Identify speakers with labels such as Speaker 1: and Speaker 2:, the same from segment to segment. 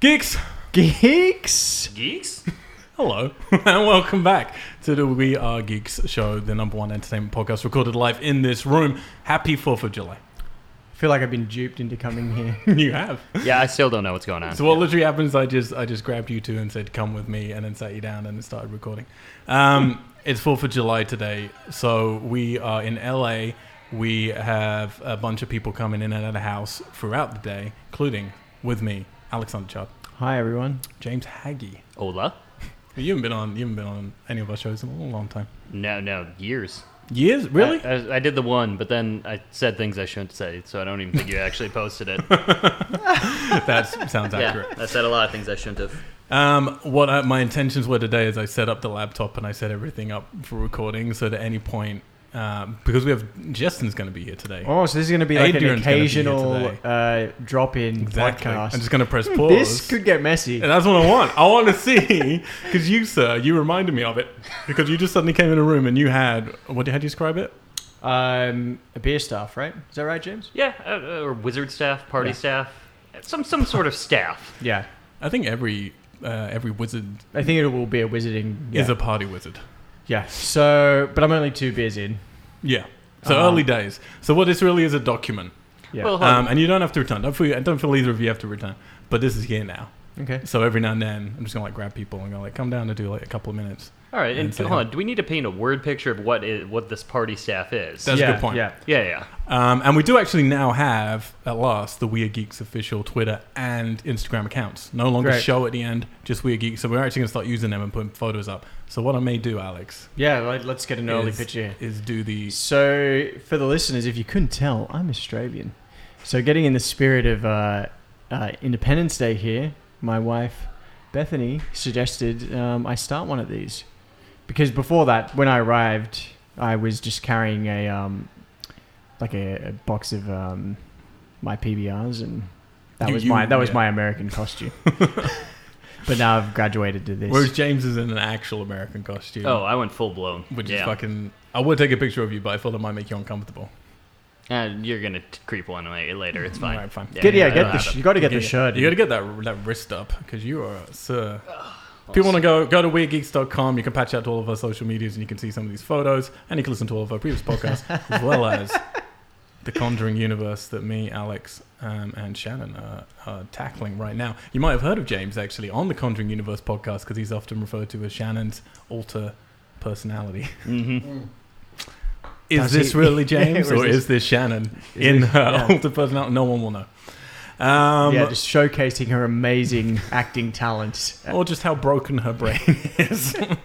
Speaker 1: Geeks!
Speaker 2: Geeks.
Speaker 3: Geeks?
Speaker 1: Hello, and welcome back to the We Are Geeks show, the number one entertainment podcast recorded live in this room. Happy 4th of July.
Speaker 2: I feel like I've been duped into coming here.
Speaker 1: you have.
Speaker 3: Yeah, I still don't know what's going on.
Speaker 1: So what literally happens? I just I just grabbed you two and said, "Come with me," and then sat you down and started recording. Um, it's Fourth of July today, so we are in LA. We have a bunch of people coming in and out of the house throughout the day, including with me, Alexander Chubb,
Speaker 2: Hi, everyone.
Speaker 1: James Haggie.
Speaker 3: Ola?
Speaker 1: You haven't been on you haven't been on any of our shows in a long time.
Speaker 3: No, no, years.
Speaker 1: Years, really?
Speaker 3: I, I, I did the one, but then I said things I shouldn't say, so I don't even think you actually posted it.
Speaker 1: that sounds accurate.
Speaker 3: I said a lot of things I shouldn't have.
Speaker 1: Um, what I, my intentions were today is I set up the laptop and I set everything up for recording, so that any point, um, because we have Justin's going to be here today.
Speaker 2: Oh, so this is going to be like
Speaker 1: Adrian's
Speaker 2: an
Speaker 1: gonna be here
Speaker 2: occasional
Speaker 1: today.
Speaker 2: uh, drop-in
Speaker 1: Exactly.
Speaker 2: podcast.
Speaker 1: I'm just going to press pause.
Speaker 2: Hmm, this could get messy.
Speaker 1: And that's what I want. I want to see because you, sir, you reminded me of it because you just suddenly came in a room and you had what? How do you describe it?
Speaker 2: Um, a beer staff, right? Is that right, James?
Speaker 3: Yeah, uh, uh, or wizard staff, party
Speaker 2: Yeah.
Speaker 3: staff, some some sort of staff.
Speaker 2: Yeah.
Speaker 1: I think every uh, every wizard
Speaker 2: I think it will be a wizarding. Yeah.
Speaker 1: is a party wizard.
Speaker 2: yeah. So, but I'm only two beers in.
Speaker 1: Yeah. So
Speaker 2: Uh-huh.
Speaker 1: early days. So what this really is a document,
Speaker 2: Yeah.
Speaker 3: Well, hold on.
Speaker 1: um, and you don't have to return. Don't feel, I don't feel either of you have to return, but this is here now.
Speaker 2: okay.
Speaker 1: So every now and then, I'm just gonna like grab people and go like, come down to do like a couple of minutes.
Speaker 3: all right, and
Speaker 1: and say
Speaker 3: hold on. Do we need to paint a word picture of what is, what this party staff is?
Speaker 1: That's a
Speaker 2: yeah,
Speaker 1: good point.
Speaker 2: Yeah.
Speaker 3: yeah, yeah.
Speaker 1: Um, and we do actually now have, at last, the We Are Geeks official Twitter and Instagram accounts. No longer
Speaker 2: Great.
Speaker 1: show at the end, just We Are Geeks. So we're actually going to start using them and putting photos up. So what I may do, Alex,
Speaker 2: Yeah. Like, let's get an early
Speaker 1: is,
Speaker 2: picture. here.
Speaker 1: is do the
Speaker 2: So, for the listeners, if you couldn't tell, I'm Australian. So, getting in the spirit of uh, uh, Independence Day here, my wife Bethany suggested um, I start one of these. Because before that, when I arrived, I was just carrying a um, like a, a box of um, my PBRs, and that
Speaker 1: You-
Speaker 2: was
Speaker 1: you-
Speaker 2: my that was
Speaker 1: yeah.
Speaker 2: my American costume. but now I've graduated to this.
Speaker 1: whereas James is in an actual American costume,
Speaker 3: Oh, I went full blown.
Speaker 1: which
Speaker 3: yeah.
Speaker 1: is fucking. I would take a picture of you, but I thought it might make you uncomfortable.
Speaker 3: Uh, you're gonna t- creep one way later. It's fine.
Speaker 1: Alright, fine.
Speaker 2: get, yeah,
Speaker 3: it'll
Speaker 2: get the
Speaker 3: happen.
Speaker 2: sh- you got to get the
Speaker 1: Yeah,
Speaker 2: shirt.
Speaker 1: You got to get that that wrist up because you are, sir. If you want to go, go to weirdgeeks.com. You can patch out to all of our social medias and you can see some of these photos. And you can listen to all of our previous podcasts, as well as the Conjuring universe that me, Alex, um, and Shannon are, are tackling right now. You might have heard of James, actually, on the Conjuring universe podcast because he's often referred to as Shannon's alter personality.
Speaker 3: Mhm.
Speaker 1: Is
Speaker 2: Does
Speaker 1: this
Speaker 2: he-
Speaker 1: really James
Speaker 2: Or is
Speaker 1: or
Speaker 2: this-
Speaker 1: is this Shannon
Speaker 2: Is
Speaker 1: in uh,
Speaker 2: this-
Speaker 1: her
Speaker 2: yeah.
Speaker 1: alter personality? No one will know. Um,
Speaker 2: yeah, just showcasing her amazing acting talents.
Speaker 1: or just how broken her brain is.
Speaker 3: I'm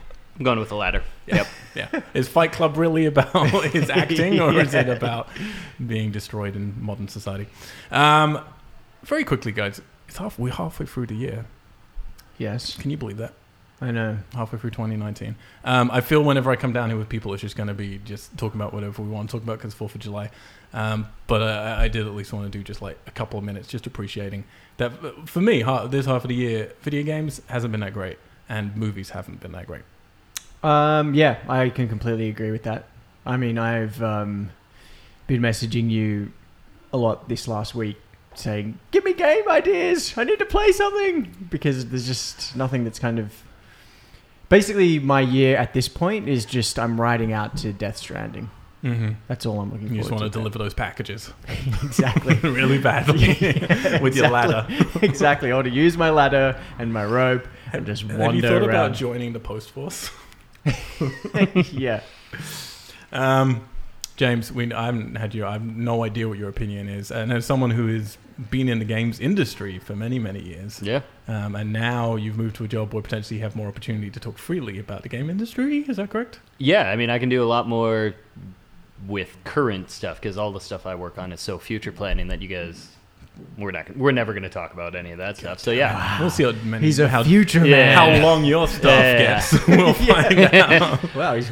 Speaker 3: going with the latter. Yep.
Speaker 1: yeah. Is Fight Club really about his acting or is it
Speaker 2: Yeah.
Speaker 1: about being destroyed in modern society? Um, very quickly, guys, it's half, we're halfway through the year.
Speaker 2: Yes,
Speaker 1: Can you believe that?
Speaker 2: I know.
Speaker 1: Halfway through 2019. Um, I feel whenever I come down here with people, it's just going to be just talking about whatever we want to talk about because 4th of July. Um, but uh, I did at least want to do just like a couple of minutes just appreciating that uh, for me, ha- this half of the year, video games hasn't been that great and movies haven't been that great.
Speaker 2: Um, yeah, I can completely agree with that. I mean, I've um, been messaging you a lot this last week saying, give me game ideas. I need to play something because there's just nothing that's kind of. Basically, my year at this point is just I'm riding out to Death Stranding.
Speaker 1: Mm-hmm.
Speaker 2: That's all I'm looking for.
Speaker 1: You just want to deliver those packages
Speaker 2: exactly.
Speaker 1: really badly with your
Speaker 2: Exactly.
Speaker 1: ladder.
Speaker 2: exactly. I want to use my ladder and my rope and just wander
Speaker 1: Have you thought
Speaker 2: around.
Speaker 1: about joining the post force?
Speaker 2: yeah.
Speaker 1: Um, James, we, I haven't had you. I have no idea what your opinion is. And as someone who has been in the games industry for many, many years,
Speaker 3: Yeah.
Speaker 1: um, and now you've moved to a job where potentially you have more opportunity to talk freely about the game industry, is that correct?
Speaker 3: Yeah, I mean, I can do a lot more with current stuff because all the stuff I work on is so future planning that you guys, we're not, we're never going to talk about any of that stuff. So yeah,
Speaker 1: We'll see how many.
Speaker 2: He's a
Speaker 1: how,
Speaker 2: future
Speaker 3: Yeah.
Speaker 2: man.
Speaker 1: how long your stuff
Speaker 3: Yeah.
Speaker 1: gets. We'll find out.
Speaker 2: Wow, he's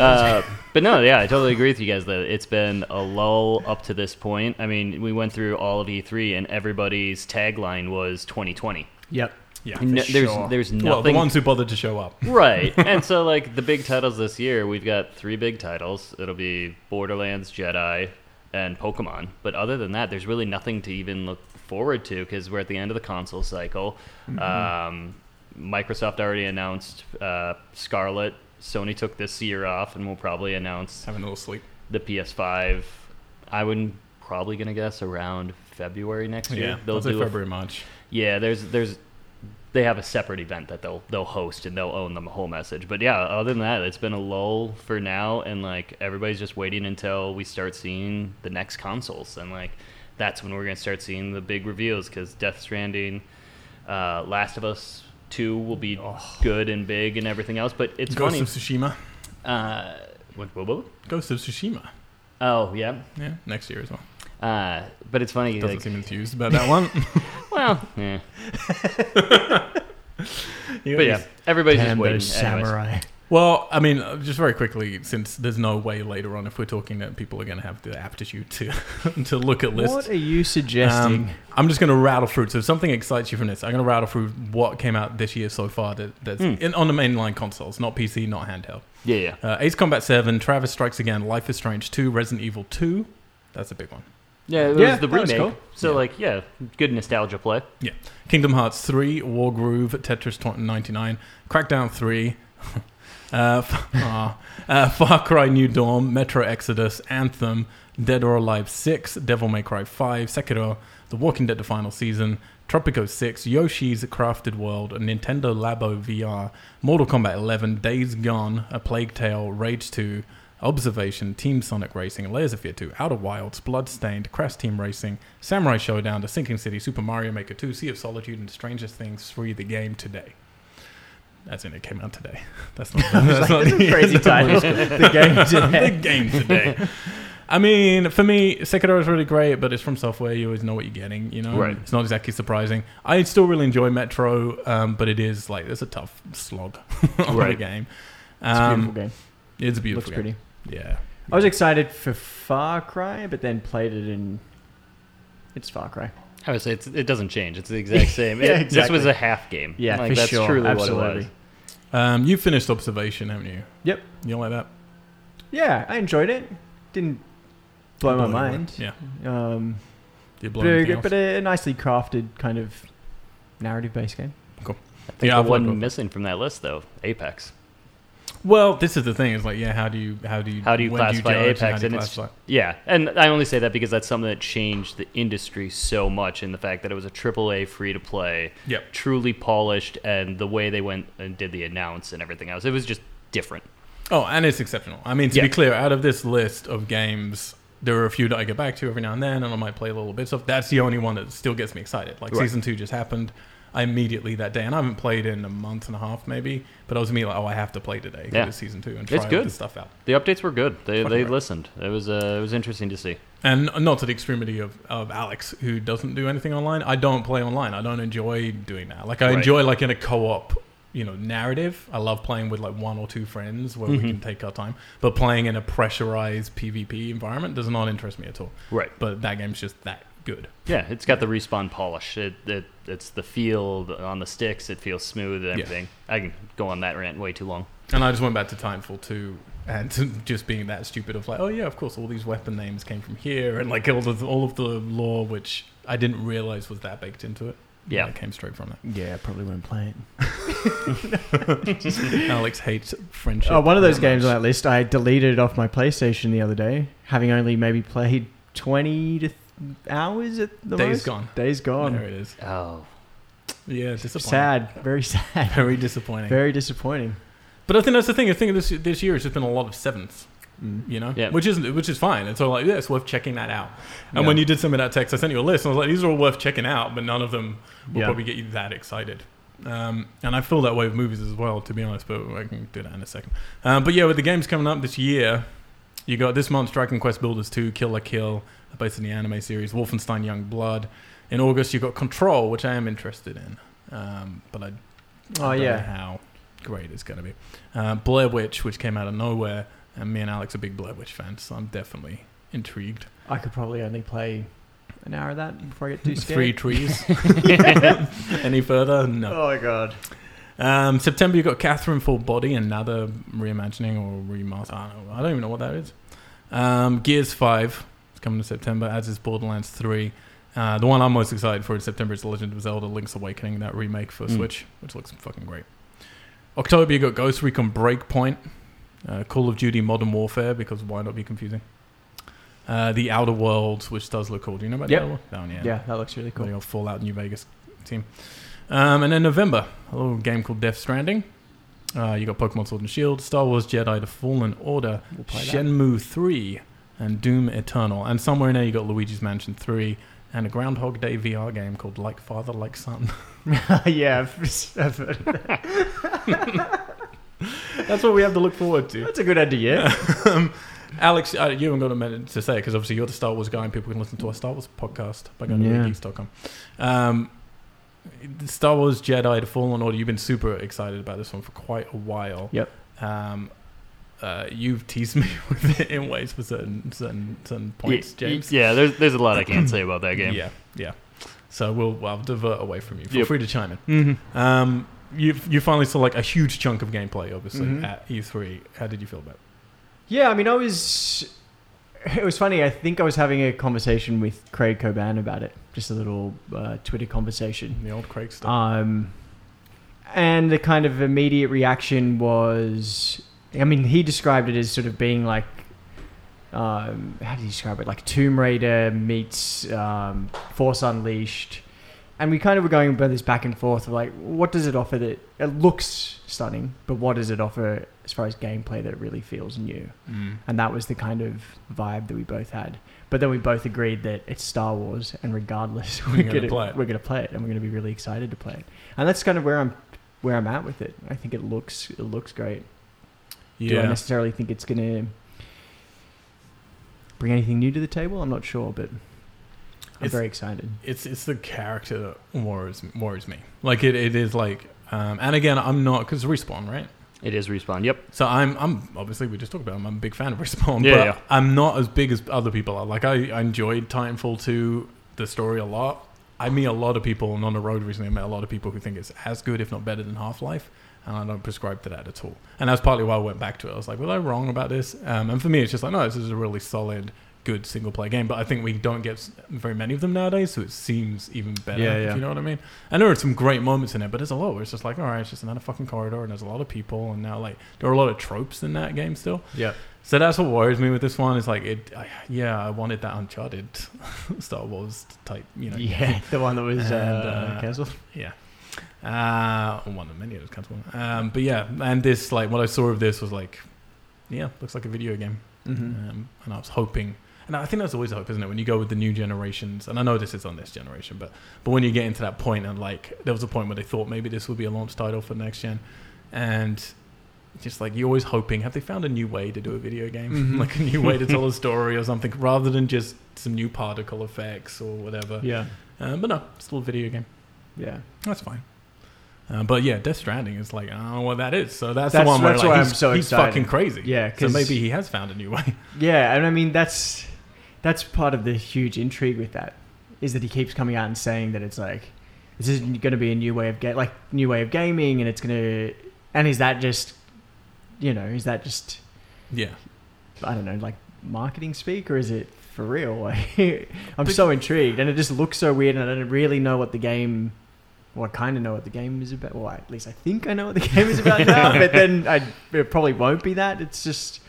Speaker 3: uh, but no, yeah, I totally agree with you guys that it's been a lull up to this point. I mean, we went through all of E3 and everybody's tagline was 2020.
Speaker 2: Yep.
Speaker 1: Yeah.
Speaker 3: No-
Speaker 2: sure.
Speaker 3: There's there's nothing.
Speaker 1: Well, the ones who bothered to show up.
Speaker 3: right. And so, like, the big titles this year, we've got three big titles. It'll be Borderlands, Jedi, and Pokemon. But other than that, there's really nothing to even look forward to because we're at the end of the console cycle.
Speaker 1: Mm-hmm.
Speaker 3: Um, Microsoft already announced uh, Scarlet. Sony took this year off and will probably announce
Speaker 1: Having a little sleep.
Speaker 3: the PS5. I would probably gonna guess around February next year.
Speaker 1: Yeah, they'll
Speaker 3: do a-
Speaker 1: February, March.
Speaker 3: yeah, there's there's they have a separate event that they'll they'll host and they'll own the whole message. But yeah, other than that, it's been a lull for now, and like everybody's just waiting until we start seeing the next consoles, and like that's when we're gonna start seeing the big reveals because Death Stranding, uh, Last of Us. Two will be good and big and everything else, but it's
Speaker 1: Oh. Ghost
Speaker 3: funny.
Speaker 1: of Tsushima.
Speaker 3: uh, what, what, what?
Speaker 1: Ghost of Tsushima.
Speaker 3: Oh yeah,
Speaker 1: Yeah, next year as well.
Speaker 3: uh, but it's funny.
Speaker 1: Doesn't
Speaker 3: Like,
Speaker 1: seem enthused about that one.
Speaker 3: well, yeah.
Speaker 1: You-
Speaker 3: but yeah, everybody's
Speaker 2: Damn
Speaker 3: just waiting.
Speaker 2: those
Speaker 3: Anyways.
Speaker 2: samurai.
Speaker 1: Well, I mean, uh, just very quickly, since there's no way later on, if we're talking that people are going to have the aptitude to to look at lists.
Speaker 2: What are you suggesting?
Speaker 1: Um, I'm just going to rattle through. So if something excites you from this, I'm going to rattle through what came out this year so far that, that's
Speaker 3: Hmm.
Speaker 1: in, on the mainline consoles, not PC, not handheld.
Speaker 3: Yeah, yeah.
Speaker 1: Uh, Ace Combat 7, Travis Strikes Again, Life is Strange 2, Resident Evil 2. That's a big one.
Speaker 3: Yeah, it
Speaker 2: Yeah,
Speaker 3: was the
Speaker 2: that was
Speaker 3: remake.
Speaker 2: cool.
Speaker 3: So
Speaker 1: Yeah.
Speaker 3: like, yeah, good nostalgia play.
Speaker 1: Kingdom Hearts 3, War Groove, Tetris 20 99, Crackdown 3, uh, f- aw. uh, Far Cry New Dawn, Metro Exodus, Anthem, Dead or Alive 6, Devil May Cry 5, Sekiro, The Walking Dead The Final Season, Tropico 6, Yoshi's Crafted World, Nintendo Labo VR, Mortal Kombat 11, Days Gone, A Plague Tale, Rage 2, Observation, Team Sonic Racing, Layers of Fear 2, Outer Wilds, Bloodstained, Crash Team Racing, Samurai Showdown, The Sinking City, Super Mario Maker 2, Sea of Solitude, and Strangest Things 3, the game today. As in, it came out today. That's not, that's not the-
Speaker 2: Crazy
Speaker 1: that's not
Speaker 2: title. the game today.
Speaker 1: the game today. I mean, for me, Sekiro is really great, but it's from software. You always know what you're getting, you know?
Speaker 3: Right.
Speaker 1: It's not exactly surprising. I still really enjoy Metro, um, but it is like, it's a tough slog on the
Speaker 3: Right.
Speaker 1: game.
Speaker 2: It's a
Speaker 1: Um,
Speaker 2: beautiful game.
Speaker 1: it's a beautiful
Speaker 2: Looks
Speaker 1: game.
Speaker 2: pretty.
Speaker 1: Yeah.
Speaker 2: I was excited for Far Cry, but then played it in. It's Far Cry.
Speaker 3: I would say it's, it doesn't change. It's the exact same.
Speaker 2: Yeah,
Speaker 3: It- This was
Speaker 2: exactly.
Speaker 3: a half game.
Speaker 2: Yeah,
Speaker 3: like,
Speaker 2: for
Speaker 3: that's
Speaker 2: sure.
Speaker 3: truly what it was.
Speaker 2: Absolutely.
Speaker 1: Um, you finished Observation, haven't you?
Speaker 2: Yep.
Speaker 1: You don't like that?
Speaker 2: Yeah, I enjoyed it. Didn't blow my
Speaker 1: Blow you away.
Speaker 2: mind.
Speaker 1: Yeah.
Speaker 2: Um,
Speaker 1: Did blow
Speaker 2: but, a,
Speaker 1: anything
Speaker 2: good-
Speaker 1: else?
Speaker 2: but a nicely crafted kind of narrative-based game.
Speaker 3: I think
Speaker 1: Yeah, I've
Speaker 3: the
Speaker 1: liked both.
Speaker 3: one missing from that list though, Apex.
Speaker 1: Well, this is the thing. Is like, yeah, how do you how do you
Speaker 3: How do you
Speaker 1: when
Speaker 3: classify
Speaker 1: judge and
Speaker 3: Apex?
Speaker 1: how do you
Speaker 3: And it's-
Speaker 1: classify?
Speaker 3: Yeah, and I only say that because that's something that changed the industry so much in the fact that it was a AAA free to play,
Speaker 1: Yep.
Speaker 3: truly polished, and the way they went and did the announce and everything else, it was just different.
Speaker 1: Oh, and it's exceptional. I mean, to be
Speaker 3: Yeah.
Speaker 1: clear, out of this list of games, there are a few that I get back to every now and then, and I might play little bits of. That's the only one that still gets me excited. Like
Speaker 3: Right.
Speaker 1: season two just happened. I immediately that day, and I haven't played in a month and a half, maybe. But I was immediately like, oh, I have to play today. 'cause
Speaker 3: Yeah.
Speaker 1: it's season two and
Speaker 3: It's
Speaker 1: try all
Speaker 3: good.
Speaker 1: this stuff out.
Speaker 3: The updates were good. They
Speaker 1: Fucking
Speaker 3: they
Speaker 1: right.
Speaker 3: listened. It was uh, it was interesting to see.
Speaker 1: And not to the extremity of, of Alex, who doesn't do anything online. I don't play online. I don't enjoy doing that. Like I
Speaker 3: Right.
Speaker 1: enjoy like in a co-op, you know, narrative. I love playing with like one or two friends where
Speaker 3: Mm-hmm.
Speaker 1: we can take our time. But playing in a pressurized PvP environment does not interest me at all.
Speaker 3: Right.
Speaker 1: But that game's just that good.
Speaker 3: Yeah, it's got the respawn polish. It, it it's the feel on the sticks. It feels smooth and
Speaker 1: Yeah.
Speaker 3: everything. I can go on that rant way too long.
Speaker 1: And I just went back to Titanfall 2 and to just being that stupid of like, oh yeah, of course, all these weapon names came from here, and like all of the, all of the lore, which I didn't realize was that baked into it.
Speaker 3: Yeah.
Speaker 1: it came straight from
Speaker 2: Yeah, I probably won't play it.
Speaker 1: it. Alex hates friendship.
Speaker 2: Oh, one of those
Speaker 1: very
Speaker 2: games
Speaker 1: much.
Speaker 2: on that list I deleted off my PlayStation the other day, having only maybe played 20 to th- hours at the
Speaker 1: Days
Speaker 2: most.
Speaker 1: gone.
Speaker 2: Days gone.
Speaker 1: There it is.
Speaker 3: Oh,
Speaker 1: Yeah, disappointing.
Speaker 2: sad. Very sad.
Speaker 1: Very disappointing.
Speaker 2: Very disappointing.
Speaker 1: but I think that's the thing. I think this this year it's just been a lot of sevenths.
Speaker 2: Mm.
Speaker 1: You know,
Speaker 3: Yeah.
Speaker 1: which is which is fine. And so like, yeah, it's worth checking that out. And
Speaker 2: Yeah.
Speaker 1: when you did send me that text, I sent you a list, and I was like, these are all worth checking out, but none of them will
Speaker 2: Yeah.
Speaker 1: probably get you that excited. Um, and I feel that way with movies as well, to be honest. But I can do that in a second. Um, but yeah, with the games coming up this year, you got this month's Dragon Quest Builders 2, Kill la Kill, based on the anime series, Wolfenstein Young Blood. In August, you got Control, which I am interested in, um, but I
Speaker 2: Oh,
Speaker 1: I don't know
Speaker 2: yeah.
Speaker 1: how great it's going to be. Uh, Blair Witch, which came out of nowhere, and me and Alex are big Blair Witch fans, so I'm definitely intrigued.
Speaker 2: I could probably only play an hour of that before I get too scared.
Speaker 1: Three trees. Any further? No.
Speaker 2: Oh, my God.
Speaker 1: Um, September, you got Catherine Full Body, another reimagining or remaster. I don't, know. I don't even know what that is. Um, Gears Five. It's coming to September, as is Borderlands 3. Uh, the one I'm most excited for in September is The Legend of Zelda Link's Awakening, that remake for
Speaker 3: Mm.
Speaker 1: Switch, which looks fucking great. October, you got Ghost Recon Breakpoint, uh, Call of Duty Modern Warfare, because why not be confusing? Uh, the Outer Worlds, which does look cool. Do you know about
Speaker 2: Yep.
Speaker 1: the Outer Worlds? That one, yeah.
Speaker 2: Yeah, that looks really
Speaker 1: Cool.
Speaker 2: cool.
Speaker 1: Fallout New Vegas team. Um, and then November, a little game called Death Stranding. Uh, you got Pokemon Sword and Shield, Star Wars Jedi: The Fallen Order,
Speaker 2: We'll play that.
Speaker 1: Shenmue 3, and Doom Eternal. And somewhere in there, you got Luigi's Mansion 3 and a Groundhog Day VR game called Like Father, Like Son.
Speaker 2: yeah, I've, I've heard of that.
Speaker 1: That's what we have to look forward to.
Speaker 2: that's a good idea.
Speaker 1: um, Alex, uh, you haven't got a minute to say because obviously you're the Star Wars guy and people can listen to our Star Wars podcast by going
Speaker 2: Yeah.
Speaker 1: to geeks.com. Um, Star Wars Jedi The Fallen Order, you've been super excited about this one for quite a while.
Speaker 2: Yep.
Speaker 1: Um, uh, you've teased me with it in ways for certain certain certain points,
Speaker 3: yeah,
Speaker 1: James.
Speaker 3: yeah, there's there's a lot I can't say about that game.
Speaker 1: Yeah, yeah. So we'll I'll divert away from you. Feel
Speaker 3: Yep. Mm-hmm.
Speaker 1: free to chime in.
Speaker 2: Mhm.
Speaker 1: Um, you you finally saw like a huge chunk of gameplay, obviously
Speaker 2: Mhm.
Speaker 1: at E3. How did you feel about? it?
Speaker 2: Yeah, I mean, I was. It was funny. I think I was having a conversation with Craig Coban about it, just a little uh, Twitter conversation.
Speaker 1: The old Craig stuff.
Speaker 2: Um, and the kind of immediate reaction was, I mean, he described it as sort of being like, um, how did he describe it? Like Tomb Raider meets um, Force Unleashed. And we kind of were going by this back and forth of like, what does it offer that it looks stunning, but what does it offer as far as gameplay that it really feels new?
Speaker 1: Mm.
Speaker 2: and that was the kind of vibe that we both had. But then we both agreed that it's Star Wars, and regardless, we're
Speaker 1: You're gonna
Speaker 2: gonna,
Speaker 1: play it.
Speaker 2: we're gonna play it, and we're gonna be really excited to play it. And that's kind of where I'm where I'm at with it. I think it looks it looks great. Do I
Speaker 1: Yeah.
Speaker 2: necessarily think it's gonna bring anything new to the table? I'm not sure, but I'm
Speaker 1: It's-
Speaker 2: very excited.
Speaker 1: it's it's the character that worries worries me. Like it, it is like, um, and again, I'm not because respawn, right?
Speaker 3: It is respawn. Yep.
Speaker 1: So I'm I'm obviously we just talked about. 'em, I'm a big fan of respawn,
Speaker 3: Yeah,
Speaker 1: but
Speaker 3: yeah.
Speaker 1: I'm not as big as other people are. Like I, I enjoyed Titanfall two, the story a lot. I meet a lot of people, and on the road recently, I met a lot of people who think it's as good, if not better, than Half Life. And I don't prescribe to that at all. And that's partly why I went back to it. I was like, was I wrong about this? Um, and for me, it's just like, no, this is a really solid, good single player game. But I think we don't get s- very many of them nowadays, so it seems even better.
Speaker 2: Yeah,
Speaker 1: If
Speaker 2: yeah.
Speaker 1: you know what I mean? I know there are some great moments in it, but there's a lot where it's just like, all right, it's just another fucking corridor, and there's a lot of people, and now like there are a lot of tropes in that game still.
Speaker 2: Yeah.
Speaker 1: So that's what worries me with this one. Is like it, I, yeah, I wanted that Uncharted Star Wars type, you know,
Speaker 2: yeah, the one that was
Speaker 1: And,
Speaker 2: uh,
Speaker 1: uh,
Speaker 2: cancelled.
Speaker 1: yeah. Uh, one of many of those kinds of one. Um, but yeah, and this like what I saw of this was like, yeah, looks like a video game.
Speaker 2: Mm-hmm.
Speaker 1: Um, and I was hoping, and I think that's always a hope, isn't it? When you go with the new generations, and I know this is on this generation, but but when you get into that point, and like there was a point where they thought maybe this would be a launch title for next gen, and just like you're always hoping, have they found a new way to do a video game,
Speaker 2: Mhm.
Speaker 1: like a new way to tell a story or something, rather than just some new particle effects or whatever.
Speaker 2: Yeah,
Speaker 1: Um, but no, still a video game.
Speaker 2: yeah.
Speaker 1: That's fine. Um, but yeah, Death Stranding is like I don't know what that is. So that's,
Speaker 2: That's-
Speaker 1: the one where
Speaker 2: that's
Speaker 1: like,
Speaker 2: why
Speaker 1: he's,
Speaker 2: I'm so
Speaker 1: he's
Speaker 2: excited.
Speaker 1: fucking crazy.
Speaker 2: Yeah,
Speaker 1: So
Speaker 2: 'cause-
Speaker 1: maybe he has found a new way.
Speaker 2: Yeah, and I mean that's that's part of the huge intrigue with that is that he keeps coming out and saying that it's like this is going to be a new way of ga- like new way of gaming, and it's going to and is that just you know is that just
Speaker 1: yeah.
Speaker 2: I don't know like marketing speak or is it for real? Like, I'm so intrigued, and it just looks so weird, and I don't really know what the game. Well, I kind of know what the game is about. Well, at least I think I know what the game is about now. but then I, it probably won't be that. It's just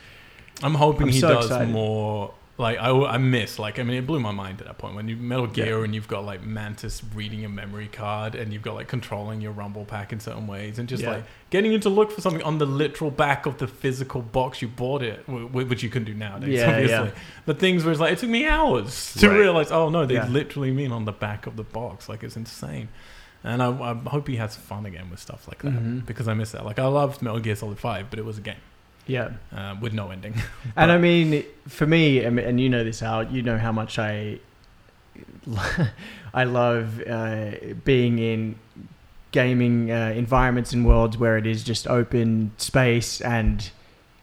Speaker 1: I'm hoping
Speaker 2: I'm
Speaker 1: he
Speaker 2: so
Speaker 1: does
Speaker 2: excited.
Speaker 1: more. Like I, I miss like I mean it blew my mind at that point when you Metal Gear and you've got like Mantis reading a memory card and you've got like controlling your Rumble Pack in certain ways and just
Speaker 2: Yeah.
Speaker 1: like getting you to look for something on the literal back of the physical box you bought it, w- w- which you can do nowadays
Speaker 2: Yeah,
Speaker 1: obviously.
Speaker 2: yeah.
Speaker 1: But things where it's like it took me hours to
Speaker 3: Right.
Speaker 1: realize oh no they
Speaker 2: Yeah.
Speaker 1: literally mean on the back of the box like it's insane. And I, I hope he has fun again with stuff like that
Speaker 2: Mhm.
Speaker 1: because I miss that. Like I loved Metal Gear Solid Five, but it was a game
Speaker 2: yeah.
Speaker 1: uh, with no ending.
Speaker 2: And
Speaker 1: But-
Speaker 2: I mean, for me, I mean, and you know this, Al. You know how much I, I love uh, being in gaming uh, environments and worlds where it is just open space and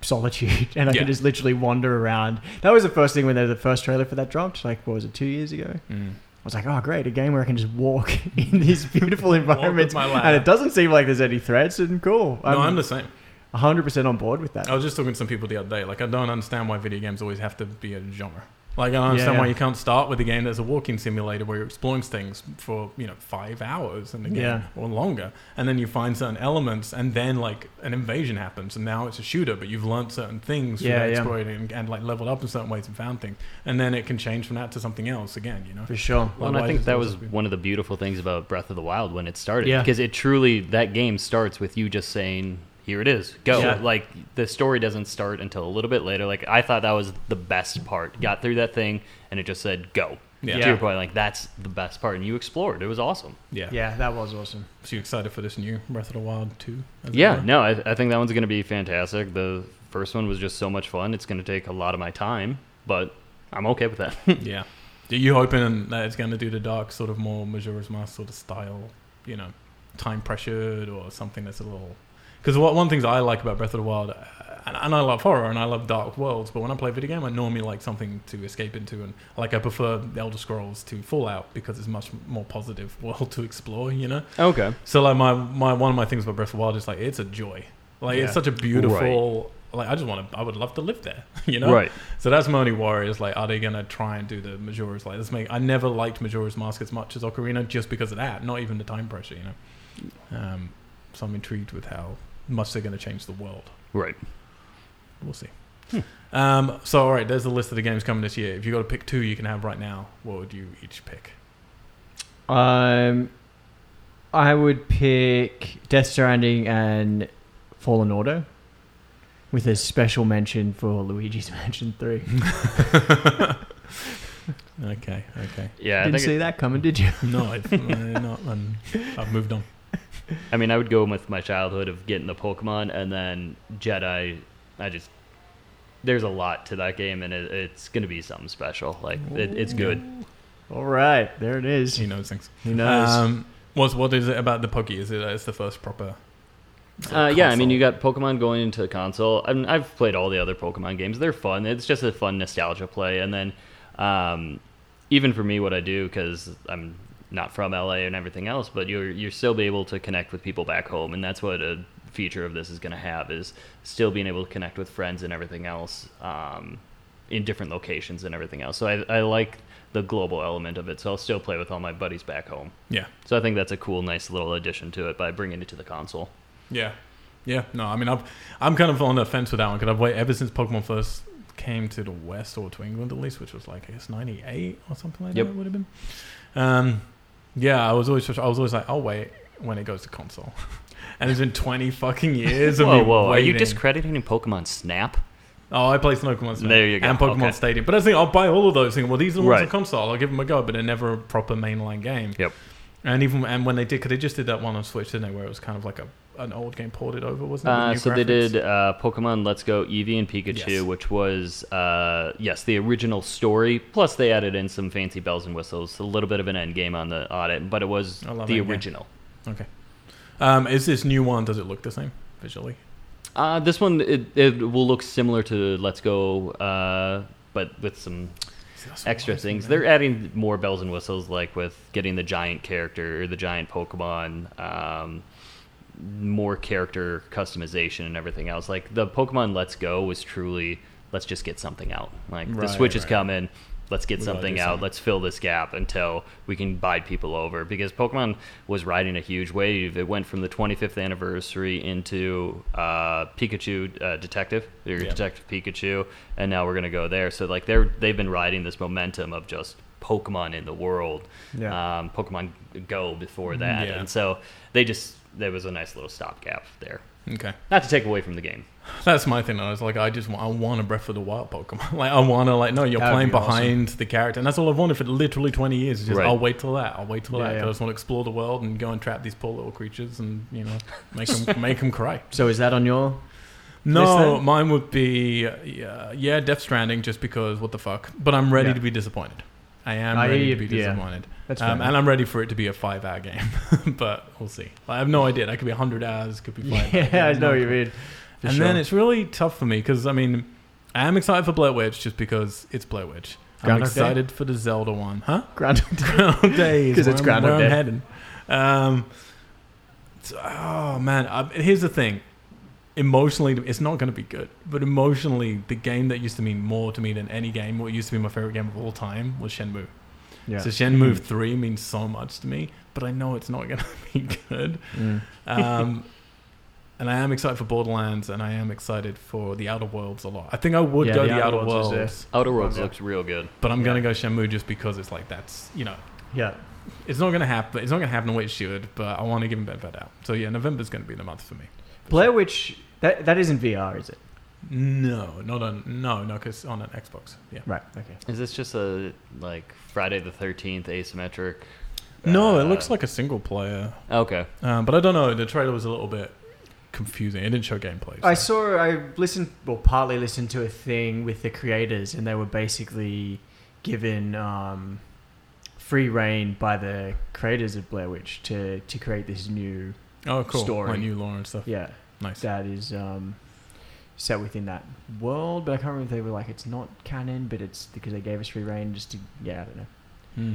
Speaker 2: solitude, and I
Speaker 1: Yeah.
Speaker 2: can just literally wander around. That was the first thing when the the first trailer for that dropped. Like, what was it, two years ago?
Speaker 1: Mm.
Speaker 2: I was like, oh, great, a game where I can just walk in these beautiful
Speaker 1: with
Speaker 2: environments,
Speaker 1: my
Speaker 2: and
Speaker 1: lab.
Speaker 2: it doesn't seem like there's any threats. And cool,
Speaker 1: No, I'm the same.
Speaker 2: 100 percent on board with that.
Speaker 1: I was just talking to some people the other day. Like, I don't understand why video games always have to be a genre. Like I don't understand
Speaker 2: Yeah.
Speaker 1: why you can't start with a game that's a walking simulator where you're exploring things for you know five hours in the game
Speaker 2: Yeah.
Speaker 1: or longer, and then you find certain elements, and then like an invasion happens, and now it's a shooter, but you've learned certain things
Speaker 2: Yeah,
Speaker 1: from
Speaker 2: yeah.
Speaker 1: exploring and, and like leveled up in certain ways and found things, and then it can change from that to something else again. You know,
Speaker 2: for sure.
Speaker 3: Well, and I
Speaker 1: Otherwise,
Speaker 3: think
Speaker 1: it's
Speaker 3: that
Speaker 1: always
Speaker 3: was
Speaker 1: been-
Speaker 3: one of the beautiful things about Breath of the Wild when it started,
Speaker 2: Yeah.
Speaker 3: because it truly that game starts with you just saying, "Here it is, go."
Speaker 2: Yeah.
Speaker 3: Like the story doesn't start until a little bit later. Like I thought that was the best part. Got through that thing, and it just said, "Go."
Speaker 1: Yeah.
Speaker 3: To your
Speaker 2: Yeah.
Speaker 3: point, like that's the best part, and you explored. It was awesome.
Speaker 1: yeah.
Speaker 2: Yeah, that was awesome.
Speaker 1: So you excited for this new Breath of the Wild two?
Speaker 3: Yeah, no, I, I think that one's going to be fantastic. The first one was just so much fun. It's going to take a lot of my time, but I'm okay with that.
Speaker 1: yeah. Do you hoping that it's going to do the dark sort of more Majora's Mask sort of style? You know, time pressured or something that's a little. Because one one things I like about Breath of the Wild, uh, and, and I love horror and I love dark worlds, but when I play video game, I normally like something to escape into, and like I prefer The Elder Scrolls to Fallout because it's much more positive world to explore. You know.
Speaker 3: okay.
Speaker 1: So like my my one of my things about Breath of the Wild is like it's a joy. Like
Speaker 2: Yeah.
Speaker 1: it's such a beautiful. Like I just want to. I would love to live there. You know.
Speaker 3: Right.
Speaker 1: So that's my only worry is like, are they gonna try and do the Majora's like this? Make I never liked Majora's Mask as much as Ocarina just because of that. Not even the time pressure, you know. Um, so I'm intrigued with how much they're gonna change the world.
Speaker 3: Right.
Speaker 1: We'll see. Um, so all right, there's a list of the games coming this year. If you got to pick two, you can have right now. What would you each pick?
Speaker 2: Um, I would pick Death Stranding and Fallen Order, with a special mention for Luigi's Mansion Three.
Speaker 1: Okay, okay.
Speaker 3: Yeah. I
Speaker 2: Didn't
Speaker 3: think
Speaker 2: see
Speaker 3: it-
Speaker 2: that coming, did you?
Speaker 1: No, I've, not. um, I've moved on.
Speaker 3: I mean, I would go with my childhood of getting the Pokemon and then Jedi. I just there's a lot to that game, and it, it's gonna be something special. Like it, it's good.
Speaker 2: All right, there it is.
Speaker 1: He knows things.
Speaker 2: He knows.
Speaker 1: Um, what's what is it about the Pocky? Is it that it's the first proper? sort
Speaker 3: Uh,
Speaker 1: of
Speaker 3: yeah, I mean,
Speaker 1: console?
Speaker 3: you got Pokemon going into the console. I mean, I've played all the other Pokemon games. They're fun. It's just a fun nostalgia play. And then, um, even for me, what I do because I'm not from LA and everything else, but you're you're still be able to connect with people back home, and that's what a feature of this is going to have is still being able to connect with friends and everything else um, in different locations and everything else. So I, I like the global element of it. So I'll still play with all my buddies back home.
Speaker 1: Yeah,
Speaker 3: So I think that's a cool, nice little addition to it by bringing it to the console.
Speaker 1: yeah, yeah. No, I mean, I've, I'm kind of on the fence with that one because I've waited ever since Pokemon first came to the West or to England at least, which was like I guess '98 or something like
Speaker 3: Yep.
Speaker 1: that. It would have been. Um, yeah, I was always I was always like, I'll wait when it goes to console, and it's been 20 fucking years. of
Speaker 3: Whoa,
Speaker 1: me
Speaker 3: whoa! Are you
Speaker 1: waiting.
Speaker 3: discrediting Pokemon Snap?
Speaker 1: Oh, I play Pokemon Snap.
Speaker 3: There you go.
Speaker 1: And Pokemon
Speaker 3: Okay.
Speaker 1: Stadium. But I think I'll buy all of those things. Well, these are the ones on
Speaker 3: Right.
Speaker 1: console. I'll give them a go, but they're never a proper mainline game.
Speaker 3: Yep.
Speaker 1: And even and when they did, because they just did that one on Switch, didn't they? Where it was kind of like a an old game ported over, wasn't it? with
Speaker 3: Uh,
Speaker 1: new
Speaker 3: so they
Speaker 1: graphics?
Speaker 3: did uh, Pokemon Let's Go Eevee and Pikachu,
Speaker 1: Yes.
Speaker 3: which was uh, yes the original story. Plus they added in some fancy bells and whistles, a little bit of an end game on the audit, but it was
Speaker 1: I love
Speaker 3: the
Speaker 1: endgame.
Speaker 3: original.
Speaker 1: Okay. Um, is this new one? Does it look the same visually?
Speaker 3: Uh, this one it, it will look similar to Let's Go, uh, but with some
Speaker 1: See, that's
Speaker 3: extra
Speaker 1: surprising,
Speaker 3: things.
Speaker 1: man.
Speaker 3: They're adding more bells and whistles, like with getting the giant character or the giant Pokemon, um, more character customization and everything else. Like the Pokemon Let's Go was truly, let's just get something out. Like the
Speaker 1: Right,
Speaker 3: Switch is
Speaker 1: right.
Speaker 3: coming. Let's get
Speaker 1: We gotta
Speaker 3: something
Speaker 1: do
Speaker 3: out.
Speaker 1: something.
Speaker 3: Let's fill this gap until we can bide people over. Because Pokemon was riding a huge wave. It went from the 25th anniversary into uh, Pikachu uh, Detective, or
Speaker 1: Yeah.
Speaker 3: Detective Pikachu, and now we're gonna go there. So like they're they've been riding this momentum of just Pokemon in the world,
Speaker 2: Yeah.
Speaker 3: um, Pokemon Go before that,
Speaker 1: Yeah.
Speaker 3: and so they just there was a nice little stopgap there.
Speaker 1: Okay.
Speaker 3: Not to take away from the game.
Speaker 1: That's my thing. I was like, I just want, I want a Breath of the Wild Pokemon. like, I want to, like, no, you're
Speaker 2: That'd
Speaker 1: playing
Speaker 2: be awesome.
Speaker 1: behind the character. And that's all I've wanted for literally 20 years. It's just,
Speaker 3: Right.
Speaker 1: I'll wait till that. I'll wait till
Speaker 2: Yeah,
Speaker 1: that. 'cause
Speaker 2: yeah.
Speaker 1: I just want to explore the world and go and trap these poor little creatures and, you know, make them, make them cry.
Speaker 2: so is that on your?
Speaker 1: No,
Speaker 2: then?
Speaker 1: mine would be, uh, yeah, yeah, Death Stranding, just because, what the fuck. But I'm ready
Speaker 2: Yeah.
Speaker 1: to be disappointed. I am
Speaker 2: I-
Speaker 1: ready to be
Speaker 2: yeah.
Speaker 1: disappointed.
Speaker 2: That's
Speaker 1: Um,
Speaker 2: fair.
Speaker 1: and I'm ready for it to be a five hour game. but we'll see. I have no idea. That could be 100 hours, could be five hours.
Speaker 2: yeah, I know what you
Speaker 1: not-
Speaker 2: mean. For
Speaker 1: and
Speaker 2: sure.
Speaker 1: then it's really tough for me because I mean, I am excited for Blair Witch just because it's Blair Witch. I'm
Speaker 2: Groundhog Day?
Speaker 1: excited for the Zelda one, huh?
Speaker 2: Groundhog Day.
Speaker 1: Groundhog Day, is
Speaker 2: 'Cause it's
Speaker 1: where I'm-
Speaker 2: Groundhog
Speaker 1: where I'm
Speaker 2: Day.
Speaker 1: heading. Um, so- oh man, I, here's the thing. emotionally, it's not going to be good. But emotionally, the game that used to mean more to me than any game, what used to be my favorite game of all time, was Shenmue.
Speaker 2: Yeah. Mm-hmm.
Speaker 1: So Shenmue Three means so much to me, but I know it's not going to be good.
Speaker 2: Mm.
Speaker 1: Um, and I am excited for Borderlands, and I am excited for The Outer Worlds a lot. I think I would
Speaker 2: Yeah,
Speaker 1: go
Speaker 2: The
Speaker 1: The
Speaker 2: Outer
Speaker 1: Outer,
Speaker 2: Worlds
Speaker 1: Worlds,
Speaker 2: is
Speaker 3: Outer Worlds
Speaker 2: Yeah.
Speaker 3: looks real good.
Speaker 1: but I'm going to go Shenmue just because it's like that's you know
Speaker 2: Yeah.
Speaker 1: it's not going to happen. It's not going to happen the way it should, but I want to give him benefit of the doubt. So yeah, November's going to be the month for me.
Speaker 2: Blair Witch. That that isn't VR, Oh, is it?
Speaker 1: No, not on no, no, because on an Xbox. Yeah.
Speaker 2: Right. Okay.
Speaker 3: Is this just a like Friday the Thirteenth asymmetric?
Speaker 1: No, it
Speaker 3: uh,
Speaker 1: looks like a single player,
Speaker 3: okay.
Speaker 1: um, but I don't know. The trailer was a little bit confusing. It didn't show gameplay.
Speaker 2: I saw.
Speaker 1: so-
Speaker 2: I listened, well, partly listened to a thing with the creators, and they were basically given um, free reign by the creators of Blair Witch to to create this new.
Speaker 1: oh, cool.
Speaker 2: story.
Speaker 1: My new lore and stuff.
Speaker 2: Yeah,
Speaker 1: Nice.
Speaker 2: that is um, set within that world, but I can't remember if they were like it's not canon, but it's because they gave us free reign. Just to yeah, I don't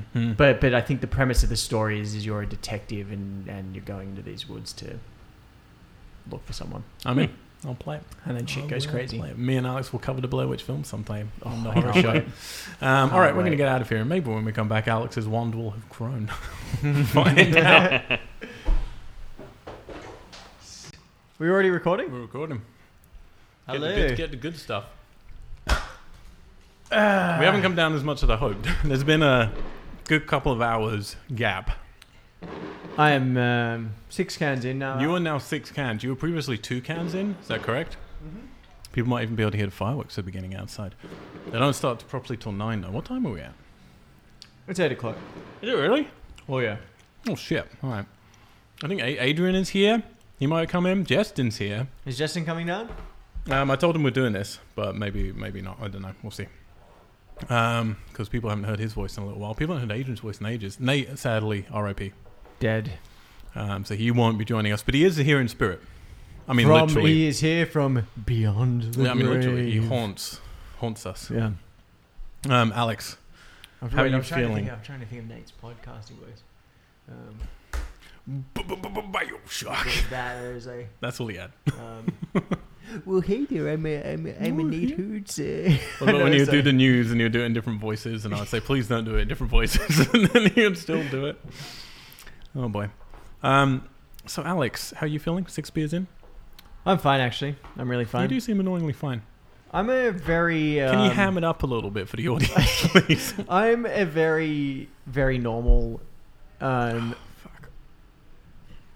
Speaker 2: know.
Speaker 1: Mhm.
Speaker 2: But but I think the premise of the story is, is you're a detective and and you're going into these woods to look for someone,
Speaker 1: I mean, I'll play it.
Speaker 2: Hmm. and then shit
Speaker 1: I
Speaker 2: goes
Speaker 1: will
Speaker 2: crazy. Oh,
Speaker 1: play it. Me and Alex will cover the Blair Witch film sometime on the
Speaker 2: I
Speaker 1: horror
Speaker 2: can't
Speaker 1: show.
Speaker 2: wait.
Speaker 1: Um, all
Speaker 2: Can't
Speaker 1: right, we're going to
Speaker 2: wait.
Speaker 1: get out of here, and maybe when we come back, Alex's wand will have grown. Find out.
Speaker 2: We already recording?
Speaker 1: We're recording. Get the,
Speaker 2: Hello.
Speaker 1: good, get the good stuff.
Speaker 2: Ah.
Speaker 1: we haven't come down as much as I hoped. There's been a good couple of hours gap.
Speaker 2: I am um, six cans in now.
Speaker 1: you are now six cans. You were previously two cans in. Is that correct?
Speaker 2: Mm-hmm.
Speaker 1: People might even be able to hear the fireworks at the beginning outside. They don't start properly till nine, though. What time are we at?
Speaker 2: It's eight o'clock.
Speaker 1: Is it really?
Speaker 2: Oh yeah.
Speaker 1: Oh shit! All right. I think A- Adrian is here. He might come in. Justin's here.
Speaker 2: Is Justin coming down?
Speaker 1: Um, I told him we're doing this, but maybe maybe not. I don't know. We'll see. Because people haven't heard his voice in a little while. People haven't heard Adrian's voice in ages. Nate, sadly, R.I.P.
Speaker 2: Dead.
Speaker 1: Um, so he won't be joining us, but he is here in spirit. I mean,
Speaker 2: from
Speaker 1: literally.
Speaker 2: he is here from beyond the
Speaker 1: Yeah, I mean, literally, he
Speaker 2: grave.
Speaker 1: haunts haunts us.
Speaker 2: Yeah.
Speaker 1: Um, Alex,
Speaker 2: I'm,
Speaker 1: How are you
Speaker 2: I'm trying
Speaker 1: feeling?
Speaker 2: To think, I'm trying to think of Nate's podcasting voice. Um,
Speaker 1: Bioshock.
Speaker 2: there's that there's a.
Speaker 1: That's all he had.
Speaker 2: Um, well, hey there. I'm a, I'm a, I'm a
Speaker 1: Well,
Speaker 2: Nate
Speaker 1: hey.
Speaker 2: Hoods.
Speaker 1: What about
Speaker 2: know,
Speaker 1: when you
Speaker 2: so-
Speaker 1: do the news and you do it in different voices, and I would say, please don't do it in different voices, and then he would still do it. Oh boy. Um, so Alex, how are you feeling? Six beers in?
Speaker 2: I'm fine actually. I'm really
Speaker 1: You
Speaker 2: fine.
Speaker 1: do seem annoyingly fine.
Speaker 2: I'm a very. Um,
Speaker 1: Can you ham it up a little bit for the audience, please?
Speaker 2: I'm a very very normal. Um,
Speaker 1: Ah, Fuck.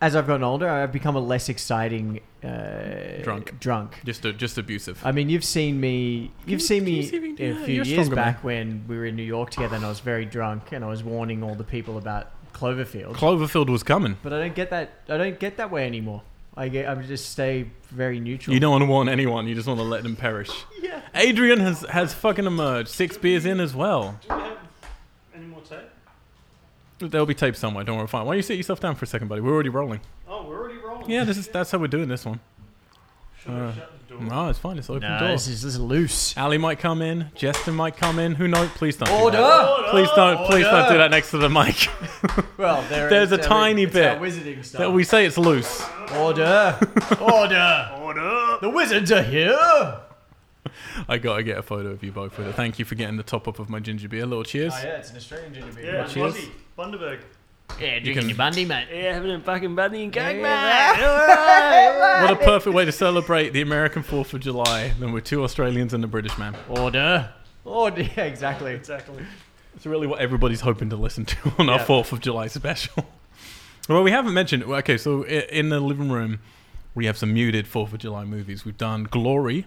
Speaker 2: as I've gotten older, I've become a less exciting uh,
Speaker 1: Drunk.
Speaker 2: Drunk.
Speaker 1: Just, uh, just abusive.
Speaker 2: I mean, you've seen me.
Speaker 1: Can you-
Speaker 2: You've seen
Speaker 1: can you
Speaker 2: me
Speaker 1: see if you can do
Speaker 2: a
Speaker 1: that?
Speaker 2: few
Speaker 1: You're
Speaker 2: years
Speaker 1: stronger than
Speaker 2: back when we were in New York together, and I was very drunk, and I was warning all the people about Cloverfield.
Speaker 1: Cloverfield was coming.
Speaker 2: but I don't get that. I don't get that way anymore. I get. I just stay very neutral.
Speaker 1: You don't want to warn anyone. You just want to let them perish.
Speaker 2: Yeah.
Speaker 1: Adrian has has fucking emerged. Six beers in as well.
Speaker 3: Do we have any more tape?
Speaker 1: There'll be tape somewhere. Don't worry. Fine. Why don't you sit yourself down for a second, buddy? We're already rolling.
Speaker 3: Oh, we're already rolling.
Speaker 1: Yeah, this is that's how we're doing this one. Uh, no, it's fine. It's open
Speaker 2: Nah,
Speaker 1: door.
Speaker 2: this is, this is loose.
Speaker 1: Ali might come in. Justin might come in. Who knows? Please don't. do
Speaker 2: Order!
Speaker 1: that. Please don't. Please don't
Speaker 2: Order!
Speaker 1: do that next to the mic.
Speaker 2: Well, there
Speaker 1: There's
Speaker 2: is-
Speaker 1: a
Speaker 2: there
Speaker 1: tiny
Speaker 2: is- it's our
Speaker 1: bit
Speaker 2: wizarding stuff.
Speaker 1: That we say it's loose.
Speaker 2: Order! Order! Order! The wizards are here!
Speaker 1: I gotta get a photo of you both with it. Thank you for getting the top up of my ginger beer. Little cheers.
Speaker 2: Oh, yeah, it's an Australian ginger beer.
Speaker 4: Yeah,
Speaker 1: cheers.
Speaker 4: Bundy. Bundaberg.
Speaker 3: Yeah,
Speaker 1: drinking can- your
Speaker 3: bundy, mate. Yeah, having a fucking bundy and
Speaker 2: Yeah,
Speaker 3: gang,
Speaker 1: What a perfect way to celebrate the American Fourth of July than with two Australians and a British man.
Speaker 3: Order.
Speaker 2: Order, yeah, exactly.
Speaker 4: Exactly.
Speaker 1: It's really what everybody's hoping to listen to on our
Speaker 2: Yeah.
Speaker 1: Fourth of July special. Well, we haven't mentioned. well, Okay, so i- in the living room, we have some muted Fourth of July movies. We've done Glory,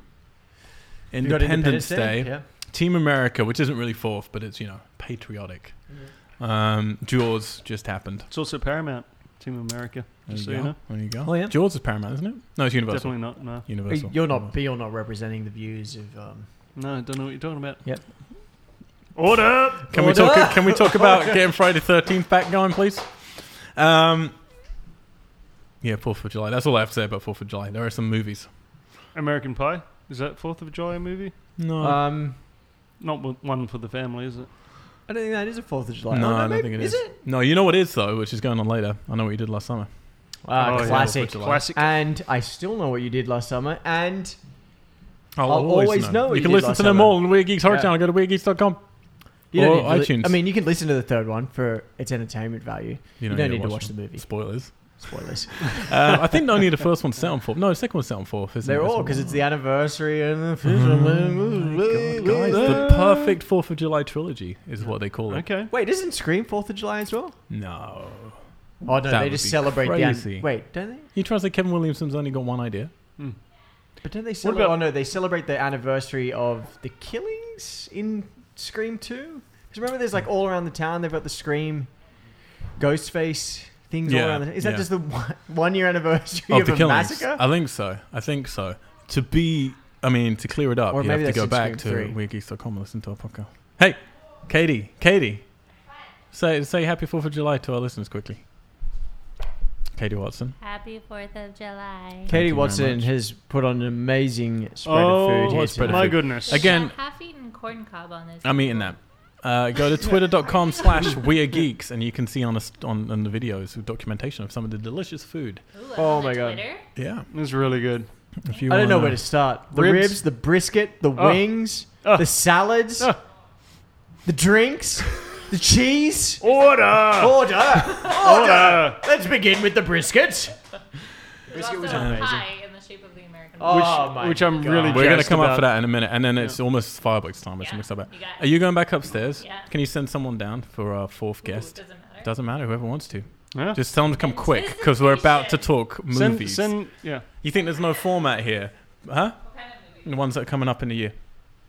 Speaker 2: You got
Speaker 1: Independence Day,
Speaker 2: Yeah.
Speaker 1: Team America, which isn't really Fourth, but it's you know patriotic. Um, Jaws just happened.
Speaker 4: Mm-hmm. It's also Paramount, Team America.
Speaker 1: There
Speaker 4: Just
Speaker 1: you
Speaker 4: so
Speaker 1: go.
Speaker 4: you know.
Speaker 1: There you go.
Speaker 2: Oh, yeah.
Speaker 1: Jaws is Paramount, isn't it? No, it's Universal.
Speaker 4: Definitely not. No.
Speaker 1: Universal.
Speaker 2: You're not, but you're not representing the views of. Um,
Speaker 4: No, I don't know what you're talking about.
Speaker 2: Yep.
Speaker 4: Order!
Speaker 1: Can we
Speaker 2: Order!
Speaker 1: talk? Can we talk about getting Friday Thirteenth back going, please? Um, yeah, Fourth of July. That's all I have to say about Fourth of July. There are some movies.
Speaker 4: American Pie. Is that 4th of July movie?
Speaker 1: No,
Speaker 2: um,
Speaker 4: Not w- one for the family, is it?
Speaker 2: I don't think that is a Fourth of July.
Speaker 1: no,
Speaker 2: Oh,
Speaker 1: I don't
Speaker 2: maybe-
Speaker 1: think it
Speaker 2: is.
Speaker 1: is. No, you know what it is though, which is going on later. I know what you did last summer.
Speaker 2: Uh,
Speaker 4: Oh, yeah.
Speaker 2: classic.
Speaker 1: Fourth of July.
Speaker 4: Classic.
Speaker 2: And I still know what you did last summer, and
Speaker 1: I'll,
Speaker 2: I'll always know
Speaker 1: Oh, You
Speaker 2: you
Speaker 1: can
Speaker 2: did
Speaker 1: listen
Speaker 2: last
Speaker 1: to them
Speaker 2: summer.
Speaker 1: all on Weird Geeks Horror
Speaker 2: Yeah.
Speaker 1: Channel. Go to weirdgeeks.com.
Speaker 2: you don't
Speaker 1: Or
Speaker 2: need to li-
Speaker 1: iTunes.
Speaker 2: I mean, you can listen to the third one for its entertainment value. You don't, need, to watch, the movie.
Speaker 1: Spoilers.
Speaker 2: Spoilers.
Speaker 1: Uh, I think only the first one's set on fourth. No, the second one's set on fourth. Isn't
Speaker 2: They're
Speaker 1: it?
Speaker 2: all because it's the anniversary and the
Speaker 1: God, Oh guys, the perfect Fourth of July trilogy is what they call it.
Speaker 4: Okay.
Speaker 2: Wait, isn't Scream Fourth of July as well?
Speaker 1: No,
Speaker 2: Oh no,
Speaker 1: That
Speaker 2: they
Speaker 1: would
Speaker 2: just
Speaker 1: be
Speaker 2: celebrate the
Speaker 1: crazy.
Speaker 2: an- wait, don't they?
Speaker 1: you try to say Kevin Williamson's only got one idea.
Speaker 2: But don't they celebrate?
Speaker 4: about-
Speaker 2: Oh no, they celebrate the anniversary of the killings in Scream Two. Because remember, there's like all around the town they've got the Scream, ghost face things all
Speaker 1: Yeah,
Speaker 2: around. The- Is that
Speaker 1: yeah.
Speaker 2: just the one, one year anniversary
Speaker 1: of
Speaker 2: of
Speaker 1: the
Speaker 2: a
Speaker 1: killings.
Speaker 2: massacre?
Speaker 1: I think so. I think so. To be, I mean, to clear it up,
Speaker 2: Or
Speaker 1: you have
Speaker 2: maybe
Speaker 1: to
Speaker 2: that's
Speaker 1: go
Speaker 2: in
Speaker 1: back to
Speaker 2: Scream
Speaker 1: weirdgeeks.com and listen to our podcast. Hey, Katie, Katie, say say Happy Fourth of July to our listeners quickly. Katie Watson.
Speaker 5: Happy Fourth of July.
Speaker 1: Thank
Speaker 2: Katie
Speaker 1: you very
Speaker 2: Watson
Speaker 1: much.
Speaker 2: has put on an amazing spread
Speaker 4: Oh,
Speaker 2: of food here.
Speaker 1: spread of
Speaker 2: tonight.
Speaker 4: my
Speaker 1: food.
Speaker 4: goodness.
Speaker 1: Again-
Speaker 5: half eaten corn cob on this.
Speaker 1: I'm eating that. Uh, go to twitter.com slash we're geeks and you can see on, us on, on the videos documentation of some of the delicious food.
Speaker 5: Ooh,
Speaker 2: Oh
Speaker 5: oh
Speaker 2: my
Speaker 5: my
Speaker 2: God.
Speaker 5: Twitter.
Speaker 1: Yeah.
Speaker 4: It's really good.
Speaker 1: If you
Speaker 2: I don't know
Speaker 1: wanna-
Speaker 2: where to start. The
Speaker 4: Ribs.
Speaker 2: ribs, the brisket, the
Speaker 4: Oh.
Speaker 2: wings,
Speaker 4: Oh.
Speaker 2: the salads,
Speaker 4: Oh.
Speaker 2: the drinks, the cheese.
Speaker 4: Order!
Speaker 2: Order!
Speaker 4: Order!
Speaker 2: Let's begin with the brisket.
Speaker 5: There's also
Speaker 2: was
Speaker 5: a
Speaker 2: amazing.
Speaker 5: pie in the shape of the American.
Speaker 2: Oh
Speaker 4: Which-
Speaker 2: my
Speaker 4: which I'm
Speaker 2: God.
Speaker 4: really
Speaker 1: We're going to
Speaker 4: Just
Speaker 1: come up
Speaker 4: about-
Speaker 1: for that in a minute, and then it's almost fireworks time. It's
Speaker 5: Yeah,
Speaker 1: almost about.
Speaker 5: you got it.
Speaker 1: Are you going back upstairs?
Speaker 5: Yeah.
Speaker 1: Can you send someone down for our fourth guest?
Speaker 5: Doesn't matter.
Speaker 1: Doesn't matter, whoever wants to.
Speaker 4: Yeah.
Speaker 1: Just tell them to come
Speaker 5: And
Speaker 1: quick
Speaker 5: citizen
Speaker 1: because we're about to
Speaker 5: petition.
Speaker 1: talk
Speaker 4: Send,
Speaker 1: movies.
Speaker 4: send, yeah.
Speaker 1: You think there's no format here, huh?
Speaker 5: What kind of movie?
Speaker 1: The ones that are coming up in the year.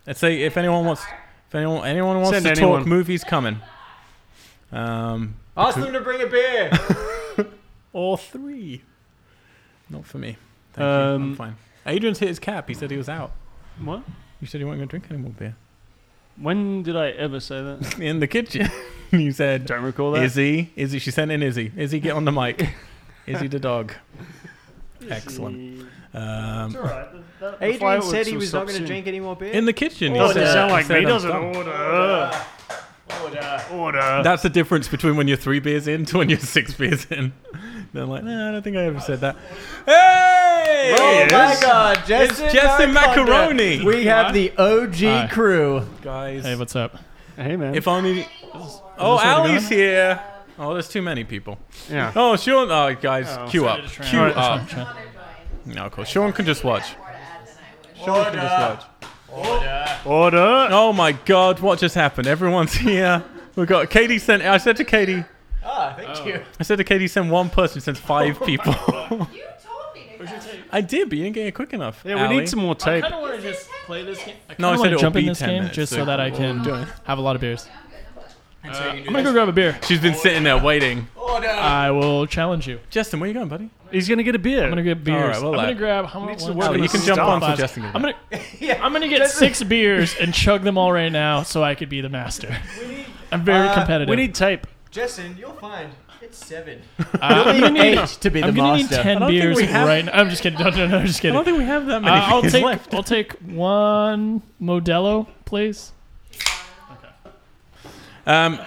Speaker 1: Let's say if anyone wants, if anyone anyone wants
Speaker 4: Send
Speaker 1: to talk
Speaker 4: anyone.
Speaker 1: movies coming. Um,
Speaker 2: Ask them to bring a beer.
Speaker 1: or three. Not for me. Thank you. I'm
Speaker 4: Um,
Speaker 1: fine. Adrian's hit his cap. He said he was out.
Speaker 4: What?
Speaker 1: You said you weren't going to drink any more beer
Speaker 4: When did I ever say that?
Speaker 1: in the kitchen. you said
Speaker 4: Don't recall that.
Speaker 1: Izzy, Izzy, she sent in Izzy. Izzy, get on the mic. Izzy the dog. Excellent. Um,
Speaker 4: alright.
Speaker 2: Adrian said he was not going to drink any more beer.
Speaker 1: in the kitchen. he
Speaker 4: Doesn't
Speaker 1: said-
Speaker 4: sound
Speaker 1: he
Speaker 4: like
Speaker 1: said
Speaker 4: me,
Speaker 1: I'm
Speaker 4: does it?
Speaker 1: done.
Speaker 4: Order. Order.
Speaker 1: That's the difference between when you're three beers in to when you're six beers in. They're like, no, I don't think I ever said that. Hey!
Speaker 2: oh my
Speaker 4: Yes.
Speaker 2: God, Justin,
Speaker 1: Justin
Speaker 2: Marconda.
Speaker 1: Macaroni.
Speaker 2: We have the OG
Speaker 6: Hi.
Speaker 2: crew.
Speaker 1: Guys,
Speaker 6: Hey, what's up?
Speaker 4: Hey, man.
Speaker 1: if only. Oh,
Speaker 6: already going?
Speaker 1: Ali's here. Oh, there's too many people.
Speaker 4: yeah.
Speaker 1: Oh, Sean. Oh, guys,
Speaker 4: Oh.
Speaker 1: queue up.
Speaker 6: Sorry to
Speaker 1: Queue
Speaker 6: try and-
Speaker 1: up.
Speaker 6: try- try-
Speaker 1: No, of course. Sean can just watch. Sean can just watch.
Speaker 4: Order.
Speaker 1: Oh my god, what just happened? Everyone's here. We've got Katie sent. I said to Katie,
Speaker 2: Ah, thank
Speaker 4: Oh.
Speaker 2: you.
Speaker 1: I said to Katie, send one person, sends five people.
Speaker 5: You told me to. Go.
Speaker 1: I did, but you didn't get it quick enough.
Speaker 4: Yeah, we
Speaker 1: Allie.
Speaker 4: need some more
Speaker 6: I
Speaker 4: tape.
Speaker 6: kind of want to just play this game. I
Speaker 1: No,
Speaker 6: kind
Speaker 1: I said
Speaker 6: of want
Speaker 1: it'll
Speaker 6: to jump in
Speaker 1: be
Speaker 6: this
Speaker 1: 10
Speaker 6: game
Speaker 1: minutes,
Speaker 6: just
Speaker 1: so-
Speaker 6: so that I can have a lot of beers. Uh, I'm gonna go grab a beer.
Speaker 1: She's been sitting there waiting.
Speaker 6: I will challenge you.
Speaker 1: Justin, where you going, buddy?
Speaker 4: He's going to get a beer.
Speaker 6: I'm gonna get beers.
Speaker 1: All right, well,
Speaker 6: I'm
Speaker 1: uh,
Speaker 6: gonna grab. How much?
Speaker 4: to work
Speaker 1: Oh,
Speaker 4: on
Speaker 1: you
Speaker 4: the
Speaker 1: can jump on for
Speaker 6: five.
Speaker 1: Justin.
Speaker 6: I'm gonna.
Speaker 2: Yeah.
Speaker 6: I'm gonna get six beers and chug them all right now, so I could be the master. I'm very
Speaker 2: Uh,
Speaker 6: competitive.
Speaker 4: we need tape.
Speaker 2: Justin, you'll find it's seven.
Speaker 6: Uh, I'm
Speaker 2: You'll
Speaker 6: gonna
Speaker 2: need
Speaker 6: need.
Speaker 2: eight to be the
Speaker 6: I'm gonna need
Speaker 2: master.
Speaker 6: ten
Speaker 1: don't think
Speaker 6: beers
Speaker 1: we have-
Speaker 6: right now. I'm just kidding. No, no, no. I'm just
Speaker 1: I
Speaker 6: kidding.
Speaker 1: don't
Speaker 6: Uh,
Speaker 1: think we have that many.
Speaker 6: I'll
Speaker 1: beers
Speaker 6: take.
Speaker 1: left.
Speaker 6: I'll take one Modelo, please.
Speaker 1: Um,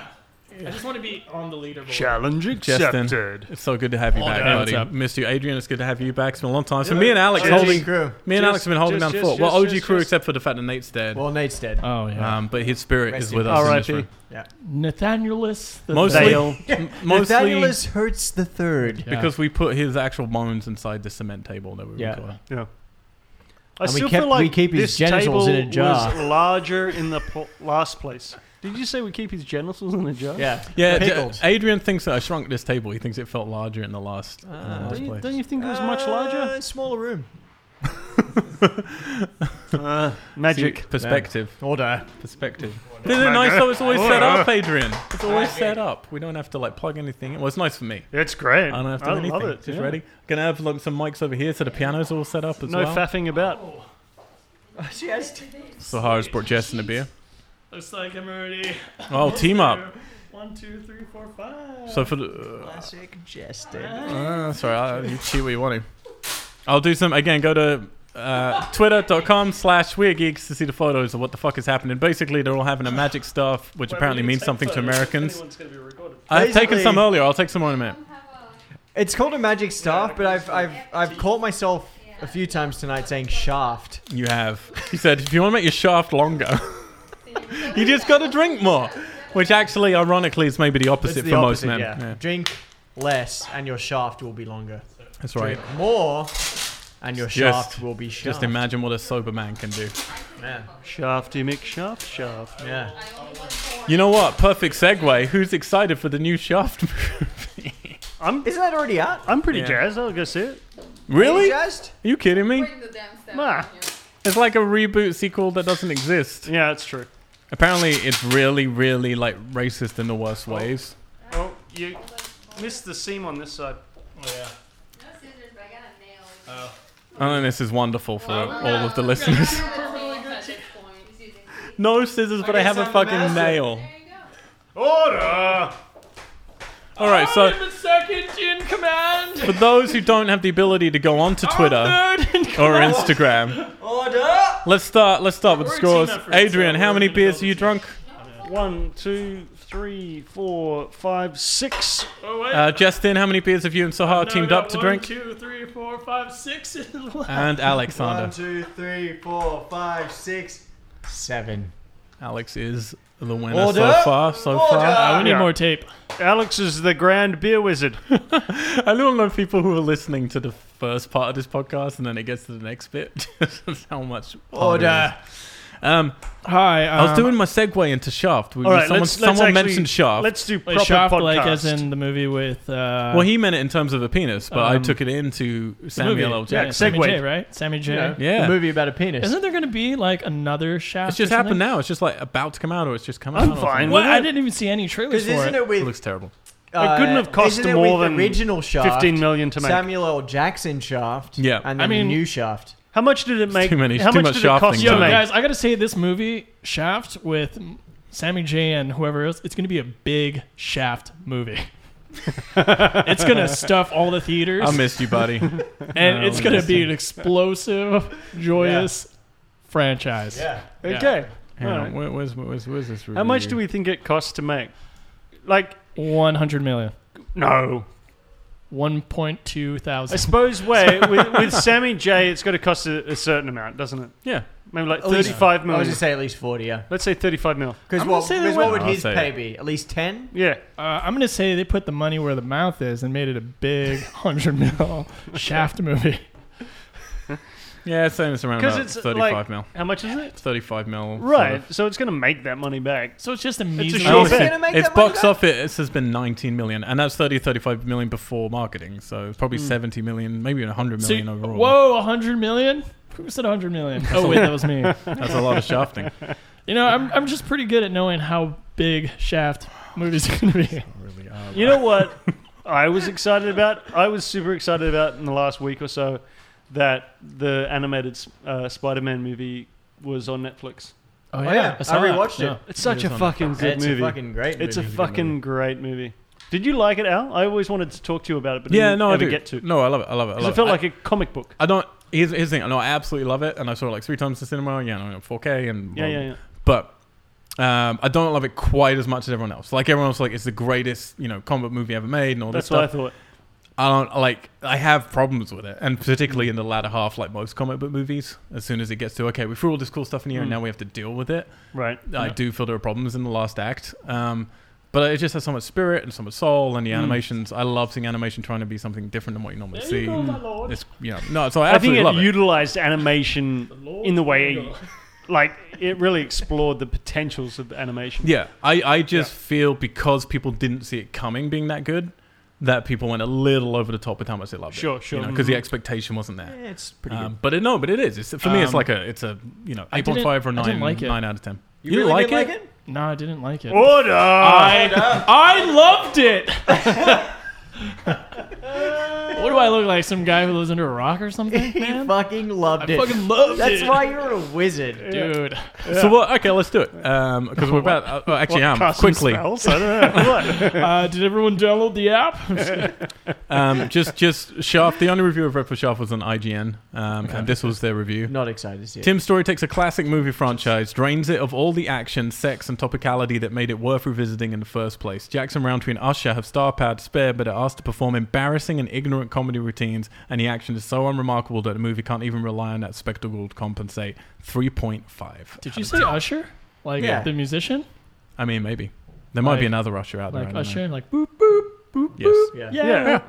Speaker 6: I just want to be on the leaderboard.
Speaker 4: Challenge
Speaker 1: Justin.
Speaker 4: accepted.
Speaker 1: it's so good to have you back,
Speaker 6: down.
Speaker 1: buddy.
Speaker 6: What's up?
Speaker 1: Missed you, Adrian. It's good to have you back. It's been a long time. So me and Alex
Speaker 2: OG
Speaker 1: holding.
Speaker 2: crew.
Speaker 1: Me and
Speaker 4: Just-
Speaker 1: Alex have been holding
Speaker 4: just-
Speaker 1: down
Speaker 4: just-
Speaker 1: fort. Well,
Speaker 4: just-
Speaker 1: OG
Speaker 4: just-
Speaker 1: crew,
Speaker 4: just-
Speaker 1: except for the fact that Nate's dead.
Speaker 2: Well, Nate's dead.
Speaker 6: Oh yeah.
Speaker 1: um, but his spirit
Speaker 2: Rest
Speaker 1: is
Speaker 2: in
Speaker 1: with
Speaker 2: peace.
Speaker 1: us. in this
Speaker 4: R.I.P..
Speaker 1: room.
Speaker 2: yeah.
Speaker 6: Nathanielus the
Speaker 1: Mostly,
Speaker 6: Third.
Speaker 1: m- mostly
Speaker 2: Nathanielus Hertz the third.
Speaker 6: Yeah.
Speaker 1: because we put his actual bones inside the cement table that we were
Speaker 2: Yeah.
Speaker 1: recording.
Speaker 4: Yeah. I
Speaker 2: And we
Speaker 4: still
Speaker 2: kept-
Speaker 4: feel like
Speaker 2: we keep his
Speaker 4: this
Speaker 2: genitals in a
Speaker 4: table
Speaker 2: jar.
Speaker 4: was larger in the pl- last place. Did you say we keep his genitals in a jar?
Speaker 2: Yeah.
Speaker 1: Yeah,
Speaker 2: Pickled.
Speaker 1: d- Adrian thinks that I shrunk this table. He thinks it felt larger in the last, in the
Speaker 2: Ah.
Speaker 1: last
Speaker 4: Don't you,
Speaker 1: place.
Speaker 4: don't you think it was much larger?
Speaker 2: Uh, smaller room.
Speaker 4: Uh, magic.
Speaker 1: See, perspective.
Speaker 2: Order.
Speaker 1: Perspective. Isn't it nice though? It's always set up, Adrian. It's always set up. We don't have to like plug anything. in. Well, it's nice for me.
Speaker 4: It's great.
Speaker 1: I don't have to
Speaker 4: I
Speaker 1: do anything.
Speaker 4: love it.
Speaker 1: Just
Speaker 4: yeah.
Speaker 1: ready. Gonna have like some mics over here, so the piano's all set up as
Speaker 4: No
Speaker 1: well.
Speaker 4: faffing about.
Speaker 2: She has t-
Speaker 1: Sahara's brought Jess in a beer.
Speaker 6: Looks like I'm already.
Speaker 1: Oh, team up.
Speaker 6: One, two, three, four, five.
Speaker 1: So for the. uh,
Speaker 2: classic Justin.
Speaker 1: Uh, sorry, I, you cheat what you want to. I'll do some again. Go to uh, twitter.com slash weird geeks to see the photos of what the fuck is happening. Basically, they're all having a magic stuff, which apparently means something to Americans. I've taken
Speaker 2: Basically-
Speaker 1: some earlier. I'll take some more in a minute.
Speaker 2: It's called a magic staff, but I've I've I've caught myself
Speaker 5: Yeah.
Speaker 2: a few times tonight saying shaft.
Speaker 1: You have. He said, if you want to make your shaft longer, you just got to drink more. Which actually, ironically, is maybe the
Speaker 2: That's
Speaker 1: opposite
Speaker 2: the
Speaker 1: for
Speaker 2: opposite,
Speaker 1: most men.
Speaker 2: Yeah.
Speaker 1: Yeah,
Speaker 2: Drink less and your shaft will be longer.
Speaker 1: that's right.
Speaker 2: Drink more and your shaft will be shaft.
Speaker 1: Just imagine what a sober man can do.
Speaker 2: Yeah.
Speaker 4: Shafty McShaft Shaft.
Speaker 2: yeah.
Speaker 1: You know what? Perfect segue. Who's excited for the new Shaft movie?
Speaker 4: I'm
Speaker 2: Isn't that already out?
Speaker 4: I'm pretty
Speaker 1: Yeah.
Speaker 4: jazzed. I'll go see it.
Speaker 1: really? Are
Speaker 2: Just?
Speaker 1: you kidding me?
Speaker 5: Bring the damn stuff.
Speaker 4: Nah.
Speaker 1: It's like a reboot sequel that doesn't exist.
Speaker 4: Yeah, that's true.
Speaker 1: Apparently, it's really, really like racist in the worst ways.
Speaker 4: Oh, you missed the seam on this side.
Speaker 6: Oh, yeah.
Speaker 5: No scissors, but I got a nail.
Speaker 1: I think this is wonderful for
Speaker 5: Well,
Speaker 1: all of the listeners.
Speaker 5: It's perfectly good too. He's using teeth.
Speaker 1: No scissors, but I, have a fucking nail.
Speaker 5: There you go.
Speaker 4: Order!
Speaker 1: All right, so
Speaker 6: the second in command.
Speaker 1: for those who don't have the ability to go onto Twitter or Instagram,
Speaker 2: Order!
Speaker 1: let's start. Let's start with the
Speaker 4: We're a
Speaker 1: scores.
Speaker 4: team effort,
Speaker 1: Adrian,
Speaker 4: so
Speaker 1: how
Speaker 4: we're
Speaker 1: many
Speaker 4: gonna go
Speaker 1: beers are you
Speaker 4: team.
Speaker 1: drunk?
Speaker 4: One, two, three, four, five, six.
Speaker 6: Oh, wait.
Speaker 1: Uh, Justin, how many beers have you and Sahar
Speaker 6: No,
Speaker 1: teamed
Speaker 6: we got
Speaker 1: up to
Speaker 6: one,
Speaker 1: drink?
Speaker 6: Two, three, four, five, six. and left.
Speaker 1: And
Speaker 2: One,
Speaker 1: Alexander.
Speaker 2: two, three, four, five, six, seven.
Speaker 1: Alex is the winner so
Speaker 2: Order.
Speaker 1: far. So
Speaker 2: Order.
Speaker 1: far,
Speaker 6: Uh, we need
Speaker 4: Yeah.
Speaker 6: more tape.
Speaker 4: Alex is the grand beer wizard.
Speaker 1: I don't know people who are listening to the first part of this podcast and then it gets to the next bit. That's how much harder it
Speaker 2: Order.
Speaker 1: is. Um,
Speaker 6: Hi.
Speaker 1: I was doing my segue into Shaft. We,
Speaker 4: All right,
Speaker 1: someone
Speaker 4: let's- let's
Speaker 1: someone
Speaker 4: actually-
Speaker 1: mentioned Shaft.
Speaker 4: Let's do
Speaker 6: Like
Speaker 4: proper
Speaker 6: Shaft,
Speaker 4: podcast.
Speaker 6: like as in the movie with. Uh,
Speaker 1: Well, he meant it in terms of a penis, but I
Speaker 6: Um,
Speaker 1: took it into
Speaker 6: the movie.
Speaker 1: Samuel L.
Speaker 4: Yeah,
Speaker 1: Jackson.
Speaker 6: Sammy J,
Speaker 4: segue.
Speaker 6: right? Sammy J.
Speaker 4: Yeah.
Speaker 1: Yeah,
Speaker 2: A movie about a penis.
Speaker 6: Isn't there going to be like another shaft?
Speaker 1: it's just
Speaker 6: or
Speaker 1: happened
Speaker 6: something?
Speaker 1: now. It's just like about to come out, or it's just come out.
Speaker 4: I'm
Speaker 1: or
Speaker 4: fine.
Speaker 1: something.
Speaker 6: What? I didn't even see any trailers
Speaker 2: Because
Speaker 6: for
Speaker 2: isn't
Speaker 6: it.
Speaker 2: it
Speaker 1: It
Speaker 2: with?
Speaker 1: looks terrible.
Speaker 2: uh,
Speaker 4: couldn't have cost
Speaker 2: isn't it
Speaker 4: more
Speaker 2: with
Speaker 4: than
Speaker 2: original shaft.
Speaker 4: 15 million to make.
Speaker 2: Samuel L. Jackson shaft.
Speaker 1: Yeah.
Speaker 2: And
Speaker 6: I
Speaker 2: then
Speaker 6: mean-
Speaker 2: the new shaft.
Speaker 4: How much did it make?
Speaker 1: too many-
Speaker 4: how
Speaker 1: too
Speaker 4: much,
Speaker 1: much
Speaker 4: did it cost
Speaker 1: shafting
Speaker 4: to
Speaker 6: Yo,
Speaker 1: done.
Speaker 4: make?
Speaker 6: guys, I gotta say, this movie Shaft with Sammy J and whoever else, it's gonna be a big Shaft movie. it's gonna stuff all the theaters,
Speaker 1: I missed you, buddy.
Speaker 6: and
Speaker 1: Oh,
Speaker 6: it's gonna be an
Speaker 1: listen.
Speaker 6: explosive, joyous franchise. Yeah.
Speaker 4: Okay.
Speaker 1: Hang
Speaker 4: All
Speaker 1: on,
Speaker 4: right.
Speaker 1: where, where's, where's, where's this? Review?
Speaker 4: How much do we think it costs to make? Like,
Speaker 6: One hundred million.
Speaker 4: no.
Speaker 6: One point two thousand.
Speaker 4: I suppose where with, with Sammy J, it's got to cost a, a certain amount, doesn't it?
Speaker 1: Yeah,
Speaker 4: Maybe like
Speaker 2: At least-
Speaker 4: thirty-five
Speaker 2: I
Speaker 4: million.
Speaker 2: was gonna say at least forty. Yeah.
Speaker 4: Let's say thirty-five mil.
Speaker 2: Because
Speaker 6: I'm gonna
Speaker 2: what,
Speaker 6: say they
Speaker 2: 'cause what
Speaker 1: went-
Speaker 2: would
Speaker 1: I'll
Speaker 2: his
Speaker 1: say
Speaker 2: pay
Speaker 1: it.
Speaker 2: be? At least ten.
Speaker 4: Yeah.
Speaker 6: Uh, I'm gonna say they put the money where the mouth is and made it a big hundred mil Shaft movie.
Speaker 1: yeah, it's saying it's around
Speaker 4: 'Cause
Speaker 1: about
Speaker 4: it's,
Speaker 1: 35
Speaker 4: like-
Speaker 1: mil.
Speaker 4: How much is it?
Speaker 1: 35 mil.
Speaker 4: Right. So it's going to make that money back.
Speaker 6: So it's just a
Speaker 4: measly-
Speaker 6: measly.
Speaker 1: Sort of.
Speaker 4: Is it
Speaker 1: Honestly,
Speaker 2: gonna make
Speaker 1: its
Speaker 2: that money
Speaker 1: box
Speaker 2: back?
Speaker 1: office has been 19 million, and that's 30, 35 million before marketing, so probably
Speaker 4: Hmm.
Speaker 1: 70 million, maybe 100 million overall.
Speaker 6: whoa, 100 million? Who said 100 million? Oh, wait, that was me.
Speaker 1: That's a lot of shafting.
Speaker 6: You know, I'm, I'm just pretty good at knowing how big Shaft movies are going to be.
Speaker 1: really uh, are.
Speaker 4: You know what? I was excited about. I was super excited about in the last week or so that the animated uh, Spider-Man movie was on Netflix.
Speaker 6: Oh,
Speaker 2: yeah. I
Speaker 6: saw that.
Speaker 2: rewatched it.
Speaker 6: Yeah.
Speaker 4: It's such
Speaker 1: It is
Speaker 4: a
Speaker 1: on
Speaker 4: fucking good
Speaker 2: It's
Speaker 4: movie.
Speaker 2: a fucking great.
Speaker 4: it's a
Speaker 2: movie.
Speaker 4: fucking great movie. Did you like it, Al? I always wanted to talk to you about it, but
Speaker 1: Yeah,
Speaker 4: didn't
Speaker 1: no, I
Speaker 4: ever
Speaker 1: do.
Speaker 4: get to.
Speaker 1: No, I love it. I love it. I
Speaker 4: Because
Speaker 1: love
Speaker 4: it felt
Speaker 1: it.
Speaker 4: like a comic book.
Speaker 1: I don't. Here's, here's the thing. No, I absolutely love it, and I saw it like three times in cinema. Yeah, no, 4K and
Speaker 4: Yeah,
Speaker 1: well,
Speaker 4: yeah, yeah.
Speaker 1: But um, I don't love it quite as much as everyone else. Like everyone else, like it's the greatest you know comic book movie ever made, and all
Speaker 4: That's
Speaker 1: this
Speaker 4: what I
Speaker 1: stuff.
Speaker 4: thought.
Speaker 1: I don't like. I have problems with it, and particularly in the latter half, like most comic book movies. As soon as it gets to okay, we threw all this cool stuff in here, and
Speaker 4: Mm.
Speaker 1: now we have to deal with it.
Speaker 4: Right.
Speaker 1: I do feel there are problems in the last act. Um, but it just has so much spirit and so much soul, and the animations. I love seeing animation trying to be something different than what you normally see. It's you know no, so I
Speaker 4: I think
Speaker 1: absolutely
Speaker 4: it
Speaker 1: love it.
Speaker 4: utilized animation in the
Speaker 2: Oh
Speaker 4: way, like, it really explored the potentials of animation.
Speaker 1: Yeah, I, I just feel because people didn't see it coming being that good, that people went a little over the top with how much they loved
Speaker 4: Sure,
Speaker 1: it.
Speaker 4: sure.
Speaker 1: Because the
Speaker 4: Mhm.
Speaker 1: expectation wasn't
Speaker 2: Yeah,
Speaker 1: there.
Speaker 2: it's pretty good.
Speaker 1: Um, but it, no, but it is. It's, for me, it's
Speaker 6: Um,
Speaker 1: like a it's a you know
Speaker 6: I
Speaker 1: eight
Speaker 6: didn't-
Speaker 1: point five or
Speaker 6: I didn't
Speaker 1: nine
Speaker 6: like it.
Speaker 1: nine out of ten.
Speaker 2: You really
Speaker 1: like
Speaker 2: didn't
Speaker 1: it?
Speaker 2: like it?
Speaker 6: No, I didn't like it.
Speaker 4: Order!
Speaker 6: I, I loved it. what do do I look like? Some guy who lives under a rock or something,
Speaker 2: He
Speaker 6: man?
Speaker 2: fucking loved
Speaker 6: I
Speaker 2: it.
Speaker 6: fucking loved
Speaker 2: That's
Speaker 6: it.
Speaker 2: why you're a wizard.
Speaker 6: Dude,
Speaker 1: So what? Okay, let's do it. Um, because we're about. Uh, well, actually, um,
Speaker 4: Cast some
Speaker 1: quickly.
Speaker 4: spells? I don't know. What?
Speaker 6: uh, did everyone download the app?
Speaker 1: Um, just, just Shaft. The only review I've read for Shaft was on IGN, um, and this was their review.
Speaker 2: Not excited to see it.
Speaker 1: Tim's story takes a classic movie franchise, drains it of all the action, sex, and topicality that made it worth revisiting in the first place. Jackson Roundtree and Usher have star power to spare, but are asked to perform embarrassing and ignorant comedy routines, and the action is so unremarkable that the movie can't even rely on that spectacle to compensate. 3.5.
Speaker 6: Did you say Usher? Like
Speaker 2: Yeah.
Speaker 6: the musician?
Speaker 1: I mean, maybe. There might be
Speaker 6: Like-
Speaker 1: another Usher out there. I
Speaker 6: Like
Speaker 1: don't know.
Speaker 6: Usher, like boop boop boop
Speaker 1: Yes.
Speaker 6: boop.
Speaker 2: Yeah.
Speaker 4: Yeah.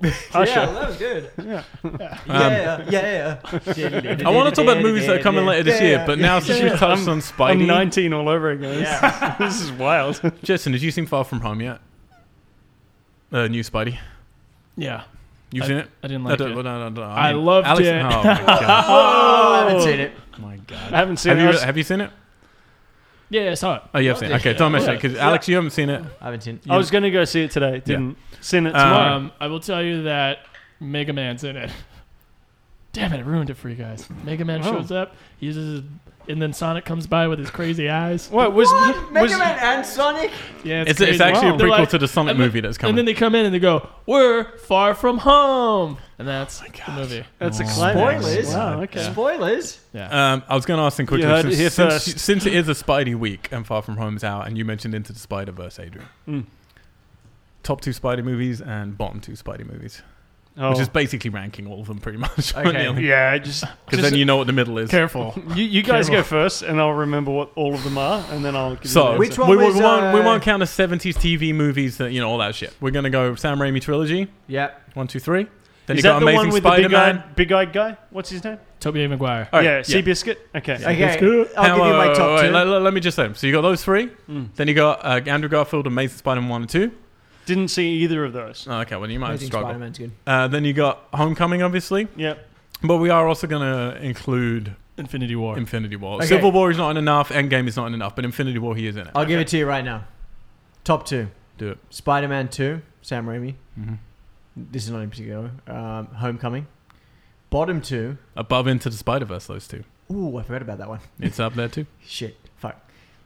Speaker 4: Yeah. Usher.
Speaker 2: that was good.
Speaker 1: Um,
Speaker 2: Yeah, yeah.
Speaker 1: I want to talk about movies that are coming later this year, but now since you've touched on
Speaker 4: I'm
Speaker 1: Spidey,
Speaker 4: 19 all over again. this is wild.
Speaker 1: Jason, have you seen Far From Home yet? Uh, new Spidey.
Speaker 6: Yeah,
Speaker 1: You've seen it?
Speaker 6: I didn't
Speaker 1: No,
Speaker 6: like
Speaker 1: no,
Speaker 6: it.
Speaker 1: no, no, no,
Speaker 6: I loved
Speaker 1: Alex,
Speaker 6: it.
Speaker 1: Oh my god!
Speaker 2: Oh, I haven't seen it.
Speaker 1: my god.
Speaker 4: I haven't seen
Speaker 1: Have
Speaker 4: it.
Speaker 1: you
Speaker 4: I was-
Speaker 1: have you seen it?
Speaker 6: Yeah, yeah, I saw it.
Speaker 1: Oh, you have seen it. Okay, don't mention it because Alex, you haven't seen it.
Speaker 2: I haven't seen
Speaker 4: I was going to go see it today. Didn't. Seen it tomorrow.
Speaker 6: Um, I will tell you that Mega Man's in it. Damn it, I ruined it for you guys. Mega Man
Speaker 4: Oh.
Speaker 6: shows up, uses, his, and then Sonic comes by with his crazy eyes.
Speaker 4: what was was
Speaker 2: Mega Man and Sonic?
Speaker 6: Yeah,
Speaker 1: It's, it's actually a
Speaker 6: They're
Speaker 1: prequel
Speaker 6: like-
Speaker 1: to the Sonic
Speaker 6: and then-
Speaker 1: movie that's
Speaker 6: And then
Speaker 1: coming.
Speaker 6: they come in and they go, "We're far from home," and that's the movie.
Speaker 4: that's a
Speaker 1: Oh.
Speaker 4: climax.
Speaker 2: Spoilers.
Speaker 4: Wow. Okay.
Speaker 2: Spoilers.
Speaker 1: Um, I was going to ask him quickly
Speaker 4: You heard it
Speaker 1: since,
Speaker 4: here
Speaker 1: since,
Speaker 4: first.
Speaker 1: since it is a Spidey week and Far From Home's out, and you mentioned Into the Spider Verse, Adrian.
Speaker 4: Mm.
Speaker 1: Top two Spidey movies and bottom two Spidey movies,
Speaker 4: Oh.
Speaker 1: which is basically ranking all of them pretty much.
Speaker 2: Okay.
Speaker 4: yeah. Just
Speaker 1: Because then you know what the middle is.
Speaker 6: Careful.
Speaker 4: You, you guys
Speaker 6: Careful.
Speaker 4: go first, and I'll remember what all of them are, and then I'll. Give you
Speaker 1: So
Speaker 4: the
Speaker 2: Which
Speaker 4: answer.
Speaker 2: one
Speaker 1: we, we-
Speaker 2: was,
Speaker 1: we won't, we
Speaker 2: uh,
Speaker 1: won't count the 70s TV movies that you know all that shit. We're gonna go Sam Raimi trilogy
Speaker 2: Yep.
Speaker 1: one two three. Then
Speaker 4: is
Speaker 1: you
Speaker 4: that
Speaker 1: got
Speaker 4: the one
Speaker 1: Amazing
Speaker 4: with
Speaker 1: Spider
Speaker 4: the big
Speaker 1: Man.
Speaker 4: eyed, big eyed guy? What's his name?
Speaker 6: Tobey Maguire.
Speaker 1: All right,
Speaker 4: yeah,
Speaker 1: yeah.
Speaker 4: Seabiscuit. Okay.
Speaker 2: Okay. I'll give you my top two.
Speaker 1: Let, let- let me just say them. So you got those three.
Speaker 4: Hmm.
Speaker 1: Then you got uh, Andrew Garfield, Amazing Spider Man one and two.
Speaker 4: Didn't see either of those.
Speaker 1: Oh, okay, well you might
Speaker 2: I
Speaker 1: have
Speaker 2: think
Speaker 1: struggled.
Speaker 2: Spider-Man's good.
Speaker 1: Uh, then you got Homecoming, obviously,
Speaker 4: Yep.
Speaker 1: but we are also gonna include
Speaker 6: Infinity War.
Speaker 1: Infinity War.
Speaker 2: Okay.
Speaker 1: Civil War is not in enough. Endgame is not in enough, but Infinity War he is in it.
Speaker 2: I'll give it to you right now. Top two.
Speaker 1: Do it.
Speaker 2: Spider-Man 2, Sam Raimi.
Speaker 4: Mm-hmm.
Speaker 1: Mhm.
Speaker 2: This is not in particular. Um, Homecoming. Bottom two.
Speaker 1: Above Into the Spider Verse, those two.
Speaker 2: Ooh, I forgot about that one.
Speaker 1: It's up there too.
Speaker 2: Shit. Fuck.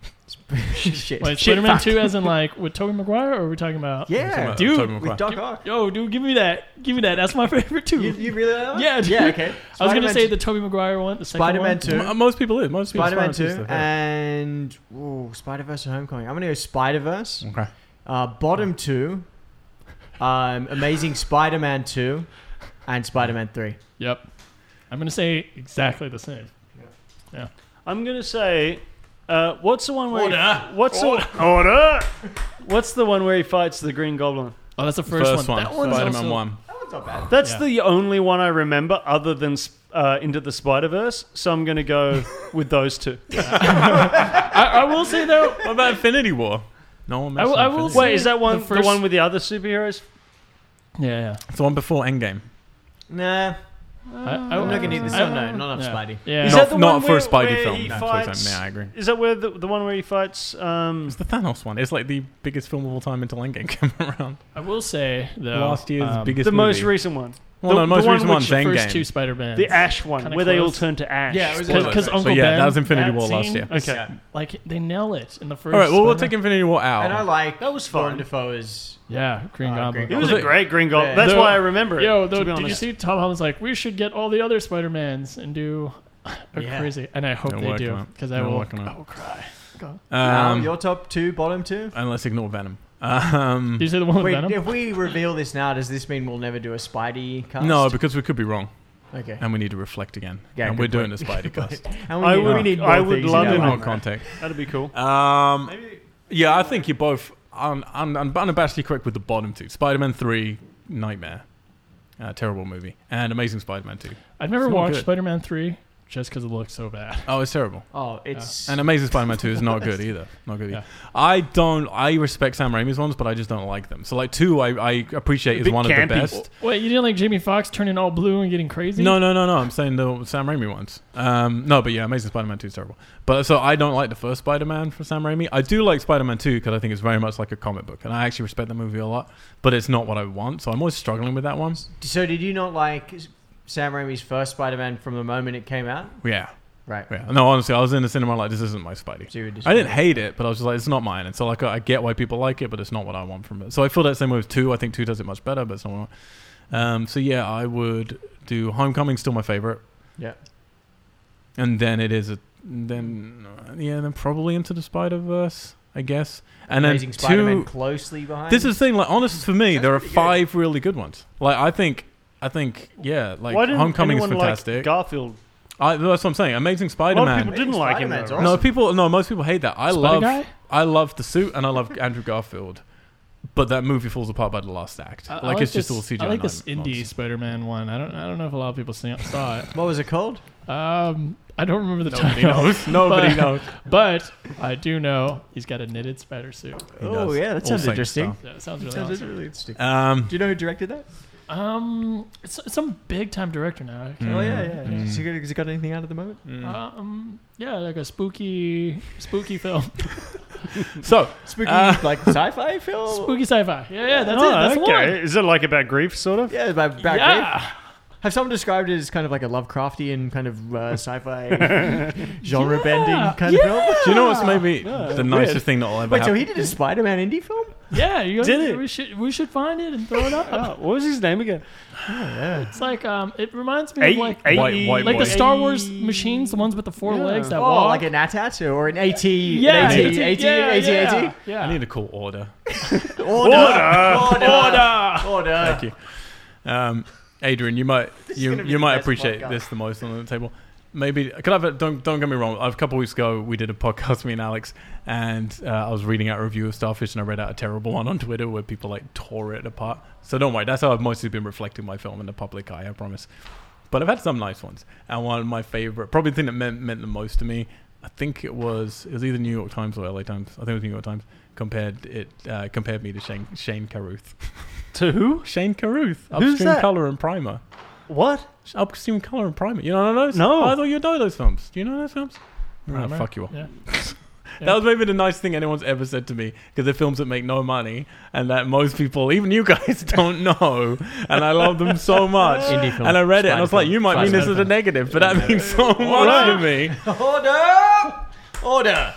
Speaker 2: Shit.
Speaker 6: Wait,
Speaker 2: Shit,
Speaker 6: Spider-Man
Speaker 2: fuck.
Speaker 6: Two, as in like with Tobey Maguire, or are we talking about?
Speaker 1: Talking
Speaker 2: Yeah.
Speaker 1: about
Speaker 6: Dude,
Speaker 1: Tobey Maguire.
Speaker 2: With Doc Ock.
Speaker 6: Yo, dude, give me that. Give me that. That's my favorite too.
Speaker 2: You, you really like that one?
Speaker 6: Yeah, dude.
Speaker 2: Yeah, okay.
Speaker 6: I was gonna
Speaker 2: Spider-Man
Speaker 6: say
Speaker 2: 2,
Speaker 6: the Tobey Maguire one, the second
Speaker 2: Spider-Man
Speaker 6: one.
Speaker 2: 2.
Speaker 1: M- Most people do. Most people.
Speaker 2: Spider-Man 2
Speaker 1: Spider-Man's their
Speaker 2: and
Speaker 1: favorite.
Speaker 2: ooh, Spider-Verse and Homecoming. I'm going to go Spider-Verse.
Speaker 1: Okay.
Speaker 2: Uh, bottom two, um, Amazing Spider-Man 2 and Spider-Man 3.
Speaker 6: Yep. I'm gonna say exactly the same.
Speaker 4: I'm gonna say, uh, what's the one where?
Speaker 6: Order.
Speaker 4: He, what's order. The, order? What's the one where he fights the Green Goblin?
Speaker 6: Oh, that's the first,
Speaker 1: First,
Speaker 6: one.
Speaker 1: one.
Speaker 6: That one's
Speaker 1: Spider-Man
Speaker 6: also-
Speaker 1: one.
Speaker 2: That one's not bad.
Speaker 4: That's
Speaker 6: Yeah.
Speaker 4: the only one I remember, other than uh, Into the Spider Verse. So I'm gonna go with those two.
Speaker 6: I, I will say though,
Speaker 1: What about Infinity War? No one
Speaker 6: I
Speaker 1: mentioned
Speaker 6: will- I will
Speaker 1: Infinity War.
Speaker 4: Wait, is that one the,
Speaker 6: The first-
Speaker 4: one with the other superheroes?
Speaker 6: yeah, yeah.
Speaker 1: It's the one before Endgame.
Speaker 2: Nah,
Speaker 6: I, I,
Speaker 2: I'm not going to need this
Speaker 6: I-
Speaker 2: one. No, not enough Spidey.
Speaker 6: Yeah.
Speaker 4: Is
Speaker 1: Not,
Speaker 4: that the
Speaker 1: not
Speaker 4: one
Speaker 1: for a
Speaker 4: where-
Speaker 1: Spidey
Speaker 4: where
Speaker 1: film.
Speaker 4: he
Speaker 1: No,
Speaker 4: fights-
Speaker 1: yeah, I agree.
Speaker 4: Is that where the, the one where he fights? Um,
Speaker 1: It's the Thanos one. It's like the biggest film of all time until Endgame came around.
Speaker 6: I will say though,
Speaker 1: Last year's
Speaker 6: um,
Speaker 1: biggest
Speaker 4: the most
Speaker 1: movie.
Speaker 4: recent one,
Speaker 1: Well,
Speaker 4: the- the
Speaker 1: no, most
Speaker 4: one
Speaker 1: recent one's
Speaker 4: which
Speaker 6: the first
Speaker 1: Endgame.
Speaker 6: two Spider-Man.
Speaker 4: the Ash one,
Speaker 6: Kinda
Speaker 4: where they all
Speaker 6: close.
Speaker 4: turn to ash.
Speaker 6: Yeah, it was
Speaker 1: Spoilers,
Speaker 6: because
Speaker 1: actually.
Speaker 6: Uncle
Speaker 1: yeah,
Speaker 6: Ben.
Speaker 1: that was Infinity
Speaker 6: that
Speaker 1: War last
Speaker 6: scene
Speaker 1: year.
Speaker 6: was-
Speaker 4: Okay.
Speaker 6: Like they nail it in the first.
Speaker 1: All right, well, we'll
Speaker 6: Spider-Man.
Speaker 1: take Infinity War out.
Speaker 2: And I like
Speaker 4: That was fun.
Speaker 2: Willem Dafoe is
Speaker 6: Yeah, Green
Speaker 2: Uh,
Speaker 6: Goblin.
Speaker 2: Green
Speaker 4: It was
Speaker 1: Was
Speaker 4: a
Speaker 1: it-
Speaker 4: great Green Goblin.
Speaker 2: Yeah.
Speaker 4: That's
Speaker 6: Though-
Speaker 4: why I remember it.
Speaker 6: Yo,
Speaker 4: to
Speaker 6: though,
Speaker 4: be
Speaker 6: did you
Speaker 4: honest.
Speaker 6: see Tom Holland's like, we should get all the other Spider Mans and do a
Speaker 2: Yeah.
Speaker 6: crazy, and I hope
Speaker 1: They'll
Speaker 6: they
Speaker 1: work them
Speaker 6: do
Speaker 1: out.
Speaker 6: because I
Speaker 1: They'll
Speaker 6: will,
Speaker 1: work them
Speaker 6: I
Speaker 1: out.
Speaker 6: will cry. Go.
Speaker 2: um,
Speaker 1: Um,
Speaker 2: your top two, bottom two.
Speaker 1: and let's ignore Venom. Um,
Speaker 6: Did you say the one with
Speaker 2: Wait,
Speaker 6: Venom?
Speaker 2: if we reveal this now, does this mean we'll never do a Spidey cast?
Speaker 1: no, because we could be wrong,
Speaker 2: Okay.
Speaker 1: and we need to reflect again.
Speaker 2: Yeah,
Speaker 1: and
Speaker 2: good
Speaker 1: we're doing a
Speaker 2: point.
Speaker 1: Spidey cast.
Speaker 2: And
Speaker 4: I
Speaker 2: need-
Speaker 4: would- I would
Speaker 2: things in
Speaker 4: love
Speaker 2: our
Speaker 4: it.
Speaker 1: More
Speaker 2: life.
Speaker 1: context.
Speaker 4: That'd be cool.
Speaker 1: Um, yeah, I think you're both. I'm, I'm, I'm unabashedly correct with the bottom two: Spider-Man Three, Nightmare, uh, terrible movie, and Amazing Spider-Man Two.
Speaker 6: I've never
Speaker 1: It's not
Speaker 6: watched
Speaker 1: good.
Speaker 6: Spider Man 3. just because it looked so bad.
Speaker 1: Oh, it's terrible.
Speaker 2: Oh, it's
Speaker 1: And Amazing Spider-Man 2 is not good either. Not good.
Speaker 6: Yeah.
Speaker 1: Either. I don't. I respect Sam Raimi's ones, but I just don't like them. So like two, I, I appreciate is
Speaker 4: bit
Speaker 1: one of
Speaker 4: campy.
Speaker 1: the best.
Speaker 6: Wait, you didn't like Jamie Foxx turning all blue and getting crazy?
Speaker 1: No, no, no, no. I'm saying the Sam Raimi ones. Um, no, but yeah, Amazing Spider-Man 2 is terrible. But so I don't like the first Spider-Man from Sam Raimi. I do like Spider-Man 2 because I think it's very much like a comic book, and I actually respect the movie a lot. But it's not what I want, so I'm always struggling with that one.
Speaker 2: so. Did you not like Sam Raimi's first Spider-Man from the moment it came out?
Speaker 1: Yeah,
Speaker 2: Right.
Speaker 1: yeah. No, honestly, I was in the cinema like this isn't my Spidey.
Speaker 2: So you were just-
Speaker 1: I didn't hate it, but I was just like, it's not mine. And so like, I get why people like it, but it's not what I want from it. So I feel that same way with two. I think two does it much better, but it's not. What I want. Um, so yeah, I would do Homecoming, still my favorite.
Speaker 2: Yeah.
Speaker 1: And then it is a then uh, yeah, then probably into the Spider Verse, I guess. And
Speaker 2: Amazing
Speaker 1: then
Speaker 2: Spider-Man
Speaker 1: two.
Speaker 2: closely behind.
Speaker 1: This is the thing. Like, honest for me,
Speaker 2: That's
Speaker 1: there are
Speaker 2: pretty good.
Speaker 1: five really good ones. Like, I think. I think, yeah, like
Speaker 4: Why didn't
Speaker 1: Homecoming is
Speaker 4: anyone like
Speaker 1: fantastic.
Speaker 4: Garfield.
Speaker 1: I, that's what I'm saying.
Speaker 4: A
Speaker 1: Amazing
Speaker 4: lot of
Speaker 1: Spider-Man.
Speaker 4: people didn't like him.
Speaker 2: Spider-Man's
Speaker 4: though,
Speaker 2: awesome.
Speaker 1: No, people. No, most people hate that. I love.
Speaker 6: Guy?
Speaker 1: I love the suit and I love Andrew Garfield, but that movie falls apart by the last act.
Speaker 6: I- I
Speaker 1: like, it's just all
Speaker 6: this-
Speaker 1: CGI.
Speaker 6: I like this
Speaker 1: nonsense.
Speaker 6: indie Spider-Man one. I don't. I don't know if a lot of people see- saw it.
Speaker 2: what was it called?
Speaker 6: Um, I don't remember the
Speaker 1: Nobody
Speaker 6: title.
Speaker 1: knows. Nobody
Speaker 6: But-
Speaker 1: knows.
Speaker 6: But I do know he's got a knitted spider suit.
Speaker 1: He
Speaker 2: Oh,
Speaker 1: does.
Speaker 2: yeah, that
Speaker 1: All
Speaker 2: sounds
Speaker 1: Saints
Speaker 2: interesting.
Speaker 1: style.
Speaker 6: So it sounds really awesome.
Speaker 2: really interesting.
Speaker 1: Um,
Speaker 2: Do you know who directed that?
Speaker 6: Um, it's, it's some big time director now. I can't-
Speaker 2: Oh yeah, yeah.
Speaker 1: Mm.
Speaker 2: yeah. Has, he got, has he got anything out at the moment?
Speaker 4: Mm.
Speaker 6: Um, yeah, like a spooky, spooky film,
Speaker 1: so
Speaker 2: Spooky,
Speaker 1: Uh,
Speaker 2: like sci-fi film.
Speaker 6: spooky sci-fi. Yeah, yeah, that's
Speaker 4: Oh,
Speaker 6: it. That's the
Speaker 4: okay.
Speaker 6: one.
Speaker 4: Is it like about grief, sort of?
Speaker 2: Yeah, by Brad Pitt.
Speaker 6: yeah.
Speaker 2: Have some described it as kind of like a Lovecraftian kind of uh, sci-fi genre
Speaker 6: Yeah,
Speaker 2: bending kind
Speaker 6: yeah.
Speaker 2: of
Speaker 1: do
Speaker 2: film?
Speaker 1: you know what's maybe the
Speaker 4: weird.
Speaker 1: nicest thing that'll ever
Speaker 2: Wait, so
Speaker 1: happen?
Speaker 2: he did a Spider-Man indie film?
Speaker 6: Yeah, you guys,
Speaker 4: Did it.
Speaker 6: We should we should find it and throw it up.
Speaker 4: Oh, what was his name again?
Speaker 2: Yeah.
Speaker 6: It's like um, it reminds me
Speaker 4: A-
Speaker 6: of like
Speaker 4: A-
Speaker 1: White- white
Speaker 6: like the
Speaker 1: boy.
Speaker 6: Star Wars machines, the ones with the four
Speaker 4: Yeah.
Speaker 6: legs that
Speaker 2: Oh,
Speaker 6: walk.
Speaker 2: like an AT-AT or an AT,
Speaker 6: yeah,
Speaker 2: an AT, AT,
Speaker 6: yeah,
Speaker 2: AT,
Speaker 6: yeah,
Speaker 2: AT,
Speaker 6: yeah,
Speaker 1: I
Speaker 6: yeah.
Speaker 1: need a cool order.
Speaker 2: Order, order, order.
Speaker 1: Thank you, um, Adrian. You might
Speaker 2: This is
Speaker 1: you
Speaker 2: gonna be
Speaker 1: you
Speaker 2: the
Speaker 1: might
Speaker 2: best
Speaker 1: appreciate
Speaker 2: podcast.
Speaker 1: this the most on the table. Maybe could I have a, don't don't get me wrong. A couple weeks ago, we did a podcast, me and Alex, and uh, I was reading out a review of Starfish, and I read out a terrible one on Twitter where people like tore it apart. So don't worry, that's how I've mostly been reflecting my film in the public eye. I promise. But I've had some nice ones, and one of my favorite, probably the thing that meant meant the most to me, I think it was it was either New York Times or LA Times. I think it was New York Times. Compared it uh, compared me to Shane Shane Carruth.
Speaker 4: To who?
Speaker 1: Shane Carruth,
Speaker 4: Who's
Speaker 1: Upstream
Speaker 4: that?
Speaker 1: Color and Primer.
Speaker 4: What?
Speaker 1: Upstream Color and Primer. You know those?
Speaker 4: No.
Speaker 1: I thought you know those films. Do you know those films? I'm gonna
Speaker 6: Primer?
Speaker 1: fuck you up.
Speaker 6: Yeah.
Speaker 1: That was maybe the nice thing anyone's ever said to me because they're films that make no money and that most people, even you guys, don't know. And I love them so much.
Speaker 2: Indie film.
Speaker 1: And I read it and I was
Speaker 2: Spider
Speaker 1: like, you might
Speaker 2: film.
Speaker 1: mean this is a negative, but that means so much to me.
Speaker 2: Order, order.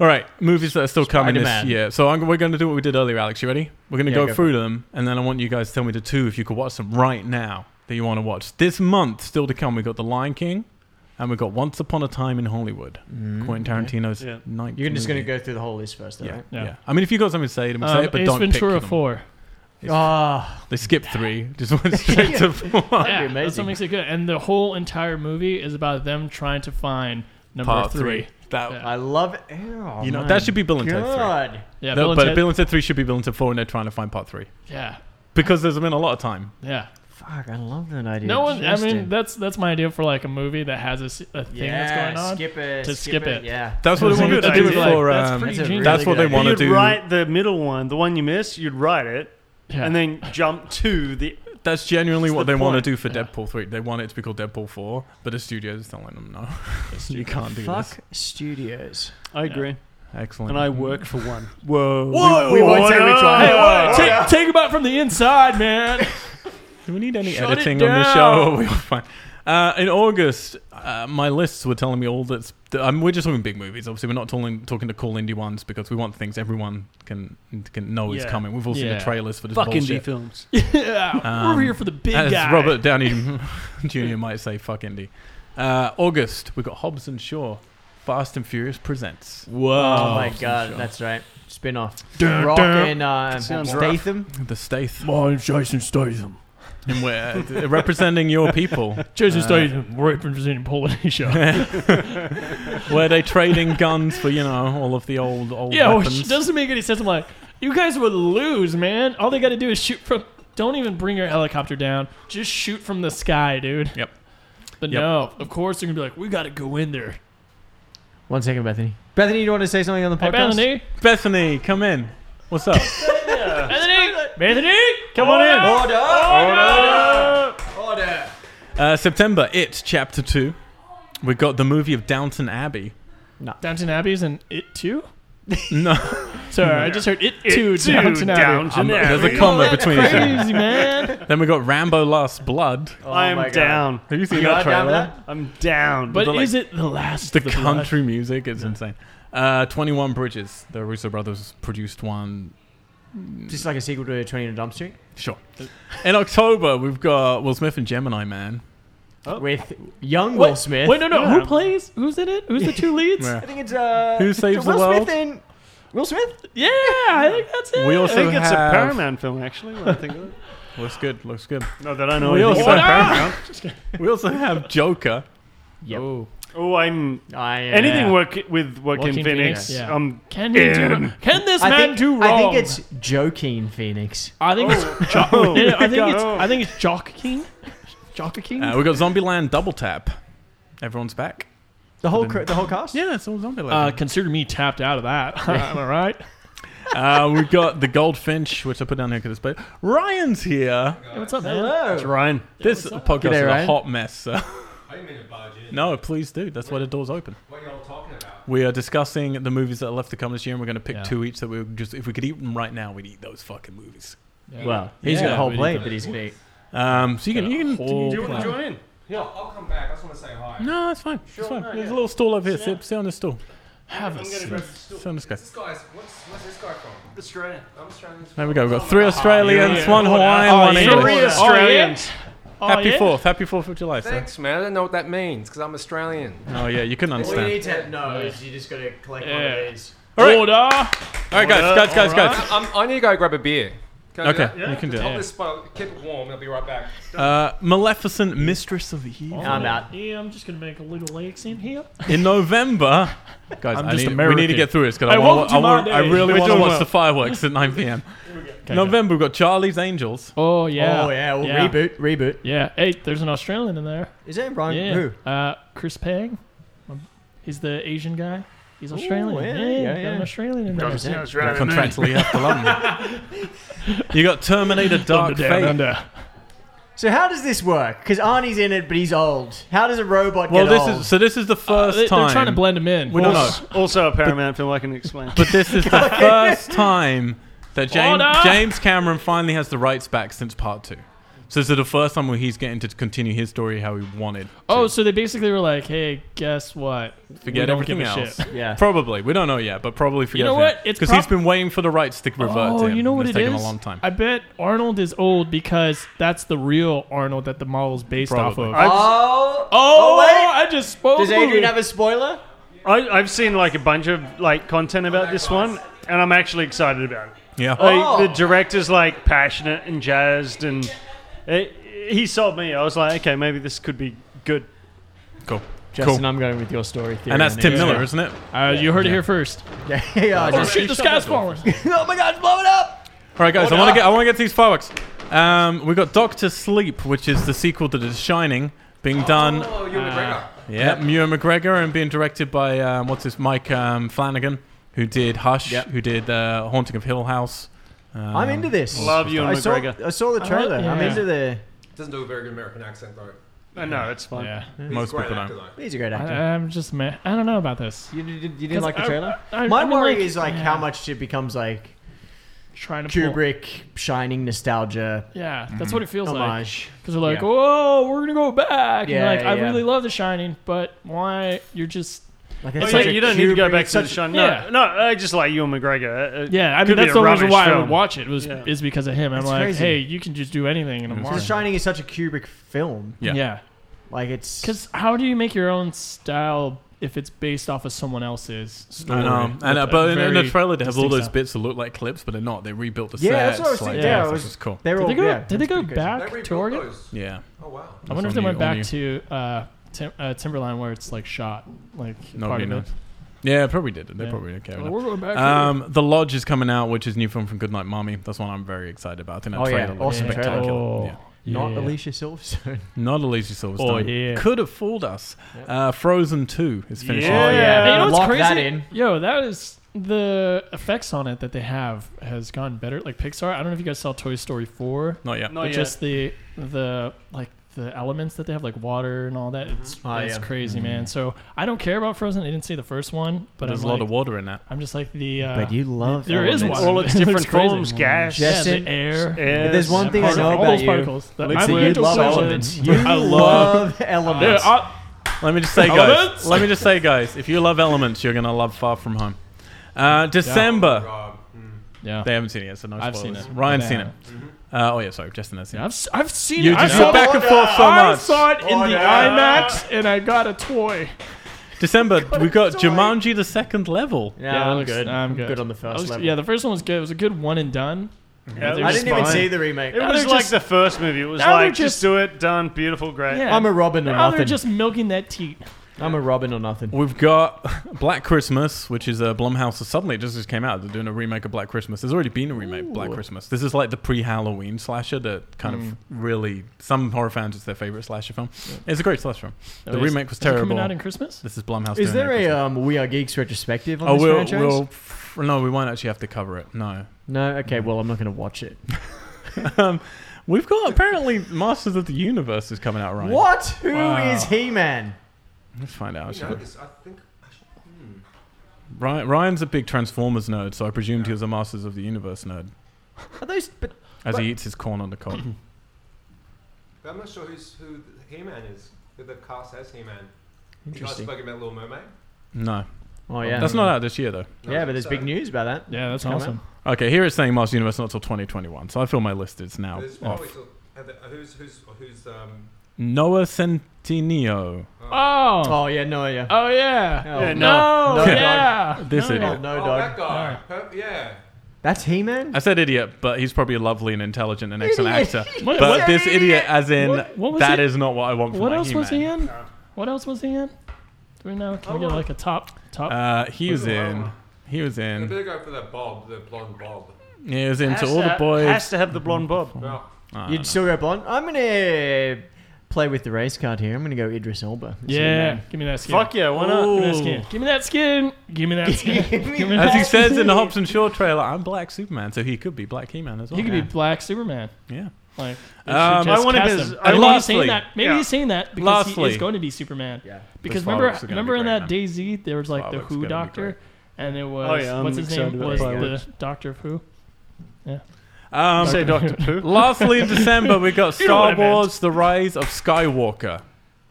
Speaker 1: All right, movies that are still coming this
Speaker 2: Spider-Man.
Speaker 1: year. So I'm, we're going to do what we did earlier, Alex. You ready? We're going to
Speaker 2: Yeah,
Speaker 1: go,
Speaker 2: go for
Speaker 1: through them, and then I want you guys to tell me the two if you could watch them right now that you want to watch. This month, still to come, we got The Lion King, and we got Once Upon a Time in Hollywood. Quentin Tarantino's
Speaker 4: Yeah.
Speaker 1: ninth.
Speaker 2: Mm. You're just
Speaker 1: movie.
Speaker 2: gonna go through the whole list first, though,
Speaker 1: Yeah,
Speaker 2: right?
Speaker 1: yeah,
Speaker 6: Yeah.
Speaker 1: I mean, if you got something to say, then say
Speaker 6: Um,
Speaker 1: it, but
Speaker 6: Ace
Speaker 1: don't
Speaker 6: Ventura
Speaker 1: pick them.
Speaker 6: Four.
Speaker 2: Ah,
Speaker 1: They skipped three, just went straight to four.
Speaker 2: be
Speaker 6: Yeah, that's what
Speaker 2: amazing.
Speaker 6: makes it good. And the whole entire movie is about them trying to find number
Speaker 1: Part
Speaker 6: three.
Speaker 1: three. That
Speaker 6: Yeah.
Speaker 2: I love. it. Oh,
Speaker 1: you know
Speaker 2: my
Speaker 1: that should be Bill and Ted three.
Speaker 2: God.
Speaker 6: Yeah,
Speaker 1: no,
Speaker 6: Bill and
Speaker 1: but
Speaker 6: Ted-
Speaker 1: Bill and Ted three should be Bill and Ted four, and they're trying to find part three
Speaker 6: Yeah,
Speaker 1: because there's been a lot of time.
Speaker 6: yeah.
Speaker 2: Fuck, I love that idea.
Speaker 6: no one. I
Speaker 2: Justin.
Speaker 6: mean, that's that's my idea for like a movie that has a, s- a thing that's going on.
Speaker 2: Skip it.
Speaker 6: to skip it.
Speaker 2: Yeah.
Speaker 1: That's what
Speaker 4: That's
Speaker 1: they
Speaker 4: a
Speaker 1: wanted
Speaker 4: good
Speaker 1: to do
Speaker 4: idea.
Speaker 1: for.
Speaker 6: That's
Speaker 1: um,
Speaker 6: pretty
Speaker 2: That's a
Speaker 6: genius.
Speaker 1: That's what they
Speaker 2: really good
Speaker 1: want to
Speaker 4: you'd
Speaker 1: do.
Speaker 4: write the middle one, the one you missed. You'd write it,
Speaker 6: Yeah.
Speaker 4: and then jump to the.
Speaker 1: That's genuinely
Speaker 4: That's
Speaker 1: what
Speaker 4: the
Speaker 1: they want
Speaker 4: point.
Speaker 1: to do for
Speaker 6: Yeah.
Speaker 1: Deadpool 3. They want it to be called Deadpool 4, but the studios don't let them know. you can't do
Speaker 2: Fuck
Speaker 1: this.
Speaker 2: studios.
Speaker 4: I agree,
Speaker 1: Excellent.
Speaker 4: and I work for one.
Speaker 1: Whoa.
Speaker 2: We, we won't say which one.
Speaker 6: Hey, what? Take, take him out from the inside, man.
Speaker 1: Do we need any
Speaker 6: Shut it
Speaker 1: editing on the
Speaker 6: down.
Speaker 1: show? We're fine. Uh, in August, uh, my lists were telling me all that's. I mean, we're just talking big movies. Obviously, we're not talking talking to cool indie ones because we want things everyone can can know is
Speaker 4: Yeah.
Speaker 1: coming. We've all seen
Speaker 6: Yeah.
Speaker 1: the trailers for this
Speaker 4: Fuck indie
Speaker 1: bullshit.
Speaker 4: films.
Speaker 6: yeah,
Speaker 1: Um,
Speaker 6: we're here for the big
Speaker 1: As
Speaker 6: guy.
Speaker 1: Robert Downey Jr. might say, fuck indie. Uh, August, we've got Hobbs and Shaw, Fast and Furious Presents.
Speaker 2: Oh,
Speaker 6: Whoa.
Speaker 2: my
Speaker 1: for
Speaker 2: god,
Speaker 1: sure.
Speaker 2: that's right. Spin off.
Speaker 6: Dun,
Speaker 2: Rock
Speaker 6: dun.
Speaker 2: and uh,
Speaker 4: Sounds rough.
Speaker 2: Statham.
Speaker 1: The Staith.
Speaker 6: Mine's Jason Statham.
Speaker 1: And we're uh, representing your people.
Speaker 6: Jason
Speaker 1: Uh,
Speaker 6: Statham. We're representing Polynesia.
Speaker 1: Were they trading guns for, you know, all of the old, old
Speaker 6: yeah,
Speaker 1: weapons?
Speaker 6: which doesn't make any sense. I'm like, you guys would lose, man. All they got to do is shoot from. Don't even bring your helicopter down. Just shoot from the sky, dude. But
Speaker 1: Yep.
Speaker 6: no, of course they're gonna be like, we got to go in there.
Speaker 2: One second, Bethany. Bethany, you want to say something on the
Speaker 6: Hey,
Speaker 2: podcast?
Speaker 6: Bethany,
Speaker 1: Bethany, come in. What's up?
Speaker 6: Bethany, Bethany,
Speaker 4: Come on in.
Speaker 2: Order!
Speaker 1: Uh, September, It, Chapter 2. We got the movie of Downton Abbey.
Speaker 6: Downton Abbey's and it too.
Speaker 1: No,
Speaker 6: Sorry, I just heard it, too.
Speaker 4: Two
Speaker 6: Downton Abbey.
Speaker 1: I'm-
Speaker 4: Downton
Speaker 1: there's
Speaker 4: Abbey.
Speaker 1: a comma between each other.
Speaker 6: Crazy man.
Speaker 1: Then we got Rambo Last Blood.
Speaker 6: Oh
Speaker 4: I'm down.
Speaker 1: Have you seen
Speaker 2: Oh You
Speaker 1: that
Speaker 2: are down
Speaker 1: trailer?
Speaker 2: with that?
Speaker 4: I'm down.
Speaker 6: But
Speaker 1: But, like,
Speaker 6: is it the last?
Speaker 1: The
Speaker 6: of blood?
Speaker 1: country music is insane. Uh, 21 Bridges. The Russo brothers produced one.
Speaker 2: Just like a sequel to 20 in a Dump Street.
Speaker 1: Sure. In October, we've got Will Smith and Gemini Man. Oh.
Speaker 2: With young
Speaker 6: What?
Speaker 2: Will Smith.
Speaker 6: Wait, no, no.
Speaker 4: Yeah.
Speaker 6: Who plays? Who's in it? Who's the two leads?
Speaker 1: Yeah.
Speaker 2: I think it's uh,
Speaker 1: Who
Speaker 2: it's
Speaker 1: Saves
Speaker 2: Will
Speaker 1: the World?
Speaker 2: Smith and Will Smith.
Speaker 6: Yeah, I think that's it.
Speaker 1: We
Speaker 4: I
Speaker 1: also
Speaker 4: think it's a
Speaker 1: have-
Speaker 4: Paramount film, actually. When I think of it.
Speaker 1: Looks good. Looks good.
Speaker 4: Not that I know
Speaker 1: We
Speaker 4: anything
Speaker 1: also-
Speaker 4: about Paramount.
Speaker 1: We also have Joker.
Speaker 2: Yep.
Speaker 1: Oh.
Speaker 4: Oh, I'm
Speaker 2: I, uh,
Speaker 4: anything work with Joaquin
Speaker 6: Joaquin
Speaker 4: Phoenix.
Speaker 6: Phoenix, yeah.
Speaker 4: I'm
Speaker 6: Can you
Speaker 4: in.
Speaker 6: do? Can this
Speaker 2: I
Speaker 6: man
Speaker 2: think,
Speaker 6: do wrong?
Speaker 2: I think it's Joaquin Phoenix.
Speaker 6: Oh. I think it's.
Speaker 4: jo-
Speaker 1: Oh.
Speaker 6: Yeah, I think it's.
Speaker 4: Oh.
Speaker 6: I think it's Jock King. Jock King.
Speaker 1: Uh, we got Zombieland Double Tap. Everyone's back.
Speaker 2: The whole cr- the whole cast.
Speaker 1: Yeah, it's all Zombieland.
Speaker 6: uh, consider me tapped out of that. Am I right?
Speaker 1: Uh, we've got the Goldfinch, which I put down here because it's. but Ryan's here.
Speaker 6: Hey, what's up, man?
Speaker 4: It's
Speaker 2: Hello.
Speaker 4: Ryan.
Speaker 1: This podcast
Speaker 2: G'day,
Speaker 1: is a
Speaker 2: Ryan.
Speaker 1: hot mess. So.
Speaker 7: I didn't mean to barge in.
Speaker 1: No, please do. That's why the door's open.
Speaker 7: What y'all talking about?
Speaker 1: We are discussing the movies that are left to come this year, and we're going to pick
Speaker 6: Yeah.
Speaker 1: two each that we would just, if we could eat them right now, we'd eat those fucking movies.
Speaker 2: Well, he's
Speaker 1: Yeah,
Speaker 2: got a whole
Speaker 1: we
Speaker 2: plate that he's gonna eat.
Speaker 1: Um, so you can, you can,
Speaker 6: whole
Speaker 1: you can-
Speaker 6: plan.
Speaker 4: join in?
Speaker 7: Yeah. I'll come back. I just want to say hi.
Speaker 1: No, that's fine. That's fine. There's a little stool over here. Sit, sit on this stool.
Speaker 6: Have a seat.
Speaker 1: Sit on this guy.
Speaker 7: This guy's. What's what's this guy from?
Speaker 4: Australia.
Speaker 7: I'm Australian.
Speaker 1: There we go. We've got three Australians, one Hawaiian,
Speaker 6: Ah, Oh,
Speaker 1: one
Speaker 6: yeah.
Speaker 1: English.
Speaker 4: Three Australians.
Speaker 6: Oh,
Speaker 1: Happy
Speaker 6: yeah?
Speaker 1: Fourth. Happy Fourth of July, sir.
Speaker 7: Thanks, man. I don't know what that means because I'm Australian.
Speaker 1: Oh yeah, you couldn't understand.
Speaker 2: to know is you just gotta collect
Speaker 6: Yeah.
Speaker 2: these.
Speaker 1: All right, all
Speaker 6: Order.
Speaker 1: right, guys, guys, guys, guys.
Speaker 7: I'm, I need to go grab a beer. Can I do
Speaker 1: Okay,
Speaker 7: that?
Speaker 1: you can do
Speaker 7: Just Hold
Speaker 1: it.
Speaker 7: this spot. Keep it warm. I'll be right back.
Speaker 1: Uh, Maleficent, Mistress of Evil.
Speaker 2: I'm out.
Speaker 6: Yeah, I'm just gonna make a little accent here.
Speaker 1: in November. Guys,
Speaker 6: I'm
Speaker 1: I
Speaker 6: just
Speaker 1: need, we need to
Speaker 6: American.
Speaker 1: get through this because I,
Speaker 6: I
Speaker 1: wanna,
Speaker 6: won't
Speaker 1: I,
Speaker 6: do my
Speaker 1: wanna, I
Speaker 6: day.
Speaker 1: really
Speaker 6: We're
Speaker 1: want to
Speaker 6: doing
Speaker 1: watch
Speaker 6: well.
Speaker 1: the fireworks at 9 p.m. November, we've got Charlie's Angels.
Speaker 6: Oh yeah.
Speaker 2: Oh yeah, well, reboot, reboot.
Speaker 6: Yeah. Hey, there's an Australian in there.
Speaker 2: Is that Ryan?
Speaker 6: Yeah.
Speaker 2: Who?
Speaker 6: Uh, Chris Pang. Um, He's the Asian guy. He's Australian.
Speaker 2: yeah,
Speaker 6: Hey,
Speaker 2: yeah,
Speaker 6: got
Speaker 2: yeah.
Speaker 6: an Australian in there.
Speaker 2: Represent.
Speaker 1: You contractually have to love them. you got Terminator Dark
Speaker 6: Thunder down
Speaker 1: Fate.
Speaker 6: under.
Speaker 2: So how does this work? Because Arnie's in it, but he's old. How does a robot
Speaker 1: Well,
Speaker 2: get
Speaker 1: this
Speaker 2: old?
Speaker 1: is so. This is the first
Speaker 6: Uh, They, are
Speaker 1: time.
Speaker 6: trying to blend him in.
Speaker 1: Well, No, no.
Speaker 4: Also, also a Paramount film. I can explain.
Speaker 1: but this is the first time that James,
Speaker 6: Order!
Speaker 1: James Cameron finally has the rights back since part two. So this is the first time where he's getting to continue his story how he wanted.
Speaker 6: Oh, so they basically were like, "Hey, guess what?
Speaker 1: Forget
Speaker 6: don't
Speaker 1: everything
Speaker 6: give a
Speaker 1: else.
Speaker 6: shit.
Speaker 2: yeah.
Speaker 1: Probably. We don't know yet, but probably forget.
Speaker 6: know what? It's
Speaker 1: because he's
Speaker 6: prob-
Speaker 1: been waiting for the rights to revert to
Speaker 6: Oh,
Speaker 1: him.
Speaker 6: you know
Speaker 1: and
Speaker 6: what
Speaker 1: it's
Speaker 6: it
Speaker 1: taken
Speaker 6: is?
Speaker 1: a long time.
Speaker 6: I bet Arnold is old because that's the real Arnold that the model's based off
Speaker 1: Probably.
Speaker 6: of.
Speaker 4: I've,
Speaker 2: Oh,
Speaker 6: oh,
Speaker 2: wait.
Speaker 6: I just spoke.
Speaker 2: Does Adrian have a spoiler?
Speaker 4: I, I've seen like a bunch of like content about this one, and I'm actually excited about it.
Speaker 1: yeah.
Speaker 4: Like,
Speaker 2: Oh.
Speaker 4: The director's like passionate and jazzed, and it, he sold me. I was like, okay, maybe this could be good.
Speaker 1: Cool.
Speaker 2: Justin,
Speaker 1: cool.
Speaker 2: I'm going with your story theory.
Speaker 1: And that's
Speaker 2: on
Speaker 1: Tim
Speaker 2: this.
Speaker 1: Miller, isn't it?
Speaker 6: Uh, you heard it here first.
Speaker 2: Yeah. yeah,
Speaker 6: Oh
Speaker 2: just-
Speaker 6: shit! The sky's falling.
Speaker 2: oh my god, blow it up!
Speaker 1: All right, guys. I
Speaker 2: Order
Speaker 1: want to
Speaker 2: up.
Speaker 1: get. I want to get to these fireworks. Um, we got Doctor Sleep, which is the sequel to The Shining, being done. uh,
Speaker 7: Oh, you're McGregor.
Speaker 1: Yeah, Muir McGregor, and being directed by um, what's this? Mike um, Flanagan, who did Hush,
Speaker 2: Yep.
Speaker 1: who did uh, Haunting of Hill House. Um,
Speaker 2: I'm into this.
Speaker 4: Love you,
Speaker 2: I
Speaker 4: and
Speaker 2: saw,
Speaker 4: McGregor.
Speaker 2: I saw the trailer. I'm
Speaker 6: yeah.
Speaker 2: into the.
Speaker 7: Doesn't do a very good American accent though.
Speaker 4: Uh, no, it's fine.
Speaker 6: Yeah.
Speaker 7: He's
Speaker 1: Most
Speaker 7: a great
Speaker 1: people
Speaker 7: actor,
Speaker 1: don't.
Speaker 7: though.
Speaker 2: He's a great
Speaker 6: I,
Speaker 2: actor.
Speaker 6: I'm just meh. I don't know about this.
Speaker 2: you, you, you didn't like the
Speaker 6: 'Cause
Speaker 2: trailer?
Speaker 6: I, I,
Speaker 2: My
Speaker 6: I mean,
Speaker 2: worry
Speaker 6: like,
Speaker 2: is like
Speaker 6: yeah,
Speaker 2: how much it becomes like
Speaker 6: trying to pull-
Speaker 2: Kubrick, Shining, nostalgia,
Speaker 6: Yeah, that's what it feels like.
Speaker 2: homage.
Speaker 6: Because they're like,
Speaker 1: Yeah.
Speaker 6: "Oh, we're gonna go back."
Speaker 2: Yeah,
Speaker 6: and you're like,
Speaker 2: yeah.
Speaker 6: I really love The Shining, but why? You're just
Speaker 2: Like,
Speaker 4: Oh,
Speaker 2: it's
Speaker 4: yeah,
Speaker 2: such a
Speaker 4: you don't need to go
Speaker 2: Kubrick-
Speaker 4: back to the
Speaker 2: such-
Speaker 4: shine.
Speaker 6: yeah.
Speaker 4: No, no, I just like you and McGregor. Uh, uh,
Speaker 6: Yeah, I mean
Speaker 4: could be
Speaker 6: that's
Speaker 4: a
Speaker 6: the reason
Speaker 4: rubbish
Speaker 6: why I
Speaker 4: film.
Speaker 6: would watch it was
Speaker 4: Yeah.
Speaker 6: is because of him. I'm
Speaker 2: It's
Speaker 6: like,
Speaker 2: crazy.
Speaker 6: hey, you can just do anything, and I'm
Speaker 2: The
Speaker 6: like,
Speaker 2: Shining is such a Kubrick film.
Speaker 1: Yeah.
Speaker 6: yeah,
Speaker 2: Like it's
Speaker 6: because how do you make your own style if it's based off of someone else's story?
Speaker 1: I know,
Speaker 6: With
Speaker 1: and uh,
Speaker 6: a
Speaker 1: but in, in the
Speaker 6: very
Speaker 1: trailer they have all
Speaker 6: distinct
Speaker 1: those
Speaker 6: style.
Speaker 1: bits that look like clips, but they're not. They rebuilt the
Speaker 2: Yeah,
Speaker 1: sets.
Speaker 2: that's what I was
Speaker 1: like,
Speaker 2: thinking.
Speaker 1: that.
Speaker 2: Yeah, I
Speaker 1: So
Speaker 2: was-
Speaker 1: this is cool.
Speaker 2: They're all
Speaker 6: Did they go?
Speaker 2: yeah,
Speaker 6: did they
Speaker 2: it's
Speaker 6: go
Speaker 2: pretty crazy.
Speaker 6: back
Speaker 7: They
Speaker 6: to
Speaker 7: rebuilt
Speaker 6: Oregon?
Speaker 7: those.
Speaker 1: Yeah,
Speaker 7: Oh wow.
Speaker 6: I wonder
Speaker 1: It's
Speaker 6: if they
Speaker 1: on
Speaker 6: went
Speaker 1: you, on
Speaker 6: back to uh, Tim, uh, Timberline where it's like shot, like part
Speaker 1: nobody
Speaker 6: of
Speaker 1: knows.
Speaker 6: it.
Speaker 1: Yeah, probably did. They
Speaker 6: Yeah.
Speaker 1: probably don't care.
Speaker 6: Well, we're going back. Um,
Speaker 1: Um, The Lodge is coming out, which is new film from Goodnight Mommy. That's one I'm very excited about. I think that
Speaker 2: Oh, yeah.
Speaker 1: trailer looks
Speaker 2: Awesome trailer.
Speaker 1: spectacular.
Speaker 6: oh,
Speaker 1: Yeah.
Speaker 2: Not
Speaker 6: Yeah.
Speaker 2: Alicia Silverstone.
Speaker 1: Not Alicia Silverstone.
Speaker 6: Oh, yeah.
Speaker 1: Could have fooled us.
Speaker 2: Yep.
Speaker 1: Uh, Frozen 2 is finishing.
Speaker 4: Yeah.
Speaker 2: Oh,
Speaker 1: up.
Speaker 6: Hey, you know what's
Speaker 2: Lock
Speaker 6: crazy?
Speaker 2: that in.
Speaker 6: Yo, that is the effects on it that they have has gotten better. Like Pixar, I don't know if you guys saw Toy Story four,
Speaker 1: Not yet.
Speaker 4: Not
Speaker 6: but
Speaker 4: yet.
Speaker 6: just the the like the elements that they have, like water and all that. It's
Speaker 1: Ah,
Speaker 2: Oh,
Speaker 6: it's
Speaker 2: yeah.
Speaker 6: crazy, man. So I don't care about Frozen. I didn't see the first one, but
Speaker 1: There's
Speaker 6: I'm
Speaker 1: a lot
Speaker 6: like,
Speaker 1: of water in that.
Speaker 6: I'm just like the. Uh,
Speaker 2: but you love
Speaker 6: there is
Speaker 2: elements.
Speaker 6: water.
Speaker 4: All its
Speaker 6: It looks
Speaker 4: different
Speaker 6: crazy.
Speaker 4: forms, gas,
Speaker 6: yeah,
Speaker 2: Justin,
Speaker 6: the air.
Speaker 4: air,
Speaker 2: there's one thing I
Speaker 6: Particles,
Speaker 2: know
Speaker 6: all
Speaker 2: about
Speaker 6: those
Speaker 2: you.
Speaker 6: particles. That-
Speaker 2: Looks
Speaker 6: I'm
Speaker 2: like
Speaker 6: into
Speaker 2: you love
Speaker 6: Frozen.
Speaker 2: elements. You
Speaker 6: I love.
Speaker 2: love elements.
Speaker 6: Yeah, I-
Speaker 1: Let me just say,
Speaker 6: Elements?
Speaker 1: guys. let me just say, guys. If you love elements, you're gonna love Far From Home. Uh, December.
Speaker 7: God. Mm.
Speaker 6: yeah.
Speaker 1: They haven't seen it yet, so no
Speaker 6: I've seen
Speaker 1: spoilers.
Speaker 6: it.
Speaker 1: Ryan's
Speaker 6: Yeah.
Speaker 1: seen it. Uh, oh yeah, sorry, Justin has seen
Speaker 6: Yeah,
Speaker 1: it.
Speaker 6: I've, s- I've seen
Speaker 1: You
Speaker 6: it. I
Speaker 1: just
Speaker 6: saw
Speaker 1: go
Speaker 6: the-
Speaker 1: back and forth so
Speaker 6: I
Speaker 1: much.
Speaker 6: saw it in
Speaker 4: Oh,
Speaker 6: the
Speaker 7: Order.
Speaker 6: IMAX, and I got a toy.
Speaker 1: December. We've got
Speaker 6: sorry.
Speaker 1: Jumanji: The Second Level.
Speaker 2: Yeah,
Speaker 6: Yeah,
Speaker 2: I'm
Speaker 6: looks-
Speaker 2: good.
Speaker 6: I'm good.
Speaker 2: on the
Speaker 6: I
Speaker 2: first
Speaker 6: was-
Speaker 2: level.
Speaker 6: yeah, the first one was good. It was a good one and done.
Speaker 4: Yeah,
Speaker 6: They're
Speaker 2: I
Speaker 4: was
Speaker 2: didn't even
Speaker 4: fine.
Speaker 2: see the remake.
Speaker 4: It
Speaker 6: Now
Speaker 4: was
Speaker 6: they're
Speaker 4: like
Speaker 6: just-
Speaker 4: the first movie. It was
Speaker 6: now they're
Speaker 4: like just,
Speaker 6: just-
Speaker 4: do it, done, beautiful, great.
Speaker 6: Yeah.
Speaker 2: I'm a Robin or
Speaker 6: Now they're
Speaker 2: nothing.
Speaker 6: just milking that teat.
Speaker 2: I'm a Robin or nothing.
Speaker 1: We've got Black Christmas, which is a Blumhouse. So suddenly, it just, just came out. They're doing a remake of Black Christmas. There's already been a remake of Black Christmas. This is like the pre-Halloween slasher that kind
Speaker 2: Mm.
Speaker 1: of really some horror fans it's their favorite slasher film. It's a great slasher film. The
Speaker 6: is-
Speaker 1: remake was
Speaker 6: Is it coming
Speaker 1: terrible.
Speaker 6: out in Christmas?
Speaker 1: This is Blumhouse.
Speaker 2: Is
Speaker 1: doing their
Speaker 2: there a
Speaker 1: Christmas.
Speaker 2: um, We Are Geeks retrospective on
Speaker 1: Oh,
Speaker 2: this
Speaker 1: we'll,
Speaker 2: franchise?
Speaker 1: we'll f- no, we won't actually have to cover it. No,
Speaker 2: No, okay, well, I'm not going to watch it.
Speaker 1: um, we've got apparently Masters of the Universe is coming out, right?
Speaker 2: What? Who is
Speaker 6: Wow.
Speaker 2: He Man?
Speaker 1: Let's find out.
Speaker 7: You know,
Speaker 1: Actually.
Speaker 7: this, I think. Hmm.
Speaker 1: Ryan, Ryan's a big Transformers nerd, so I presumed he was a Masters of the Universe nerd
Speaker 2: Are those. But,
Speaker 1: as
Speaker 2: Right.
Speaker 1: he eats his corn on the cob.
Speaker 7: But I'm not sure who's, who He-Man is. Who the cast as He-Man. You guys
Speaker 2: interesting.
Speaker 7: spoken about Little Mermaid?
Speaker 1: No,
Speaker 2: Oh, yeah.
Speaker 1: that's not out this year though.
Speaker 7: No,
Speaker 2: yeah, but there's
Speaker 7: so-
Speaker 2: big news about that.
Speaker 6: Yeah, that's
Speaker 2: Come
Speaker 6: awesome.
Speaker 1: Okay, here it's saying Masters of the Universe not till 2021, so I feel my list is now
Speaker 7: There's
Speaker 1: Oh, off.
Speaker 7: probably still, have the- who's who's who's um.
Speaker 1: Noah Centineo.
Speaker 6: Oh,
Speaker 2: Oh, yeah, no, yeah.
Speaker 6: oh yeah.
Speaker 2: Oh,
Speaker 4: Yeah,
Speaker 6: No,
Speaker 2: No,
Speaker 6: yeah.
Speaker 1: This
Speaker 6: no.
Speaker 1: idiot.
Speaker 2: no,
Speaker 7: oh,
Speaker 2: dog.
Speaker 7: that guy.
Speaker 6: Alright.
Speaker 7: Per- yeah.
Speaker 2: That's He Man?
Speaker 1: I said idiot, but he's probably lovely and intelligent and excellent
Speaker 2: Idiot.
Speaker 1: actor.
Speaker 6: What-
Speaker 1: But
Speaker 6: what-
Speaker 1: this idiot, as in,
Speaker 6: What- what was
Speaker 1: that
Speaker 6: it?
Speaker 1: is not what I want from
Speaker 6: What
Speaker 1: my
Speaker 6: else was
Speaker 1: He-Man.
Speaker 6: he in? What else was he in? Do we know?
Speaker 4: Oh,
Speaker 6: Can we get like a top top?
Speaker 1: Uh, he was
Speaker 7: Ooh, wow.
Speaker 1: in. He was
Speaker 7: I
Speaker 1: in.
Speaker 7: better go for that Bob, the blonde Bob.
Speaker 1: He was into
Speaker 4: Has
Speaker 1: all
Speaker 4: to-
Speaker 1: the boys. Oh,
Speaker 4: has to have the blonde bob.
Speaker 7: Well,
Speaker 1: I don't
Speaker 2: You'd still go blonde? I'm going to play with the race card here. I'm going to go Idris Elba. as
Speaker 6: yeah, give me that skin.
Speaker 4: Fuck yeah, why not?
Speaker 6: Give me
Speaker 1: Ooh.
Speaker 6: that skin. Give me that skin. Give me that
Speaker 2: He-Man.
Speaker 6: skin.
Speaker 2: Give me
Speaker 6: Give me
Speaker 1: know. As he
Speaker 6: that.
Speaker 1: says in the Hobson Shaw trailer, I'm Black Superman, so he could be Black He-Man as well.
Speaker 6: He could be Black Superman.
Speaker 1: yeah.
Speaker 6: Like,
Speaker 1: Um,
Speaker 6: I
Speaker 4: I wanna
Speaker 6: want
Speaker 4: biz-
Speaker 6: him.
Speaker 4: I
Speaker 6: Maybe
Speaker 1: wanna-
Speaker 6: he's saying that. Maybe
Speaker 4: Yeah.
Speaker 6: he's saying that because
Speaker 1: Lastly.
Speaker 6: he is going to be Superman.
Speaker 2: Yeah.
Speaker 6: Because
Speaker 1: The
Speaker 6: remember,
Speaker 1: fireworks are gonna
Speaker 6: remember
Speaker 1: be
Speaker 6: in
Speaker 1: great,
Speaker 6: that
Speaker 1: man.
Speaker 6: DayZ, there was like the
Speaker 1: Fireworks are
Speaker 6: Who
Speaker 1: gonna be
Speaker 6: doctor, and it was
Speaker 4: Oh, yeah, I'm
Speaker 6: what's his
Speaker 4: excited
Speaker 6: name
Speaker 4: about
Speaker 6: was
Speaker 4: fireworks.
Speaker 6: the Doctor Who.
Speaker 1: Um,
Speaker 4: Say Doctor Pooh.
Speaker 1: lastly, in December we got
Speaker 4: know what
Speaker 1: Star
Speaker 4: I meant.
Speaker 1: Wars: The Rise of Skywalker,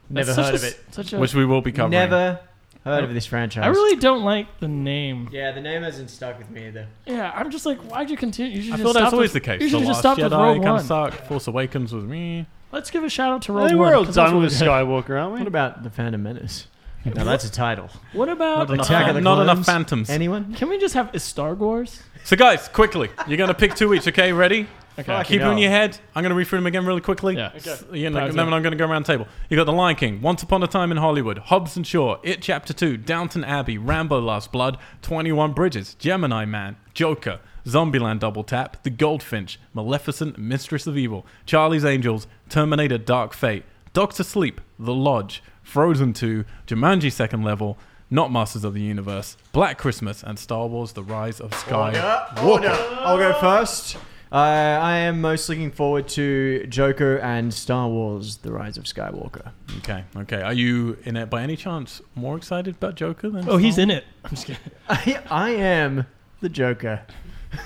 Speaker 2: Never
Speaker 6: That's
Speaker 2: heard
Speaker 6: such
Speaker 2: of
Speaker 6: a,
Speaker 2: it.
Speaker 6: Such a,
Speaker 1: which we will be covering.
Speaker 2: Never heard of this franchise.
Speaker 6: I really don't like the name.
Speaker 2: Yeah, the name hasn't stuck with me either.
Speaker 6: Yeah, I'm just like, why'd you continue? You should
Speaker 1: I
Speaker 6: just
Speaker 1: feel
Speaker 6: stop
Speaker 1: that's always
Speaker 6: with,
Speaker 1: the case.
Speaker 6: You
Speaker 1: the
Speaker 6: should just stop
Speaker 1: Last Jedi
Speaker 6: with Rogue
Speaker 1: kind
Speaker 6: One.
Speaker 1: of sucked. Force Awakens was me.
Speaker 6: Let's give a shout out to
Speaker 4: I
Speaker 6: Rogue
Speaker 4: think
Speaker 6: One.
Speaker 4: we're all
Speaker 6: 'cause that's
Speaker 4: done
Speaker 6: what
Speaker 4: with
Speaker 6: we had.
Speaker 4: Skywalker,
Speaker 2: What
Speaker 4: aren't we?
Speaker 2: about the Phantom Menace? Now that's a title.
Speaker 6: What about
Speaker 1: Not enough,
Speaker 2: Attack of the
Speaker 1: not enough
Speaker 2: Clones.
Speaker 1: phantoms.
Speaker 2: Anyone?
Speaker 6: Can we just have is Star Wars?
Speaker 1: so, guys, quickly, you're gonna pick two each. Okay, ready?
Speaker 6: Okay.
Speaker 1: Keep it in
Speaker 2: hell.
Speaker 1: your head. I'm gonna read through them again really quickly.
Speaker 6: Yeah.
Speaker 4: Okay.
Speaker 1: S- you know,
Speaker 6: Sounds
Speaker 1: and then I'm going to go around the table. You got The Lion King, Once Upon a Time in Hollywood, Hobbs and Shaw, It Chapter 2, Downton Abbey, Rambo Last Blood, 21 Bridges, Gemini Man, Joker, Zombieland Double Tap, The Goldfinch, Maleficent, Mistress of Evil, Charlie's Angels, Terminator Dark Fate, Doctor Sleep, The Lodge, Frozen 2, Jumanji Second Level, Not Masters of the Universe, Black Christmas, and Star Wars The Rise of Skywalker.
Speaker 2: I'll go first. Uh, I am most looking forward to Joker and Star Wars: The Rise of Skywalker.
Speaker 1: Okay, okay. Are you, in it by any chance, more excited about Joker than
Speaker 6: Oh, he's
Speaker 1: Star
Speaker 6: in it. I'm just kidding.
Speaker 2: I, I am the Joker.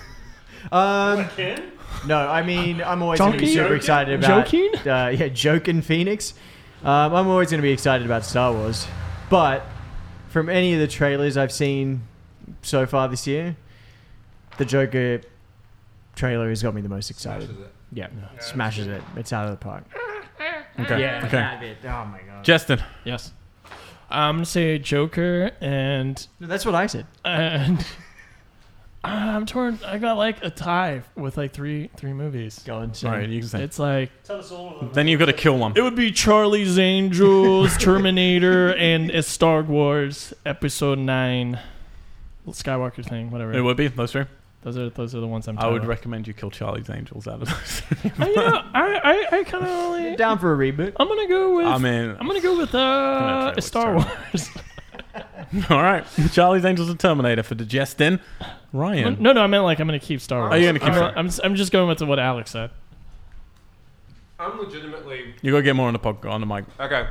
Speaker 2: um, no, I mean I'm always going to be
Speaker 6: Joking?
Speaker 2: super excited about
Speaker 6: Joking?
Speaker 2: Uh, yeah, Joking Phoenix. Um, I'm always going to be excited about Star Wars, but from any of the trailers I've seen so far this year, the Joker trailer has got me the most excited.
Speaker 7: smashes it.
Speaker 2: Yeah, smashes it. It's out of the park.
Speaker 1: Okay. Okay.
Speaker 2: Oh my god.
Speaker 1: Justin.
Speaker 6: Yes. I'm gonna say Joker and
Speaker 2: No, that's what I said.
Speaker 6: and I'm torn. I got like a tie with like three three movies.
Speaker 2: Go on.
Speaker 1: All right, you can say.
Speaker 6: It's like
Speaker 4: Tell us all of them.
Speaker 1: Then you've got to kill one.
Speaker 6: it would be Charlie's Angels, Terminator, and a Star Wars Episode Nine, Skywalker thing, whatever.
Speaker 1: It would be those three.
Speaker 6: Those are those are the ones I'm.
Speaker 1: I would
Speaker 6: tired
Speaker 1: recommend you kill Charlie's Angels out of those.
Speaker 6: of. Oh, yeah, I I, I kind of only.
Speaker 2: Down for a reboot.
Speaker 6: I'm gonna go with.
Speaker 1: I
Speaker 6: I'm,
Speaker 1: mean,
Speaker 6: gonna go with
Speaker 1: try
Speaker 6: uh
Speaker 1: with
Speaker 6: Star
Speaker 1: Charlie.
Speaker 6: Wars.
Speaker 1: all right. Charlie's Angels and Terminator for digesting. Ryan.
Speaker 6: no, no, I meant like I'm gonna keep Star Wars.
Speaker 1: Are you gonna keep
Speaker 6: I'm,
Speaker 1: Star-
Speaker 6: I'm, s- I'm just going with what Alex said.
Speaker 7: I'm
Speaker 6: Mm.
Speaker 7: legitimately
Speaker 1: You gotta get more on the pod, on the mic,
Speaker 7: okay.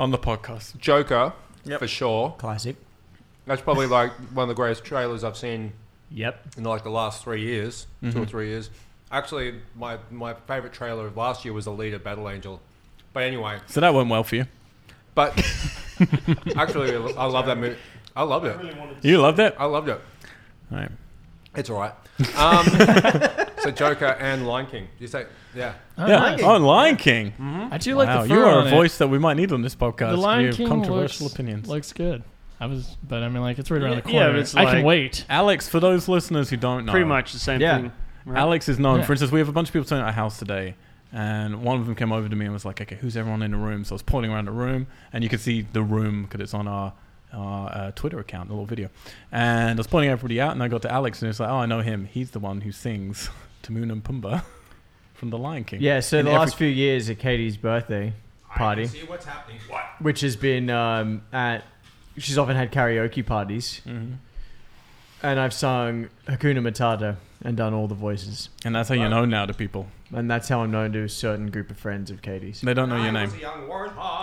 Speaker 1: on the podcast.
Speaker 7: Joker for sure.
Speaker 2: Classic.
Speaker 7: That's probably like one of the greatest trailers I've seen
Speaker 3: Yep.
Speaker 7: in like the last three years,
Speaker 4: Mm-hmm.
Speaker 7: two or three years. Actually, my my favorite trailer of last year was the leader Battle Angel. But anyway,
Speaker 1: So that went well for you.
Speaker 7: but actually, I love that movie. I loved it.
Speaker 1: You loved it.
Speaker 7: I loved it.
Speaker 1: All right.
Speaker 7: It's all right. Um, so Joker and Lion King. You say, yeah.
Speaker 1: yeah.
Speaker 6: nice.
Speaker 1: Oh, Lion King.
Speaker 4: Mm-hmm.
Speaker 6: I do
Speaker 1: wow,
Speaker 6: like the fur
Speaker 1: you are
Speaker 6: on it.
Speaker 1: a voice that we might need on this podcast.
Speaker 6: The Lion
Speaker 1: you have
Speaker 6: King
Speaker 1: controversial
Speaker 6: looks,
Speaker 1: opinions.
Speaker 6: looks good. I was, but I mean, like it's right around the
Speaker 4: Yeah, yeah,
Speaker 6: corner.
Speaker 4: but it's
Speaker 6: I can
Speaker 4: like-
Speaker 6: wait.
Speaker 1: Alex, for those listeners who don't know,
Speaker 4: Pretty much the same
Speaker 2: Yeah.
Speaker 4: thing. right?
Speaker 1: Alex is known.
Speaker 6: Yeah.
Speaker 1: For instance, we have a bunch of people staying at our house today, and one of them came over to me and was like, "Okay, who's everyone in the room?" So I was pointing around the room, and you can see the room because it's on our our uh, Twitter account, the little video. And I was pointing everybody out, and I got to Alex, and it's like, "Oh, I know him. He's the one who sings Timon and Pumbaa from The Lion King."
Speaker 2: Yeah, so
Speaker 1: In
Speaker 2: the
Speaker 1: every-
Speaker 2: last few years at Katie's birthday party.
Speaker 7: see what's happening. What?
Speaker 2: which has been um, at. She's often had karaoke parties,
Speaker 1: Mm-hmm.
Speaker 2: and I've sung Hakuna Matata and done all the voices,
Speaker 1: and that's how you know now to people.
Speaker 2: and that's how I'm known to a certain group of friends of Katie's.
Speaker 1: They don't know your name.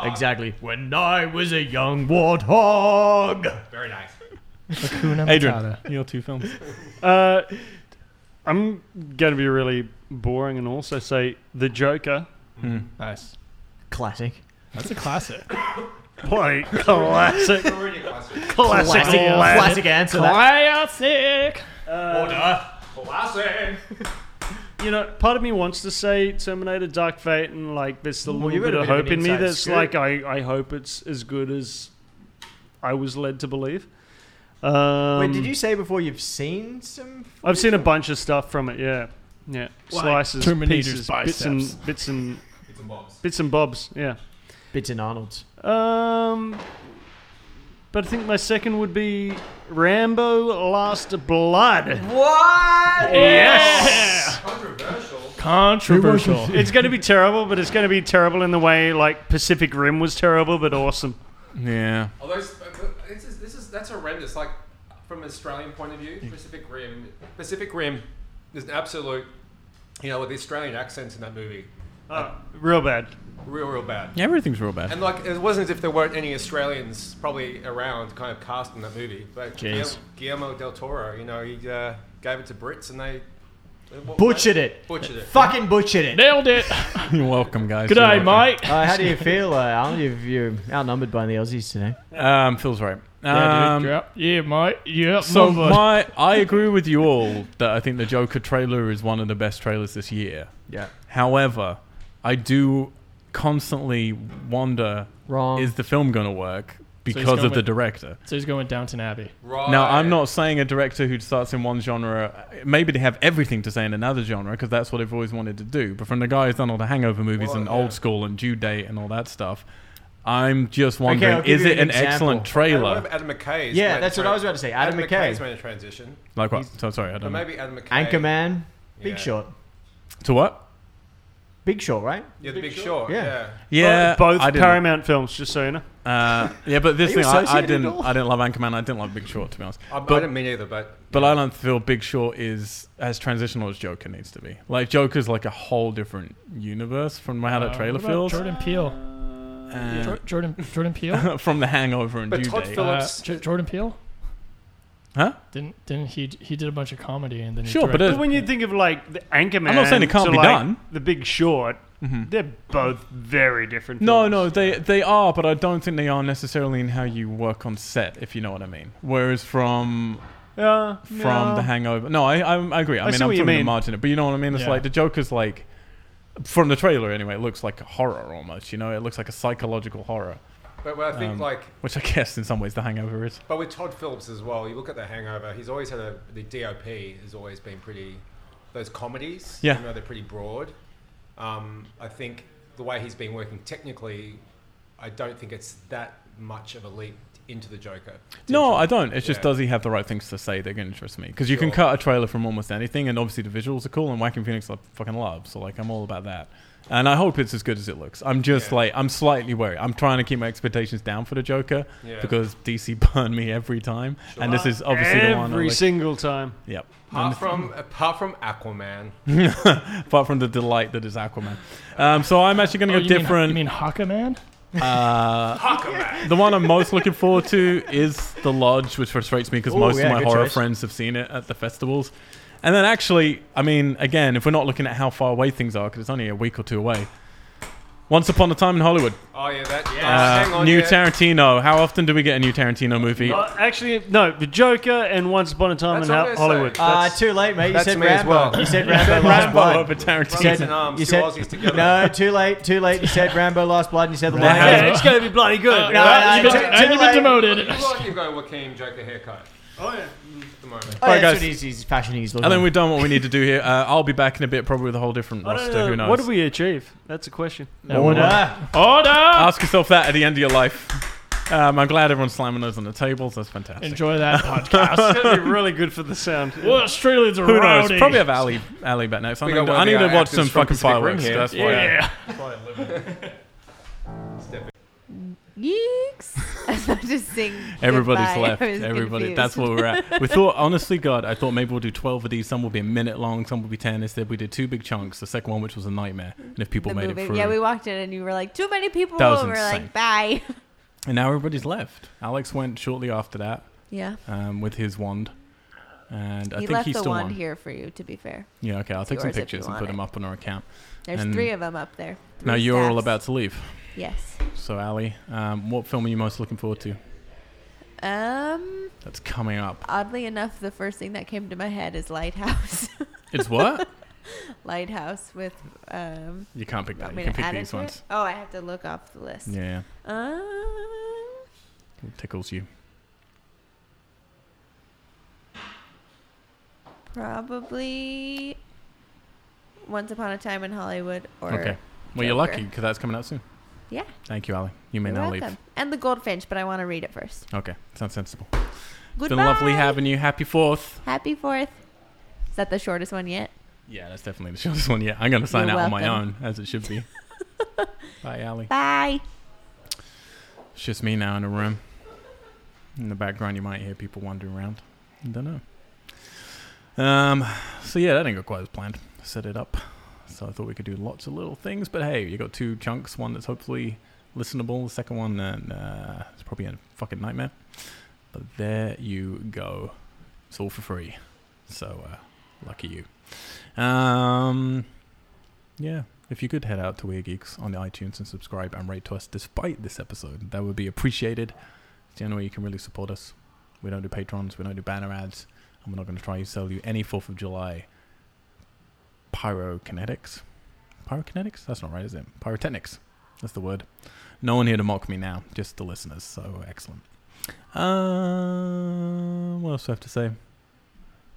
Speaker 2: Exactly. When I was a young warthog.
Speaker 7: Very nice.
Speaker 1: Adrian, your two films.
Speaker 4: Uh, I'm going to be really boring and also say The Joker.
Speaker 6: Nice.
Speaker 2: Classic.
Speaker 6: That's a classic.
Speaker 4: Like, classic. Classic.
Speaker 2: Classic.
Speaker 4: lad.
Speaker 2: Classic answer. That.
Speaker 6: classic.
Speaker 7: Classic.
Speaker 4: You know, part of me wants to say Terminator Dark Fate and like there's still a
Speaker 2: Well,
Speaker 4: little
Speaker 2: you've
Speaker 4: bit
Speaker 2: got a
Speaker 4: of
Speaker 2: bit of an
Speaker 4: hope in me
Speaker 2: inside
Speaker 4: that's
Speaker 2: scoop.
Speaker 4: like I, I hope it's as good as I was led to believe. Um,
Speaker 2: Wait, did you say before you've seen some?
Speaker 4: I've seen a bunch of stuff from it. Yeah, yeah,
Speaker 6: Like
Speaker 4: slices,
Speaker 6: Terminator's
Speaker 4: pieces, bits
Speaker 6: biceps.
Speaker 4: and bits and
Speaker 7: It's a box.
Speaker 4: bits and bobs. Yeah.
Speaker 2: Bits and Arnold's.
Speaker 4: Um, but I think my second would be Rambo: Last Blood.
Speaker 2: What?
Speaker 4: Yes.
Speaker 7: Controversial.
Speaker 6: Controversial.
Speaker 4: It's going to be terrible, but it's going to be terrible in the way like Pacific Rim was terrible, but awesome.
Speaker 1: Yeah.
Speaker 7: Although it's- this is this is that's horrendous. Like from an Australian point of view, Pacific Rim. Pacific Rim is an absolute. You know, with the Australian accents in that movie,
Speaker 4: Uh, real bad.
Speaker 7: real, real bad.
Speaker 1: Yeah, everything's real bad.
Speaker 7: And like, it wasn't as if there weren't any Australians probably around, kind of casting that movie. But
Speaker 2: Jeez.
Speaker 7: Guillermo del Toro, you know, he uh, gave it to Brits and they uh, what-
Speaker 2: Butchered it.
Speaker 7: Butchered it.
Speaker 2: Fucking butchered it.
Speaker 6: Nailed it.
Speaker 1: You're welcome, guys.
Speaker 6: Good
Speaker 1: You're
Speaker 6: day,
Speaker 1: welcome.
Speaker 6: mate.
Speaker 2: Uh, how do you feel, uh, Arnold? You've, you're outnumbered by the Aussies today.
Speaker 1: Um, feels right.
Speaker 6: Yeah,
Speaker 1: Um,
Speaker 6: dude. Yeah, yeah, mate. Yeah,
Speaker 1: So
Speaker 6: mother.
Speaker 1: my, I agree with you all that I think the Joker trailer is one of the best trailers this year.
Speaker 2: Yeah.
Speaker 1: However, I do constantly wonder:
Speaker 2: Wrong.
Speaker 1: is the film going to work because
Speaker 6: going
Speaker 1: of the
Speaker 6: with-
Speaker 1: director?
Speaker 6: so he's going with Downton Abbey.
Speaker 7: Right.
Speaker 1: Now, I'm not saying a director who starts in one genre. Maybe they have everything to say in another genre because that's what they've always wanted to do. But from the guy who's done all the Hangover movies
Speaker 7: Well,
Speaker 1: and
Speaker 7: yeah.
Speaker 1: Old School and Due Date and all that stuff, I'm just
Speaker 2: I'll
Speaker 1: wondering:
Speaker 2: give
Speaker 1: is
Speaker 2: you
Speaker 1: it
Speaker 2: an
Speaker 1: an, excellent
Speaker 2: example.
Speaker 7: Adam, what
Speaker 1: trailer?
Speaker 7: about Adam McKay's
Speaker 2: Yeah,
Speaker 7: made a
Speaker 2: that's what I was about to say. Adam
Speaker 7: McKay's
Speaker 2: McKay.
Speaker 7: made a transition,
Speaker 1: Like what? So sorry, I
Speaker 7: but
Speaker 1: don't know.
Speaker 7: maybe Adam McKay.
Speaker 2: Anchorman, Big
Speaker 7: Yeah.
Speaker 2: Short,
Speaker 1: To what?
Speaker 2: Big Short, right?
Speaker 7: Yeah, the Big Short.
Speaker 2: Yeah.
Speaker 7: yeah.
Speaker 1: Yeah,
Speaker 4: both
Speaker 1: I didn't-
Speaker 4: Paramount films. Just so you know,
Speaker 1: Uh, yeah, but this
Speaker 2: Are you
Speaker 1: thing, I, I
Speaker 2: associated at
Speaker 1: didn't.
Speaker 2: all?
Speaker 1: I didn't love Anchorman. I didn't like Big Short, to be honest.
Speaker 7: I, I
Speaker 1: But
Speaker 7: didn't mean either, but
Speaker 1: but I don't feel Big Short is as transitional as Joker needs to be. Like Joker's like a whole different universe from how that
Speaker 6: Uh,
Speaker 1: trailer
Speaker 6: what about
Speaker 1: feels,
Speaker 6: Jordan Peele.
Speaker 1: and
Speaker 6: Jor- Jordan Jordan Peele.
Speaker 1: from The Hangover and
Speaker 7: But
Speaker 1: Due
Speaker 7: Todd
Speaker 1: Date.
Speaker 7: Phillips-
Speaker 6: Uh, J- Jordan Peele.
Speaker 1: huh?
Speaker 6: Didn't didn't he he did a bunch of comedy and then he
Speaker 1: Sure, but
Speaker 6: directed-
Speaker 1: it-
Speaker 4: but when you think of like the Anchorman,
Speaker 1: I'm not saying it can't
Speaker 4: to,
Speaker 1: be
Speaker 4: like,
Speaker 1: done.
Speaker 4: The Big Short,
Speaker 7: Mm-hmm.
Speaker 4: they're both very different.
Speaker 1: No,
Speaker 4: films.
Speaker 1: no, they they are, but I don't think they are necessarily in how you work on set, if you know what I mean. Whereas from
Speaker 4: Yeah,
Speaker 1: from
Speaker 4: yeah.
Speaker 1: The Hangover, no, I I, I agree. I,
Speaker 4: I
Speaker 1: mean,
Speaker 4: see
Speaker 1: I'm
Speaker 4: what you
Speaker 1: from the
Speaker 4: mean.
Speaker 1: margin, but you know what I mean. It's
Speaker 6: Yeah.
Speaker 1: like the Joker's like from the trailer anyway. It looks like a horror almost. You know, it looks like a psychological horror.
Speaker 7: but what I think
Speaker 1: Um,
Speaker 7: like,
Speaker 1: Which I guess in some ways the hangover is.
Speaker 7: but with Todd Phillips as well. You look at The Hangover. He's always had a the DOP has always been pretty. Those comedies,
Speaker 1: Yeah.
Speaker 7: you know, they're pretty broad. Um, I think the way he's been working technically, I don't think it's that much of a leap into the Joker.
Speaker 1: No, I don't. It's just
Speaker 7: Yeah.
Speaker 1: does he have the right things to say that can interest me? Because you can
Speaker 7: Sure.
Speaker 1: cut a trailer from almost anything, and obviously the visuals are cool, and Whacking Phoenix I fucking love. So like, I'm all about that. And I hope it's as good as it looks. I'm just
Speaker 7: Yeah.
Speaker 1: like, I'm slightly worried. I'm trying to keep my expectations down for the Joker
Speaker 7: Yeah.
Speaker 1: because DC burned me every time, and this is obviously
Speaker 4: Every
Speaker 1: the one. I Like,
Speaker 4: single time.
Speaker 1: yep.
Speaker 7: Apart from apart from Aquaman,
Speaker 1: Apart from the delight that is Aquaman. Um, so I'm actually going to
Speaker 6: Oh,
Speaker 1: go
Speaker 6: you
Speaker 1: different.
Speaker 6: Mean, you mean Haka Man?
Speaker 2: Uh,
Speaker 1: the one I'm most looking forward to is The Lodge, which frustrates me because
Speaker 2: Ooh,
Speaker 1: most
Speaker 2: yeah,
Speaker 1: of my
Speaker 2: good
Speaker 1: horror
Speaker 2: choice.
Speaker 1: friends have seen it at the festivals. And then actually, I mean, again, if we're not looking at how far away things are, because it's only a week or two away. Once Upon a Time in Hollywood,
Speaker 7: oh yeah, that
Speaker 1: uh,
Speaker 7: yeah. hang on,
Speaker 1: new
Speaker 7: yeah.
Speaker 1: Tarantino. How often do we get a new Tarantino movie?
Speaker 4: Uh, actually, no, The Joker and Once Upon a Time
Speaker 7: That's
Speaker 4: in
Speaker 7: what
Speaker 4: Ho-
Speaker 7: I'm gonna say.
Speaker 4: Hollywood.
Speaker 2: Ah,
Speaker 4: That's-
Speaker 2: too late, mate. You
Speaker 7: that's
Speaker 2: said
Speaker 7: me as
Speaker 2: Rambo.
Speaker 7: well.
Speaker 2: You said Rambo. Last
Speaker 1: Rambo
Speaker 2: Blood.
Speaker 1: over Tarantino.
Speaker 7: Brothers in arms, two Aussies together.
Speaker 2: no, too late, too late. You said Rambo, Lost Blood, and you said the
Speaker 1: Rambo.
Speaker 2: Lion
Speaker 1: Yeah,
Speaker 2: King.
Speaker 1: it's
Speaker 4: gonna be bloody
Speaker 2: No,
Speaker 4: good.
Speaker 2: no,
Speaker 6: You've
Speaker 2: no,
Speaker 6: been-
Speaker 2: too-
Speaker 6: and
Speaker 2: too
Speaker 6: you've been
Speaker 2: late.
Speaker 6: demoted.
Speaker 7: You like you've got a Joaquin Joker haircut. Oh yeah, at the moment.
Speaker 2: Oh, yeah,
Speaker 1: Alright,
Speaker 2: that's
Speaker 1: guys.
Speaker 2: what he's, he's fashioning. He's looking.
Speaker 1: And then we've done what we need to do here. Uh, I'll be back in a bit, probably with a whole different
Speaker 4: I don't
Speaker 1: roster. Who
Speaker 4: know.
Speaker 1: knows?
Speaker 4: What did we achieve? That's a question.
Speaker 2: no wonder.
Speaker 6: Order!
Speaker 1: Ask yourself that at the end of your life. Um, I'm glad everyone's slamming those on the tables. That's fantastic.
Speaker 6: Enjoy that podcast.
Speaker 4: It's gonna be really good for the sound.
Speaker 6: well, Australians are
Speaker 1: Who knows?
Speaker 6: rowdy.
Speaker 1: Probably have Ali Ali back next. I
Speaker 7: We
Speaker 1: need,
Speaker 7: got
Speaker 1: to,
Speaker 7: one
Speaker 1: I
Speaker 7: of the
Speaker 1: need to watch
Speaker 7: actors
Speaker 1: some
Speaker 7: from
Speaker 1: fucking
Speaker 7: Pacific Rim
Speaker 1: fireworks.
Speaker 7: here.
Speaker 1: That's why.
Speaker 6: Yeah.
Speaker 8: Yeeks. I was about to sing.
Speaker 1: Everybody's
Speaker 8: goodbye.
Speaker 1: left.
Speaker 8: I was
Speaker 1: Everybody.
Speaker 8: confused.
Speaker 1: That's where we're at. We thought, honestly, God, I thought maybe we'll do 12 of these. Some will be a minute long, some will be 10. Instead, we did two big chunks. The second one, which was a nightmare. And if people
Speaker 8: the
Speaker 1: made it
Speaker 8: moving.
Speaker 1: through.
Speaker 8: Yeah, we walked in and you were like, too many people.
Speaker 1: That was
Speaker 8: over. We're
Speaker 1: insane.
Speaker 8: like, bye.
Speaker 1: and now everybody's left. Alex went shortly after that
Speaker 8: Yeah.
Speaker 1: um, with his wand. And I
Speaker 8: he
Speaker 1: think
Speaker 8: left
Speaker 1: he
Speaker 8: the
Speaker 1: still
Speaker 8: wand
Speaker 1: won.
Speaker 8: here for you, to be fair.
Speaker 1: Yeah, okay. I'll take some
Speaker 8: yours if you
Speaker 1: pictures and
Speaker 8: want
Speaker 1: put
Speaker 8: it.
Speaker 1: them up on our account.
Speaker 8: There's
Speaker 1: And-
Speaker 8: three of them up there. Three
Speaker 1: Now you're all
Speaker 8: staffs.
Speaker 1: about to leave.
Speaker 8: Yes.
Speaker 1: So, Ali, um, what film are you most looking forward to
Speaker 8: Um.
Speaker 1: that's coming up?
Speaker 8: Oddly enough, the first thing that came to my head is Lighthouse.
Speaker 1: It's what?
Speaker 8: Lighthouse with. Um,
Speaker 1: you can't pick that.
Speaker 8: want
Speaker 1: You
Speaker 8: me
Speaker 1: can
Speaker 8: to
Speaker 1: pick
Speaker 8: add it
Speaker 1: these
Speaker 8: to it?
Speaker 1: ones.
Speaker 8: Oh, I have to look off the list.
Speaker 1: Yeah.
Speaker 8: Um,
Speaker 1: It tickles you.
Speaker 8: probably Once Upon a Time in Hollywood or
Speaker 1: okay. Well, you're
Speaker 8: Joker.
Speaker 1: lucky because that's coming out soon.
Speaker 8: Yeah.
Speaker 1: Thank you, Ali. You may
Speaker 8: You're
Speaker 1: now
Speaker 8: welcome. And the Goldfinch, but I want to read it first.
Speaker 1: leave. Okay. Sounds sensible. It's
Speaker 8: Goodbye.
Speaker 1: been lovely having you. Happy fourth.
Speaker 8: Happy Fourth. Is that the shortest one yet?
Speaker 1: Yeah, that's definitely the shortest one. Yeah, I'm going to sign
Speaker 8: You're
Speaker 1: out on my own
Speaker 8: welcome.
Speaker 1: as it should be. Bye, Ali.
Speaker 8: Bye.
Speaker 1: It's just me now in a room. In the background, you might hear people wandering around. I don't know. Um. So yeah, that didn't go quite as planned. Set it up. So I thought we could do lots of little things, but hey, you got two chunks. One that's hopefully listenable. The second one, and uh, it's probably a fucking nightmare. But there you go. It's all for free. So uh, lucky you. Um. Yeah. If you could head out to Weird Geeks on the iTunes and subscribe and rate to us despite this episode, that would be appreciated. It's the only way you can really support us. We don't do patrons, we don't do banner ads, and we're not going to try to sell you any 4th of July pyrokinetics. Pyrokinetics? That's not right, is it? Pyrotechnics. That's the word. No one here to mock me now, just the listeners, so excellent. Um, what else do I have to say?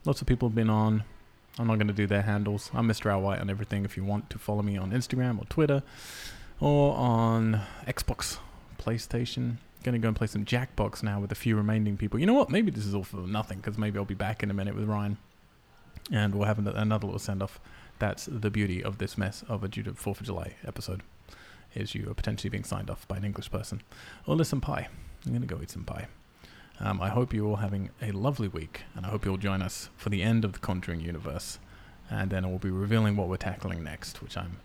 Speaker 1: Lots of people have been on. I'm not going to do their handles. I'm Mr. Al White on everything. If you want to follow me on Instagram or Twitter or on Xbox, PlayStation, going to go and play some Jackbox now with a few remaining people. You know what? Maybe this is all for nothing because maybe I'll be back in a minute with Ryan and we'll have an- another little send off. That's the beauty of this mess of a Judah 4th of July episode is you are potentially being signed off by an English person. Or listen pie. I'm going to go eat some pie. Um, I hope you're all having a lovely week, and I hope you'll join us for the end of the Conjuring universe. And then we'll be revealing what we're tackling next, which I'm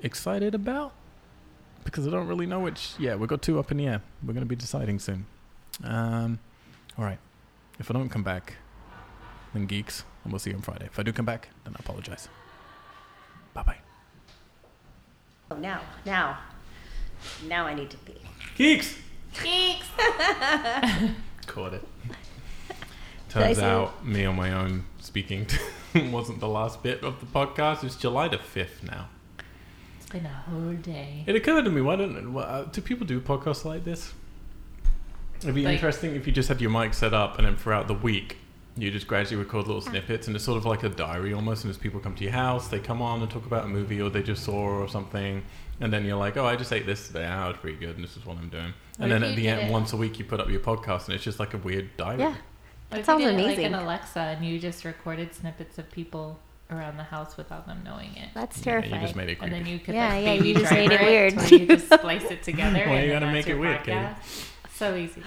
Speaker 1: excited about because I don't really know which. Yeah, we've got two up in the air. We're going to be deciding soon. Um, all right. If I don't come back, then geeks, and we'll see you on Friday. If I do come back, then I apologize. Bye bye.
Speaker 9: Oh, now, now, now I need to pee.
Speaker 1: Geeks!
Speaker 8: Thanks.
Speaker 1: Caught it.
Speaker 8: Did I
Speaker 1: Turns
Speaker 8: say-
Speaker 1: out, me on my own speaking wasn't the last bit of the podcast. It's July the 5th now.
Speaker 8: It's been a whole day.
Speaker 1: It occurred to me, why don't why- uh, do people do podcasts like this? It'd be
Speaker 8: Like-
Speaker 1: interesting if you just had your mic set up and then throughout the week You just gradually record little snippets, and it's sort of like a diary almost. And as people come to your house, they come on and talk about a movie or they just saw or something, and then you're like, "Oh, I just ate this today. Oh, it's pretty good, and this is what I'm doing." And
Speaker 5: Or
Speaker 1: then
Speaker 5: if
Speaker 1: at
Speaker 5: you
Speaker 1: the
Speaker 5: did
Speaker 1: end,
Speaker 5: it-
Speaker 1: once a week, you put up your podcast, and it's just like a weird diary.
Speaker 8: Yeah.
Speaker 5: But if
Speaker 8: sounds
Speaker 5: you did it
Speaker 8: amazing.
Speaker 5: Like an Alexa, and you just recorded snippets of people around the house without them knowing it.
Speaker 8: That's
Speaker 1: Yeah,
Speaker 8: terrifying.
Speaker 1: you just made it
Speaker 5: And
Speaker 1: creepy.
Speaker 5: then you could
Speaker 8: Yeah,
Speaker 5: like
Speaker 8: yeah,
Speaker 5: baby
Speaker 8: you just
Speaker 5: driver
Speaker 8: made it weird.
Speaker 5: where you just splice it together.
Speaker 1: Well,
Speaker 5: and
Speaker 1: you
Speaker 5: then
Speaker 1: gotta
Speaker 5: that's
Speaker 1: make
Speaker 5: your
Speaker 1: it weird, Katie.
Speaker 5: podcast. So easy.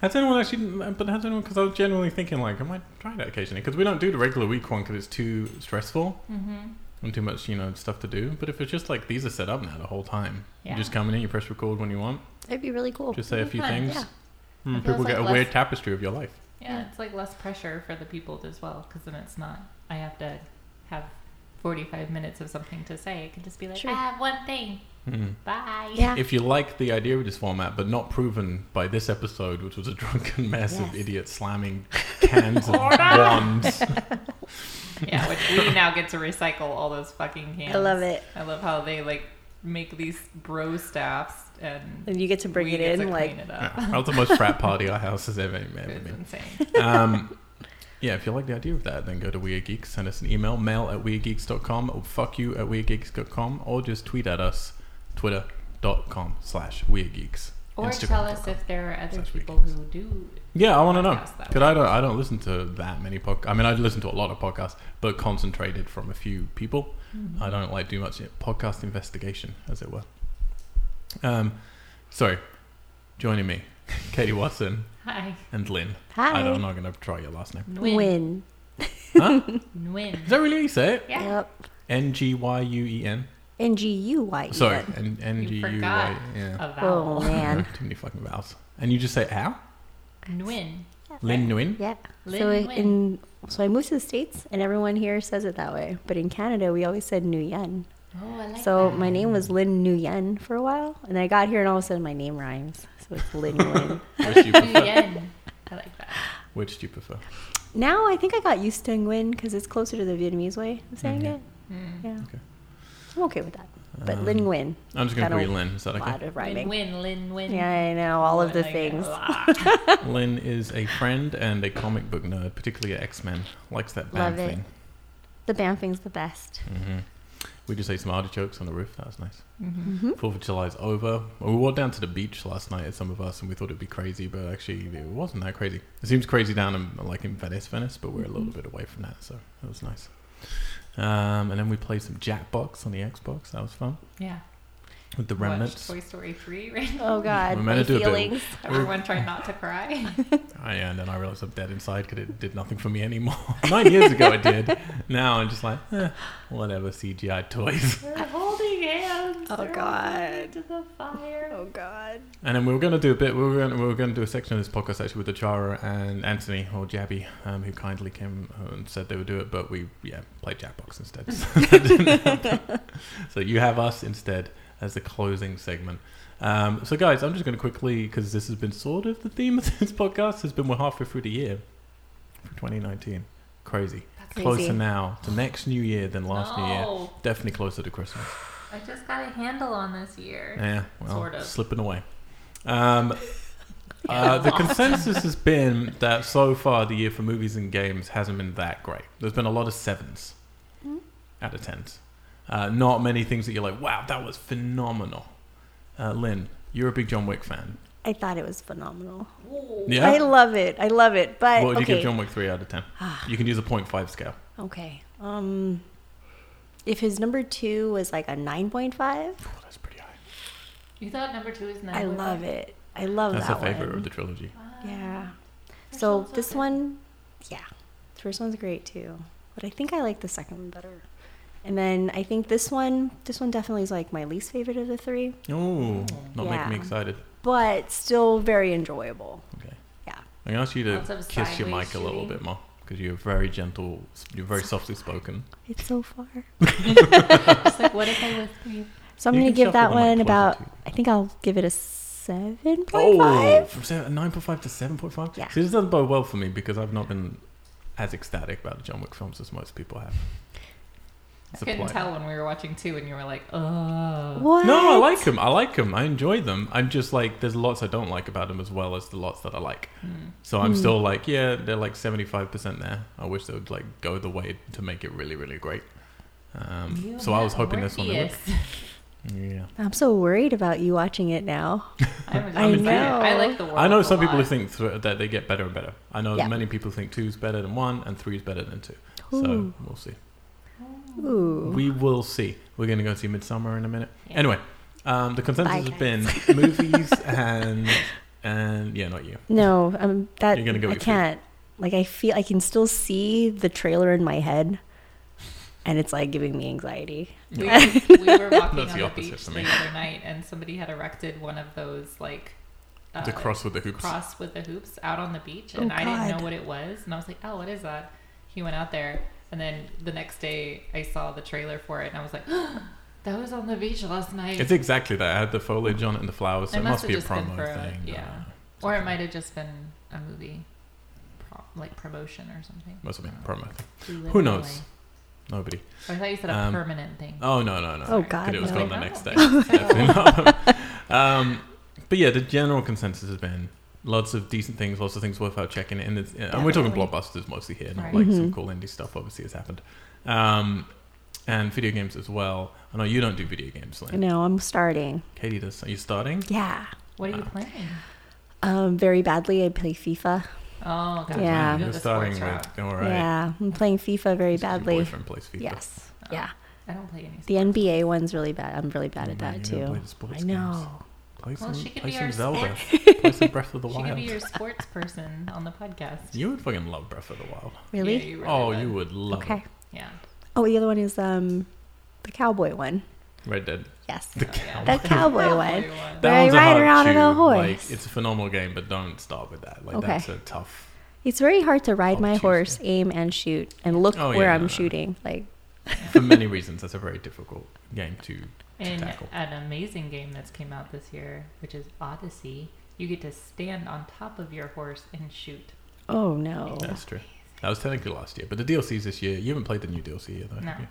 Speaker 1: Has anyone actually? But has anyone? Because I was generally thinking like, I might try that occasionally because we don't do the regular week one because it's too stressful
Speaker 5: Mm-hmm.
Speaker 1: and too much, you know, stuff to do. But if it's just like these are set up now the whole time,
Speaker 5: Yeah.
Speaker 1: you just come in, and you press record when you want,
Speaker 8: That'd be really cool.
Speaker 1: just say a few
Speaker 5: fun,
Speaker 1: things.
Speaker 8: yeah.
Speaker 1: Hmm,
Speaker 8: It feels
Speaker 1: people get
Speaker 8: like
Speaker 1: a
Speaker 8: less-
Speaker 1: weird tapestry of your life.
Speaker 5: Yeah, it's like less pressure for the people as well, because then it's not. I have to have forty-five minutes of something to say. It can just be like,
Speaker 8: Sure.
Speaker 5: I have one thing.
Speaker 1: Hmm.
Speaker 5: Bye.
Speaker 8: Yeah.
Speaker 1: If you like the idea of this format, but not proven by this episode, which was a drunken mess of
Speaker 8: Yes.
Speaker 1: idiots slamming cans and wands.
Speaker 5: Yeah, which we now get to recycle all those fucking cans.
Speaker 8: I love it.
Speaker 5: I love how they like make these bro staffs and
Speaker 8: And you get to bring
Speaker 5: we
Speaker 8: it
Speaker 5: get to
Speaker 8: in like
Speaker 5: clean it
Speaker 1: Yeah,
Speaker 5: up.
Speaker 1: that was the most frat party our house has ever, ever
Speaker 5: It's
Speaker 1: been.
Speaker 5: insane.
Speaker 1: Um, yeah, if you like the idea of that, then go to Weird Geeks, send us an email, mail at weirdgeeks.com, or fuck you at weirdgeeks.com, or just tweet at us, twitter.com slash weirdgeeks.
Speaker 5: Or
Speaker 1: Instagram
Speaker 5: tell
Speaker 1: dot
Speaker 5: us
Speaker 1: com.
Speaker 5: if there are other
Speaker 1: Such
Speaker 5: people
Speaker 1: weekends.
Speaker 5: who do.
Speaker 1: Yeah, I want to know
Speaker 5: podcasts that
Speaker 1: because I don't I don't listen to that many podcasts. I mean, I listen to a lot of podcasts, but concentrated from a few people.
Speaker 5: Mm-hmm.
Speaker 1: I don't like do much podcast investigation, as it were. Um, sorry, joining me, Katie Watson
Speaker 5: Hi.
Speaker 1: and Lynn. I
Speaker 8: hi
Speaker 1: don't, I'm not going to try your last name.
Speaker 5: Nguyen.
Speaker 8: win.
Speaker 5: Nguyen.
Speaker 1: Is that really how you say it?
Speaker 5: Yeah.
Speaker 8: Yep.
Speaker 1: N G Y U E N.
Speaker 8: N G U Y.
Speaker 1: Sorry, N N G
Speaker 5: You
Speaker 1: U
Speaker 5: forgot
Speaker 1: Y. Yeah.
Speaker 5: A
Speaker 8: Uh, Oh
Speaker 5: vowel.
Speaker 8: man.
Speaker 1: Too many fucking vowels. And you just say how?
Speaker 5: Nguyen.
Speaker 1: Lynn Nguyen.
Speaker 8: Yeah.
Speaker 5: Lin
Speaker 8: so I,
Speaker 5: Nguyen.
Speaker 8: in so I moved to the states, and everyone here says it that way. But in Canada, we always said Nguyen.
Speaker 5: Oh, I like
Speaker 8: So
Speaker 5: that.
Speaker 8: my name was Lynn Nguyen for a while, and I got here, and all of a sudden my name rhymes, so it's Lynn Nguyen.
Speaker 1: Which do you prefer?
Speaker 5: Nguyen. I like that.
Speaker 1: Which do you prefer?
Speaker 8: Now I think I got used to Nguyen because it's closer to the Vietnamese way of saying
Speaker 1: Mhm.
Speaker 8: it.
Speaker 5: Mm.
Speaker 8: Yeah,
Speaker 1: Okay.
Speaker 8: I'm okay with that. But Lin
Speaker 1: Um,
Speaker 8: Nguyen,
Speaker 1: I'm just going to
Speaker 8: That'll-
Speaker 1: call you Lynn. Is that
Speaker 8: a
Speaker 1: okay?
Speaker 8: lot of
Speaker 5: Win,
Speaker 8: rhyming.
Speaker 5: win, lin, win.
Speaker 8: Yeah, I know all of
Speaker 5: I
Speaker 8: the
Speaker 5: Ah. like it a
Speaker 8: things.
Speaker 5: lot.
Speaker 1: Lynn is a friend and a comic book nerd, particularly at X Men. Likes that band
Speaker 8: Love it.
Speaker 1: thing.
Speaker 8: The Banffing's the best.
Speaker 1: hmm We just ate some artichokes on the roof. That was nice.
Speaker 5: Mhm.
Speaker 8: hmm
Speaker 1: Fourth of July's over. We walked down to the beach last night, some of us, and we thought it'd be crazy, but actually it wasn't that crazy. It seems crazy down in like in Venice, Venice, but we're a little
Speaker 8: Mm-hmm.
Speaker 1: bit away from that, so that was nice. Um, and then we played some Jackbox on the Xbox. That was fun
Speaker 5: Yeah.
Speaker 1: with the
Speaker 5: Watch
Speaker 1: remnants.
Speaker 5: Toy Story 3, right?
Speaker 8: Oh God,
Speaker 1: We
Speaker 8: my
Speaker 1: meant to do a bit-
Speaker 8: feelings.
Speaker 5: Everyone try not to cry.
Speaker 1: I, uh, and then I realized I'm dead inside because it did nothing for me anymore. Nine years ago it did. Now I'm just like, eh, whatever CGI toys.
Speaker 5: They're holding hands.
Speaker 8: Oh,
Speaker 5: They're holding
Speaker 8: God.
Speaker 5: into the fire.
Speaker 8: Oh God.
Speaker 1: And then we were going to do a bit. We were going to, we were going to do a section of this podcast actually with Achara and Anthony or Jabby, um, who kindly came and said they would do it, but we yeah played Jackbox instead. So that didn't happen. so you have us instead as the closing segment. Um, so guys, I'm just going to quickly because this has been sort of the theme of this podcast has been we're halfway through the year for 2019. Crazy.
Speaker 8: Crazy.
Speaker 1: Closer now to next New Year than last
Speaker 5: no.
Speaker 1: New Year. Definitely closer to Christmas.
Speaker 5: I just got a handle on this year.
Speaker 1: Yeah, well,
Speaker 5: Sort of.
Speaker 1: slipping away. Um, uh, the consensus has been that so far the year for movies and games hasn't been that great. There's been a lot of sevens out of tens. Uh, not many things that you're like, wow, that was phenomenal. Uh, Lynn, you're a big John Wick fan.
Speaker 8: I thought it was phenomenal.
Speaker 1: Yeah?
Speaker 8: I love it. I love it. But
Speaker 1: what would you give
Speaker 8: okay.
Speaker 1: John Wick 3 out of 10? You can use a 0.5 scale.
Speaker 8: Okay. Um, if his number two was like a nine point five,
Speaker 1: Oh, that's pretty high.
Speaker 5: You thought number Ah. two is nine.
Speaker 8: I love it. I love
Speaker 1: that's
Speaker 8: that
Speaker 1: her favorite
Speaker 8: one.
Speaker 1: of the trilogy.
Speaker 8: Yeah.
Speaker 5: First
Speaker 8: So
Speaker 5: one's
Speaker 8: this
Speaker 5: okay.
Speaker 8: one, yeah, the first one's great too, but I think I like the second one better. And then I think this one, this one definitely is like my least favorite of the three,
Speaker 1: Oh, not making
Speaker 8: Yeah.
Speaker 1: me excited.
Speaker 8: but still very enjoyable.
Speaker 1: Okay.
Speaker 8: Yeah.
Speaker 1: I'm gonna ask you
Speaker 5: Lots
Speaker 1: to
Speaker 5: of
Speaker 1: kiss your
Speaker 5: sideways
Speaker 1: mic a little
Speaker 5: shooting.
Speaker 1: bit more because you're very gentle. You're very softly spoken.
Speaker 8: It's so far.
Speaker 5: It's like, what if I was three?
Speaker 8: So I'm
Speaker 1: You
Speaker 8: gonna
Speaker 1: can
Speaker 8: give that
Speaker 1: shuffle the mic
Speaker 8: one
Speaker 1: closer Oh.
Speaker 8: about.
Speaker 1: to you.
Speaker 8: I think I'll give it a seven point five.
Speaker 1: from seven, nine point five to seven point five.
Speaker 8: Yeah.
Speaker 1: See, this doesn't bode well for me because I've not been as ecstatic about the John Wick films as most people have. It's a
Speaker 5: Couldn't
Speaker 1: plight.
Speaker 5: tell when we were watching two, and you were like, "Oh,
Speaker 8: What?
Speaker 1: No, I like them. I like them. I enjoy them. I'm just like, there's lots I don't like about them as well as the lots that I like.
Speaker 5: Hmm.
Speaker 1: So I'm still like, yeah, they're like 75% there. I wish they would like go the way to make it really, really great. Um,
Speaker 5: you
Speaker 1: so I was
Speaker 5: have
Speaker 1: hoping this one. Would.
Speaker 5: Morpheus."
Speaker 1: Yeah.
Speaker 8: I'm so worried about you watching it now.
Speaker 5: I'm a
Speaker 8: I
Speaker 5: giant
Speaker 8: know.
Speaker 5: fan. I like the world.
Speaker 1: I know some
Speaker 5: a
Speaker 1: people who
Speaker 5: lot.
Speaker 1: think th- that they get better and better. I know
Speaker 8: Yeah.
Speaker 1: many people think two's better than one and three's better than two. So
Speaker 8: Ooh.
Speaker 1: we'll see.
Speaker 8: Ooh.
Speaker 1: We will see. We're going to go see Midsummer in a minute.
Speaker 5: Yeah.
Speaker 1: Anyway, um, the consensus
Speaker 8: Bye,
Speaker 1: has been movies and and yeah, not you.
Speaker 8: No, um, that
Speaker 1: You're gonna go
Speaker 8: I
Speaker 1: get food.
Speaker 8: can't. Like I feel I can still see the trailer in my head, and it's like giving me anxiety.
Speaker 5: We were, we were walking
Speaker 1: That's the
Speaker 5: on the
Speaker 1: opposite
Speaker 5: beach
Speaker 1: for
Speaker 5: the
Speaker 1: me.
Speaker 5: other night, and somebody had erected one of those like uh,
Speaker 1: the cross with the hoops.
Speaker 5: cross with the hoops out on the beach,
Speaker 8: Oh,
Speaker 5: and I didn't
Speaker 8: God.
Speaker 5: know what it was, and I was like, "Oh, what is that?" He went out there, and then the next day I saw the trailer for it, and I was like, "That was on the beach last night."
Speaker 1: It's exactly that. It had the foliage on it and the flowers, so
Speaker 5: It
Speaker 1: it
Speaker 5: must
Speaker 1: must,
Speaker 5: have
Speaker 1: be a
Speaker 5: just been
Speaker 1: promo
Speaker 5: for a-
Speaker 1: thing.
Speaker 5: yeah.
Speaker 1: Uh,
Speaker 5: or it might have just been a movie, pro- like promotion or something.
Speaker 1: must have been a promo thing.
Speaker 5: We live
Speaker 1: Who
Speaker 5: in
Speaker 1: knows? Nobody.
Speaker 5: LA. I thought you said a
Speaker 1: Um,
Speaker 5: permanent thing.
Speaker 1: Oh, no, no, no.
Speaker 8: Oh
Speaker 1: Because
Speaker 8: God,
Speaker 1: it was
Speaker 8: no.
Speaker 1: gone the
Speaker 5: no.
Speaker 1: next day. Definitely not. um, but yeah, the general consensus has been lots of decent things, lots of things worth out checking. And, it's, and we're talking
Speaker 8: Definitely.
Speaker 1: blockbusters mostly here, not
Speaker 5: Right.
Speaker 1: like
Speaker 8: Mm-hmm.
Speaker 1: some cool indie stuff, obviously, has happened. Um, and video games as well. I know you don't do video games,
Speaker 8: I
Speaker 1: Lynn.
Speaker 8: know I'm starting.
Speaker 1: Katie does. Are you starting?
Speaker 8: Yeah,
Speaker 5: What are you
Speaker 1: uh,
Speaker 5: playing?
Speaker 8: um, very badly. I play FIFA.
Speaker 5: Oh, God.
Speaker 8: Yeah.
Speaker 5: You know
Speaker 1: You're
Speaker 5: the
Speaker 1: starting
Speaker 5: sports route.
Speaker 1: with. All right.
Speaker 8: Yeah, I'm playing FIFA very
Speaker 1: Your
Speaker 8: badly.
Speaker 1: boyfriend plays FIFA.
Speaker 8: Yes. Yeah.
Speaker 5: I don't play any
Speaker 8: The
Speaker 5: sports.
Speaker 8: NBA one's really bad. I'm really bad
Speaker 1: You
Speaker 8: at
Speaker 1: know, you
Speaker 8: that
Speaker 1: don't play
Speaker 8: too.
Speaker 1: the sports
Speaker 8: I know.
Speaker 1: Play some,
Speaker 5: Well, she could
Speaker 1: play
Speaker 5: be
Speaker 1: some
Speaker 5: our
Speaker 1: Zelda. play some Breath of the
Speaker 5: She could
Speaker 1: Wild.
Speaker 5: be your sports person on the podcast.
Speaker 1: You would fucking love Breath of the Wild.
Speaker 5: Yeah,
Speaker 8: Really?
Speaker 5: you really
Speaker 1: oh,
Speaker 5: would.
Speaker 1: you would love
Speaker 8: Okay.
Speaker 5: Yeah.
Speaker 8: Oh, the other one is um, the cowboy one.
Speaker 1: it. Red Dead.
Speaker 8: Yes.
Speaker 1: The
Speaker 5: Oh,
Speaker 1: cow.
Speaker 8: The cowboy one.
Speaker 5: Probably one.
Speaker 8: Where I
Speaker 1: one's a
Speaker 8: ride
Speaker 1: hard
Speaker 8: around on a
Speaker 1: chew. Like,
Speaker 8: horse.
Speaker 1: it's a phenomenal game, but don't start with that. Like,
Speaker 8: Okay.
Speaker 1: that's a tough.
Speaker 8: It's very hard to ride
Speaker 1: Oh,
Speaker 8: my
Speaker 1: Tuesday.
Speaker 8: horse, aim and shoot, and look
Speaker 1: Oh,
Speaker 8: where
Speaker 1: yeah,
Speaker 8: I'm
Speaker 1: no, no.
Speaker 8: shooting. Like,
Speaker 1: For many reasons, that's a very difficult game to.
Speaker 5: In
Speaker 1: tackle.
Speaker 5: an amazing game that's came out this year, which is Odyssey, you get to stand on top of your horse and shoot.
Speaker 8: oh no.
Speaker 1: That's true. That was technically last year, but the DLC's this year. You haven't played the new DLC yet, though.
Speaker 5: No.
Speaker 1: have you?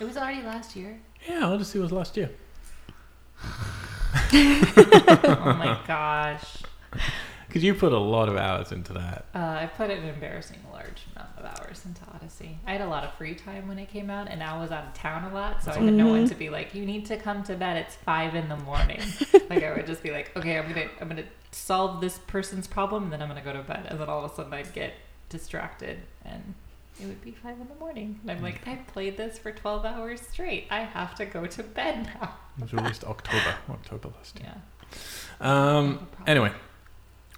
Speaker 5: It was already last year.
Speaker 1: Yeah, Odyssey was last year.
Speaker 5: oh my gosh.
Speaker 1: Because you put a lot of hours into that.
Speaker 5: Uh, I put an embarrassing large amount of hours into Odyssey. I had a lot of free time when it came out, and I was out of town a lot, so I had no
Speaker 8: Mm-hmm.
Speaker 5: one to be like, "You need to come to bed. It's five in the morning." like I would just be like, "Okay, I'm gonna I'm gonna solve this person's problem, and then I'm gonna go to bed." And then all of a sudden, I'd get distracted, and it would be five in the morning, and I'm like, "I played this for twelve hours straight. I have to go to bed now."
Speaker 1: It was released October. October last year.
Speaker 5: Yeah.
Speaker 1: Um, anyway,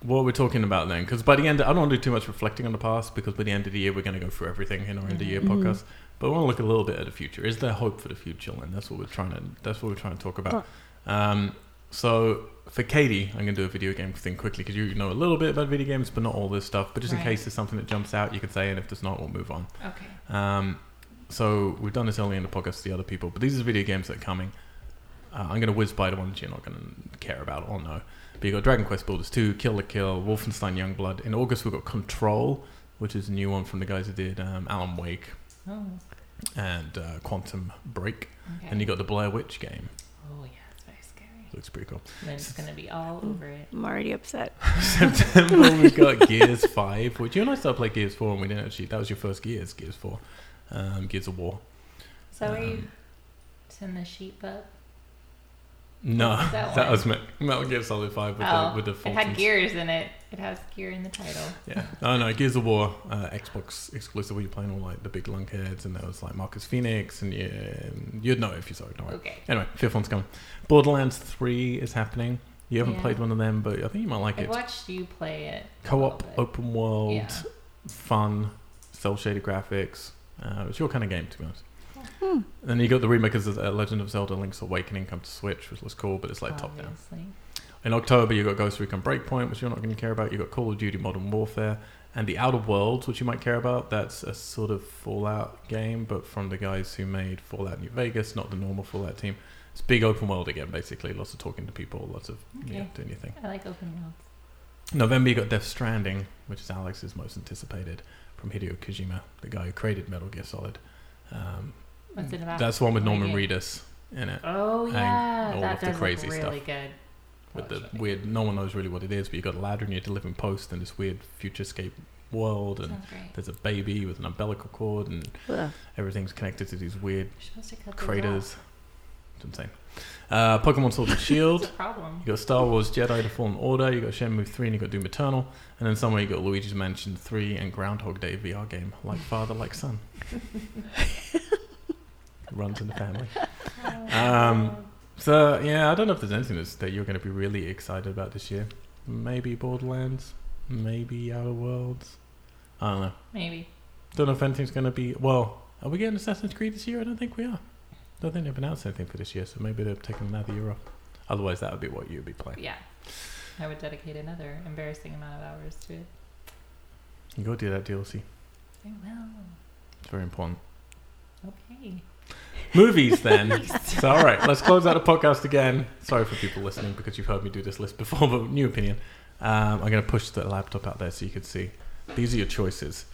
Speaker 1: what we're talking about then, because by the end, I don't want to do too much reflecting on the past, because by the end of the year, we're going to go through everything in our end of year
Speaker 5: Mm-hmm.
Speaker 1: podcast. But I want to look a little bit at the future. Is there hope for the future? And that's what we're trying to. That's what we're trying to talk about. Um, so for Katie, I'm going to do a video game thing quickly because you know a little bit about video games, but not all this stuff. But just in
Speaker 5: Right.
Speaker 1: case there's something that jumps out, you can say, and if there's not, we'll move on.
Speaker 5: Okay.
Speaker 1: Um, so we've done this earlier in the podcast to the other people, but these are the video games that are coming. Uh, I'm going to whiz by the ones you're not going to care about or know. But you got Dragon Quest Builders 2, Kill the Kill, Wolfenstein Youngblood. In August, we've got Control, which is a new one from the guys who did um, Alan Wake
Speaker 5: Oh.
Speaker 1: and uh, Quantum Break.
Speaker 5: Okay.
Speaker 1: And you got the Blair Witch game.
Speaker 5: oh yeah, it's very scary.
Speaker 1: Looks pretty cool.
Speaker 5: Lynn's gonna be all over it.
Speaker 8: Mm. I'm already upset.
Speaker 1: September we got Gears Five, which you and I started playing Gears Four, and we didn't actually. That was your first Gears, Gears Four, um, Gears of War.
Speaker 5: So are you
Speaker 1: Um,
Speaker 5: send the sheep up?
Speaker 1: No,
Speaker 5: What's that
Speaker 1: that,
Speaker 5: one?
Speaker 1: was Me- Metal Gear Solid Five with
Speaker 5: oh,
Speaker 1: the with the
Speaker 5: it had
Speaker 1: Fultons.
Speaker 5: gears in it. It has gear in the title.
Speaker 1: Yeah. Oh no, Gears of War, uh, Xbox exclusive. Where you're playing all like the big lunkheads, and there was like Marcus Phoenix, and you, you'd know if you saw it. Don't worry.
Speaker 5: Okay.
Speaker 1: Anyway, fifth one's coming. Borderlands Three is happening. You haven't
Speaker 5: Yeah.
Speaker 1: played one of them, but I think you might like
Speaker 5: I
Speaker 1: it.
Speaker 5: watched you play it. a
Speaker 1: Co-op,
Speaker 5: little bit.
Speaker 1: open world,
Speaker 5: Yeah.
Speaker 1: fun, cell shaded graphics. Uh, it's your kind of game, to be honest. And then you got the remakers of uh, Legend of Zelda: Link's Awakening come to Switch, which looks cool, but it's
Speaker 5: Oh,
Speaker 1: like top down.
Speaker 5: Obviously.
Speaker 1: In October, you got Ghost Recon Breakpoint, which you're not going to care about. You got Call of Duty Modern Warfare and The Outer Worlds, which you might care about. That's a sort of Fallout game, but from the guys who made Fallout New Vegas, not the normal Fallout team. It's big open world again, basically. Lots of talking to people, lots of yeah,
Speaker 5: Okay.
Speaker 1: doing your thing.
Speaker 5: I like open worlds.
Speaker 1: November, you got Death Stranding, which is Alex's most anticipated from Hideo Kojima, the guy who created Metal Gear Solid. Um,
Speaker 5: What's it about?
Speaker 1: That's the one with Norman
Speaker 5: Like it-
Speaker 1: Reedus in it.
Speaker 5: Oh
Speaker 1: and
Speaker 5: yeah,
Speaker 1: all
Speaker 5: that
Speaker 1: of the
Speaker 5: does
Speaker 1: crazy
Speaker 5: look
Speaker 1: stuff.
Speaker 5: really good.
Speaker 1: With the
Speaker 5: Watch it.
Speaker 1: weird, no one knows really what it is, but you got a ladder and you're delivering post in this weird futurescape world, and
Speaker 5: Sounds great.
Speaker 1: there's a baby with an umbilical cord, and
Speaker 9: Ugh.
Speaker 1: everything's connected to these weird
Speaker 5: You're supposed to cut those off.
Speaker 1: craters. It's insane. Uh, Pokemon Sword and Shield.
Speaker 5: It's a problem.
Speaker 1: You got Star Wars Jedi: The Fallen Order. You got Shenmue Three, and you got Doom Eternal. And then somewhere you got Luigi's Mansion Three and Groundhog Day VR game, like father, like son. Runs in the family.
Speaker 5: Oh,
Speaker 1: Um, So yeah, I don't know if there's anything that's, that you're going to be really excited about this year. Maybe Borderlands. Maybe Outer Worlds. I don't know.
Speaker 5: Maybe.
Speaker 1: Don't know if anything's going to be. Well, are we getting Assassin's Creed this year? I don't think we are. Don't think they've announced anything for this year, so maybe they've taken another year off. Otherwise, that would be what you'd be
Speaker 5: But
Speaker 1: playing.
Speaker 5: yeah. I would dedicate another embarrassing amount of hours to it.
Speaker 1: You go do that DLC.
Speaker 5: I will.
Speaker 1: It's very important.
Speaker 5: Okay.
Speaker 1: Movies, then. so, all right, let's close out the podcast again. Sorry for people listening because you've heard me do this list before, but new opinion. Um, I'm going to push the laptop out there so you can see. These are your choices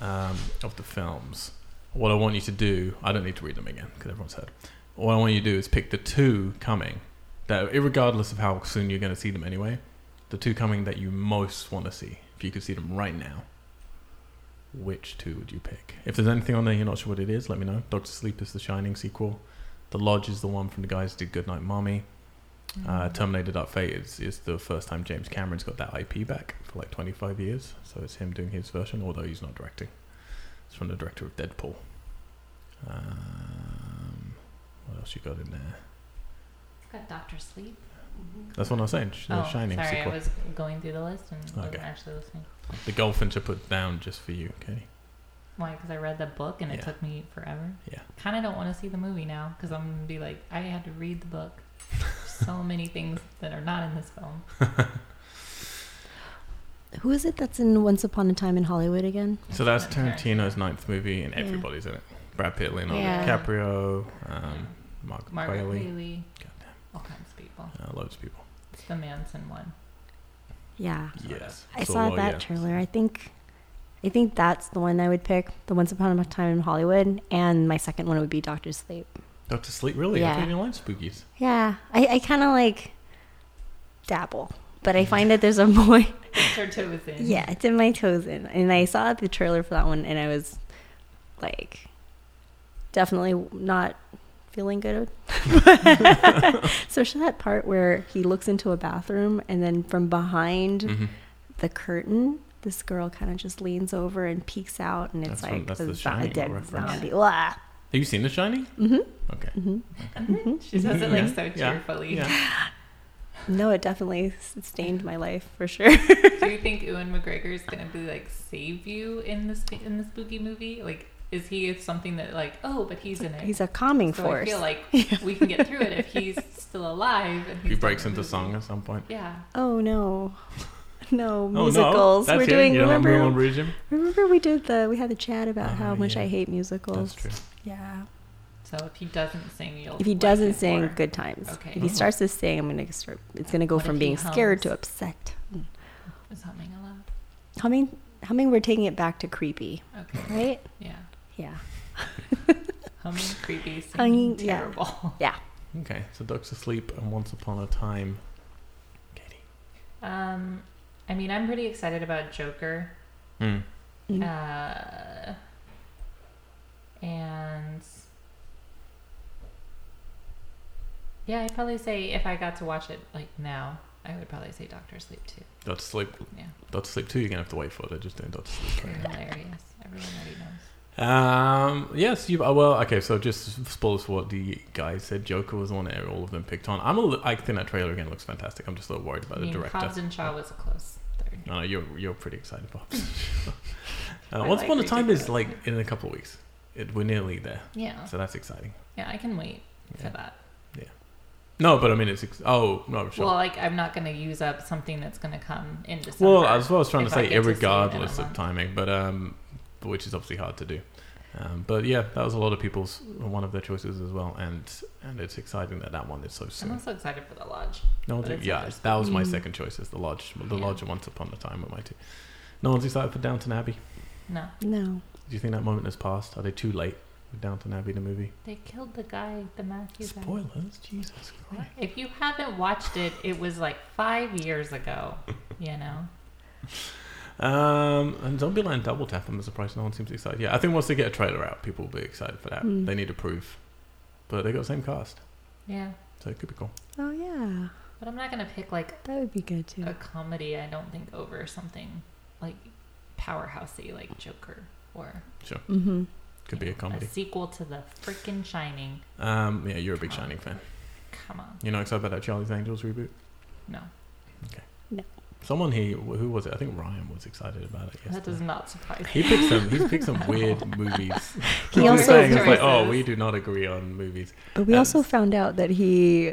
Speaker 1: um, of the films. What I want you to do, I don't need to read them again because everyone's heard. What I want you to do is pick the two coming, that, regardless of how soon you're going to see them anyway, the two coming that you most want to see. If you could see them right now, which two would you pick? If there's anything on there you're not sure what it is, let me know. Doctor Sleep is the Shining sequel. The Lodge is the one from the guys who did Goodnight Mommy. Uh, Terminator Dark Fate is, is the first time James Cameron's got that IP back for like 25 years. So it's him doing his version, although he's not directing. It's from the director of Deadpool. Um, what else you got in there?
Speaker 5: Got Doctor Sleep.
Speaker 1: That's what I was saying. sh- The
Speaker 5: Oh,
Speaker 1: Shining
Speaker 5: sorry,
Speaker 1: sequel.
Speaker 5: I was going through the list and
Speaker 1: Okay.
Speaker 5: wasn't actually listening.
Speaker 1: The Goldfinch I put down just for you, Katie.
Speaker 5: Why? Because I read the book and it
Speaker 1: Yeah.
Speaker 5: took me forever.
Speaker 1: Yeah.
Speaker 5: Kind of don't want to see the movie now because I'm gonna be like, I had to read the book. so many things that are not in this film.
Speaker 8: Who is it that's in Once Upon a Time in Hollywood again?
Speaker 1: So that's Tarantino's ninth movie, and everybody's in it. Brad Pitt, Leonardo
Speaker 8: Yeah.
Speaker 1: DiCaprio, um, Margaret,
Speaker 5: Margaret
Speaker 1: Qualley,
Speaker 5: Qualley,
Speaker 1: Goddamn,
Speaker 5: all kinds of people.
Speaker 1: uh, loads of people.
Speaker 5: It's the Manson one.
Speaker 8: Yeah.
Speaker 1: Yes,
Speaker 8: I
Speaker 1: So,
Speaker 8: saw
Speaker 1: well,
Speaker 8: that
Speaker 1: yeah.
Speaker 8: trailer. I think I think that's the one I would pick. The Once Upon a Time in Hollywood and my second one would be Doctor Sleep.
Speaker 1: Doctor Sleep, really? I
Speaker 8: Yeah.
Speaker 1: thought you didn't like spookies.
Speaker 8: Yeah. I, I kinda like dabble. But I find that there's a more
Speaker 5: Sure, two was in.
Speaker 8: Yeah, it's in my toes in. And I saw the trailer for that one and I was like definitely not feeling good. Especially that part where he looks into a bathroom and then from behind
Speaker 1: Mhm.
Speaker 8: the curtain, this girl kind of just leans over and peeks out, and
Speaker 1: That's
Speaker 8: it's
Speaker 1: from-
Speaker 8: like
Speaker 1: that's
Speaker 8: a,
Speaker 1: the
Speaker 8: zo- a
Speaker 1: Shining
Speaker 8: dead
Speaker 1: reference.
Speaker 8: zombie. Blah.
Speaker 1: Have you seen The Shining?
Speaker 8: Mm-hmm.
Speaker 1: Okay.
Speaker 8: hmm
Speaker 5: She says it like so
Speaker 1: Mm-hmm. Yeah.
Speaker 5: cheerfully.
Speaker 1: Yeah.
Speaker 8: No, it definitely sustained my life for sure.
Speaker 5: Do you think Ewan McGregor is gonna be like save you in this in the spooky movie? Like, is he something that like oh, but he's in it.
Speaker 8: He's a calming
Speaker 5: so I
Speaker 8: force.
Speaker 5: feel like we can get through it if he's still alive. And he's
Speaker 1: He
Speaker 5: done
Speaker 1: breaks
Speaker 5: the
Speaker 1: into
Speaker 5: movie.
Speaker 1: song at some point.
Speaker 5: Yeah.
Speaker 8: oh no, no
Speaker 1: Oh, no.
Speaker 8: musicals.
Speaker 1: That's
Speaker 8: We're
Speaker 1: it.
Speaker 8: doing.
Speaker 1: You don't
Speaker 8: remember,
Speaker 1: Moulin Rouge him?
Speaker 8: remember we did the we had the chat about
Speaker 1: Oh,
Speaker 8: how much
Speaker 1: yeah.
Speaker 8: I hate
Speaker 1: That's
Speaker 8: musicals.
Speaker 1: true.
Speaker 8: Yeah.
Speaker 5: So if he doesn't sing, you'll.
Speaker 8: If he
Speaker 5: like
Speaker 8: doesn't
Speaker 5: it
Speaker 8: sing,
Speaker 5: more.
Speaker 8: good times.
Speaker 5: Okay.
Speaker 8: If he
Speaker 1: Oh.
Speaker 8: starts to sing, I'm gonna start. It's gonna go
Speaker 5: What
Speaker 8: from
Speaker 5: if he
Speaker 8: being scared to
Speaker 5: hums?
Speaker 8: upset. Mm.
Speaker 5: Is humming allowed?
Speaker 8: Humming, humming. We're taking it back to creepy,
Speaker 5: Okay.
Speaker 8: right?
Speaker 5: Yeah.
Speaker 8: Yeah.
Speaker 5: Humming creepy, singing
Speaker 8: Humming, yeah.
Speaker 5: terrible.
Speaker 1: Okay, so Doctor Sleep and Once Upon a Time. Katie.
Speaker 5: Um, I mean, I'm pretty excited about Joker.
Speaker 1: Mm.
Speaker 5: Uh, and yeah, I'd probably say if I got to watch it like now, I would probably say Doctor Sleep too.
Speaker 1: Doctor Sleep.
Speaker 5: Yeah.
Speaker 1: Doctor Sleep 2, you're going to have to wait for it. They're just doing Doctor Sleep.
Speaker 5: They're
Speaker 1: right now.
Speaker 5: hilarious. Everyone already knows.
Speaker 1: Um. Yes. You. uh, Well. Okay. So just spoilers for what the guy said. Joker was the one that all of them picked on. I'm a. li- I think that trailer again looks fantastic. I'm just a little worried about
Speaker 5: I
Speaker 1: the
Speaker 5: mean,
Speaker 1: director.
Speaker 5: Hobbs and Shaw was a close third.
Speaker 1: No, no, you're you're pretty excited, Bob. uh,
Speaker 5: I
Speaker 1: Once
Speaker 5: like
Speaker 1: upon a time is
Speaker 5: ridiculous.
Speaker 1: like in a couple of weeks. It, we're nearly there,
Speaker 5: Yeah,
Speaker 1: so that's exciting.
Speaker 5: yeah, I can wait
Speaker 1: Yeah.
Speaker 5: for that.
Speaker 1: No, but I mean it's ex- oh no, sure. Well,
Speaker 5: Well, like I'm not going to use up something that's going to come in December.
Speaker 1: that's what I was trying to
Speaker 5: if
Speaker 1: say,
Speaker 5: I get to see it in a
Speaker 1: irregardless of
Speaker 5: month.
Speaker 1: timing, but um, which is obviously hard to do. Um, but yeah, that was a lot of people's one of their choices as well, and and it's exciting that that one is so
Speaker 5: I'm
Speaker 1: soon.
Speaker 5: also excited for the lodge.
Speaker 1: No one's
Speaker 5: But it's
Speaker 1: yeah,
Speaker 5: interesting.
Speaker 1: that was my
Speaker 8: Mm.
Speaker 1: second choice. Is the lodge, the
Speaker 5: Yeah.
Speaker 1: lodge and Once Upon a Time were my two. No one's excited for Downton Abbey.
Speaker 5: No,
Speaker 8: No.
Speaker 1: Do you think that moment has passed? Are they too late? Downton Abbey, the movie.
Speaker 5: They killed the guy, the Matthews. guy.
Speaker 1: Spoilers, Jesus Christ.
Speaker 5: If you haven't watched it, it was like five years ago. You know,
Speaker 1: Um, and Zombieland Double Tap, I'm surprised no one seems excited. Yeah, I think once they get a trailer out, people will be excited for that.
Speaker 8: Hmm.
Speaker 1: They need to prove. But they got the same cast,
Speaker 5: yeah.
Speaker 1: so it could be cool.
Speaker 8: Oh yeah,
Speaker 5: But I'm not gonna pick like
Speaker 8: that would be good too.
Speaker 5: a comedy. I don't think over something like powerhousey like Joker or
Speaker 8: Mm-hmm.
Speaker 1: Could be a comedy.
Speaker 5: a sequel to the freaking Shining.
Speaker 1: Um, yeah, you're a big Shining fan.
Speaker 5: Come on,
Speaker 1: You're not excited about that Charlie's Angels reboot?
Speaker 5: no,
Speaker 1: Someone here, who was it? I think Ryan was excited about it.
Speaker 5: that
Speaker 1: Yesterday.
Speaker 5: does not surprise me.
Speaker 1: He picked some. He's picked some weird movies.
Speaker 8: He
Speaker 1: What
Speaker 8: also-
Speaker 1: he's saying is like, oh,
Speaker 5: Choices.
Speaker 1: we do not agree on movies.
Speaker 8: But we
Speaker 1: Uh,
Speaker 8: also found out that he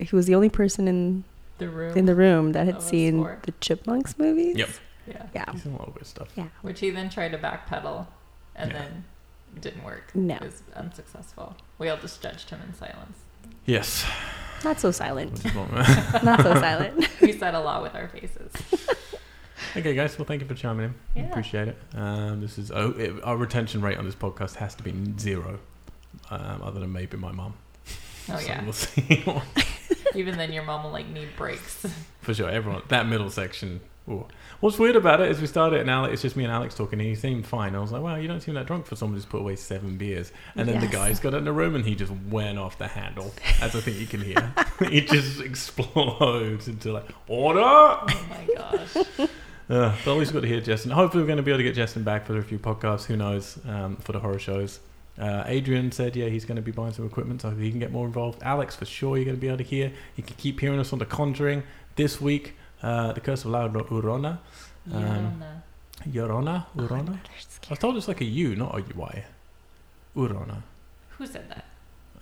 Speaker 8: he was the only person in
Speaker 5: The room.
Speaker 8: in the room that
Speaker 5: Of
Speaker 8: had
Speaker 5: us
Speaker 8: seen
Speaker 5: four.
Speaker 8: the Chipmunks movies.
Speaker 1: Yep.
Speaker 5: yeah.
Speaker 8: Yeah.
Speaker 1: He's in a lot of weird stuff.
Speaker 8: Yeah.
Speaker 5: which he then tried to backpedal and
Speaker 1: Yeah.
Speaker 5: then didn't work.
Speaker 8: No.
Speaker 5: It was unsuccessful. We all just judged him in silence.
Speaker 1: Yes.
Speaker 8: Not so silent.
Speaker 1: Which is what-
Speaker 8: Not so silent.
Speaker 5: We said a lot with our faces.
Speaker 1: okay, guys. Well, thank you for chiming in. We
Speaker 5: Yeah.
Speaker 1: Appreciate it. Um, this is oh, it, our retention rate on this podcast has to be zero, um, other than maybe my mom.
Speaker 5: Oh,
Speaker 1: so
Speaker 5: yeah.
Speaker 1: We'll see.
Speaker 5: Even then, your mom will like need breaks.
Speaker 1: For sure, everyone that middle section. Ooh. What's weird about it is we started and Alex, it's just me and Alex talking, and he seemed fine. I was like, wow, you don't seem that drunk for someone who's put away seven beers. And then the
Speaker 8: Yes.
Speaker 1: guys got in the room and he just went off the handle, as I think you can hear. he just explodes into like, order!
Speaker 5: Oh my gosh.
Speaker 1: Uh, but at least we got to hear Justin. Hopefully, we're going to be able to get Justin back for a few podcasts. Who knows? Um, for the horror shows. Uh, Adrian said, yeah, he's going to be buying some equipment so he can get more involved. Alex, for sure, you're going to be able to hear. You can keep hearing us on The Conjuring this week. Uh, the Curse of La Ro- Urona.
Speaker 5: You
Speaker 1: Um,
Speaker 5: don't know.
Speaker 1: Urona?
Speaker 5: Oh,
Speaker 1: Urona? I was told it's like a U, not a Y. Urona.
Speaker 5: Who said that?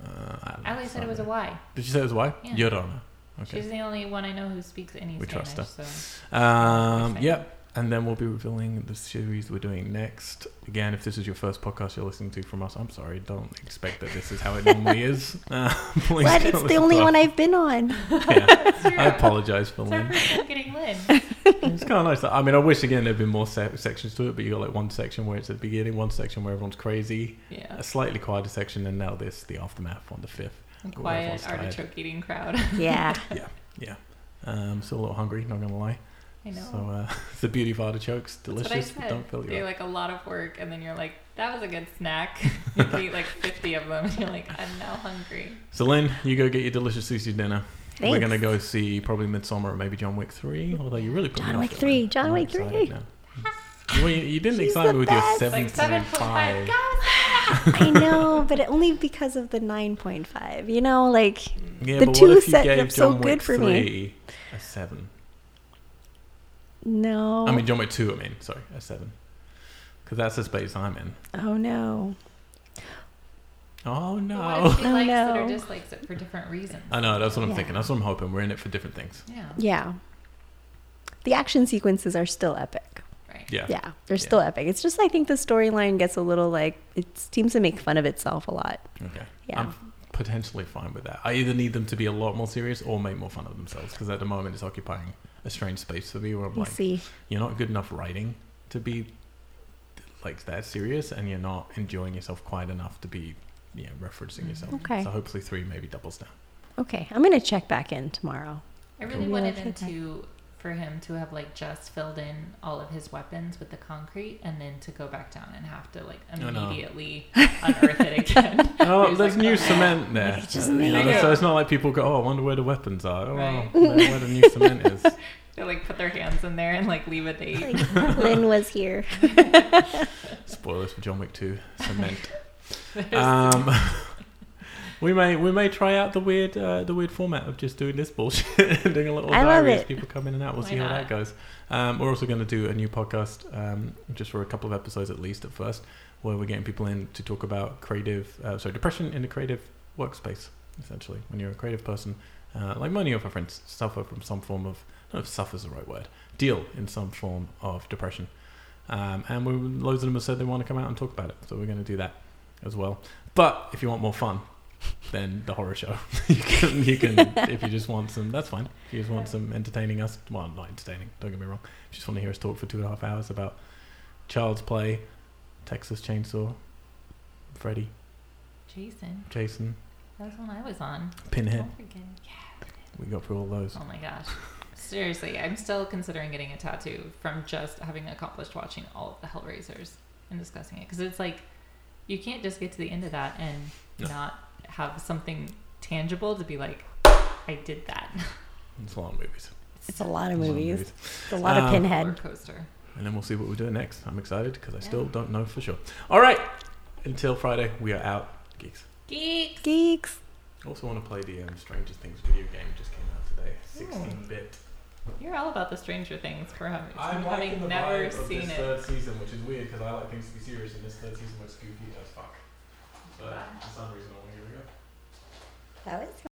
Speaker 1: Uh, I don't know.
Speaker 5: Ali said it was a Y.
Speaker 1: Did you say it was a Y?
Speaker 5: Yeah.
Speaker 1: Urona. Okay.
Speaker 5: She's the only one I know who speaks any
Speaker 1: We
Speaker 5: Spanish.
Speaker 1: trust her.
Speaker 5: So
Speaker 1: Um,
Speaker 5: Perfect.
Speaker 1: yep. And then we'll be revealing the series we're doing next. Again, if this is your first podcast you're listening to from us, I'm sorry. Don't expect that this is how it normally is. Uh, please
Speaker 8: What?
Speaker 1: don't
Speaker 8: It's the
Speaker 1: listen
Speaker 8: only
Speaker 1: to
Speaker 8: one
Speaker 1: us.
Speaker 8: I've been on.
Speaker 1: Yeah.
Speaker 5: it's true.
Speaker 1: I apologize for
Speaker 5: It's our
Speaker 1: Lynn.
Speaker 5: first time getting Lynn.
Speaker 1: It's kind of nice. that- I mean, I wish again there'd been more se- sections to it, but you got like one section where it's at the beginning, one section where everyone's crazy,
Speaker 5: Yeah.
Speaker 1: a slightly quieter section, and now this, the aftermath on the fifth.
Speaker 5: And
Speaker 1: We're all
Speaker 5: quiet
Speaker 1: tired.
Speaker 5: artichoke eating crowd.
Speaker 8: Yeah.
Speaker 1: Um, still a little hungry, not gonna lie.
Speaker 5: I know.
Speaker 1: So uh, it's the beauty of artichokes,
Speaker 5: That's
Speaker 1: delicious.
Speaker 5: what I
Speaker 1: but
Speaker 5: said.
Speaker 1: don't fill you
Speaker 5: They
Speaker 1: up.
Speaker 5: like a lot of work, and then you're like, "That was a good snack." you can eat like 50 of them, and you're like, "I'm now hungry."
Speaker 1: So Lynn, you go get your delicious sushi dinner. We're
Speaker 8: Thanks.
Speaker 1: gonna go see probably Midsummer or maybe John Wick three. Although you really put me
Speaker 8: John
Speaker 1: off
Speaker 8: Wick
Speaker 1: it,
Speaker 8: 3,
Speaker 1: Lynn.
Speaker 8: John
Speaker 1: I'm
Speaker 8: Wick
Speaker 1: excited
Speaker 8: 3.
Speaker 1: now. Well, you, you didn't
Speaker 8: She's
Speaker 1: excite me
Speaker 8: the
Speaker 1: with your
Speaker 8: best.
Speaker 5: It's
Speaker 1: seven
Speaker 5: like
Speaker 1: point five.
Speaker 5: 7.5. God,
Speaker 8: I know, but it- only because of the 9.5. You know, like
Speaker 1: Yeah,
Speaker 8: The
Speaker 1: but
Speaker 8: two
Speaker 1: what if you
Speaker 8: set
Speaker 1: gave
Speaker 8: up so
Speaker 1: John
Speaker 8: good
Speaker 1: Wick
Speaker 8: for me.
Speaker 1: three a seven?
Speaker 8: no.
Speaker 1: I mean John Wick two. I mean, sorry, a seven. Because that's the space I'm in.
Speaker 8: oh no.
Speaker 1: Oh
Speaker 5: But What if
Speaker 1: no!
Speaker 5: she
Speaker 8: Oh,
Speaker 5: likes it or
Speaker 8: no.
Speaker 5: dislikes it for different reasons?
Speaker 1: I know. That's what I'm
Speaker 8: Yeah.
Speaker 1: thinking. That's what I'm hoping. We're in it for different things.
Speaker 5: Yeah.
Speaker 8: Yeah. The action sequences are still epic.
Speaker 5: Right.
Speaker 1: Yeah.
Speaker 8: Yeah, they're still epic. It's just I think the storyline gets a little like it seems to make fun of itself a lot.
Speaker 1: Okay.
Speaker 8: Yeah.
Speaker 1: I'm potentially fine with that. I either need them to be a lot more serious or make more fun of themselves. Because at the moment, it's occupying a strange space for me where I'm
Speaker 8: you
Speaker 1: like,
Speaker 8: see.
Speaker 1: you're not good enough writing to be like that serious and you're not enjoying yourself quite enough to be yeah
Speaker 5: Mm.
Speaker 1: referencing yourself
Speaker 8: Okay.
Speaker 1: so hopefully three maybe doubles down
Speaker 8: Okay, I'm gonna check back in tomorrow.
Speaker 5: I really
Speaker 8: Cool.
Speaker 5: wanted
Speaker 8: Yeah,
Speaker 5: him
Speaker 8: it's okay.
Speaker 5: to, for him to have like just filled in all of his weapons with the concrete, and then to go back down and have to like
Speaker 1: I know.
Speaker 5: immediately unearth it again.
Speaker 1: oh
Speaker 5: He's
Speaker 1: there's
Speaker 5: like,
Speaker 1: new
Speaker 5: "Oh."
Speaker 1: cement there
Speaker 8: You just
Speaker 1: Uh, you know,
Speaker 5: made it.
Speaker 1: so it's not like people go oh i wonder where the weapons are oh
Speaker 5: Right.
Speaker 1: well, I know where the new cement is
Speaker 5: They like put their hands in there and like leave a date.
Speaker 8: Like, Lynn was here.
Speaker 1: spoilers for john wick 2 cement um We may we may try out the weird uh, the weird format of just doing this bullshit and doing a little
Speaker 8: I love
Speaker 1: diary as
Speaker 8: it.
Speaker 1: people come in and out. We'll
Speaker 5: Why
Speaker 1: see how that
Speaker 5: not?
Speaker 1: goes. Um, we're also going to do a new podcast um, just for a couple of episodes at least at first, where we're getting people in to talk about creative uh, sorry depression in the creative workspace essentially. When you're a creative person, uh, like many of our friends suffer from some form of I don't know if suffer is the right word deal in some form of depression. Um, and we, loads of them have said they want to come out and talk about it, so we're going to do that as well. But if you want more fun, then the horror show. you can, you can, if you just want some, that's fine. If you just want some entertaining us, well, not entertaining. Don't get me wrong. If you just want to hear us talk for two and a half hours about Child's Play, Texas Chainsaw, Freddy,
Speaker 5: Jason.
Speaker 1: Jason,
Speaker 5: That was one I was on.
Speaker 1: Pinhead.
Speaker 5: Don't forget. Yeah.
Speaker 1: We got through all those.
Speaker 5: Oh my gosh. Seriously, I'm still considering getting a tattoo from just having accomplished watching all of the Hellraisers and discussing it. Because it's like, you can't just get to the end of that and
Speaker 1: No.
Speaker 5: not have something tangible to be like, I did that.
Speaker 1: It's a lot of movies.
Speaker 8: It's a lot of
Speaker 1: It's
Speaker 8: movies. It's a lot of
Speaker 1: Um,
Speaker 5: Roller
Speaker 8: pinhead.
Speaker 5: coaster.
Speaker 1: And then we'll see what we do next. I'm excited because I
Speaker 5: Yeah.
Speaker 1: still don't know for sure. All right. Until Friday, we are out, geeks.
Speaker 5: Geek!
Speaker 8: Geeks.
Speaker 1: Also want to play the um, Stranger Things video game. Just came out today. 16-bit.
Speaker 5: You're all about the Stranger Things for having,
Speaker 1: I'm liking the
Speaker 5: having never
Speaker 1: vibe of
Speaker 5: seen
Speaker 1: this uh,
Speaker 5: it.
Speaker 1: third season, which is weird because I like things to be serious, and this third season looks goofy as fuck. But for some reason, I want to give it a go.
Speaker 9: That was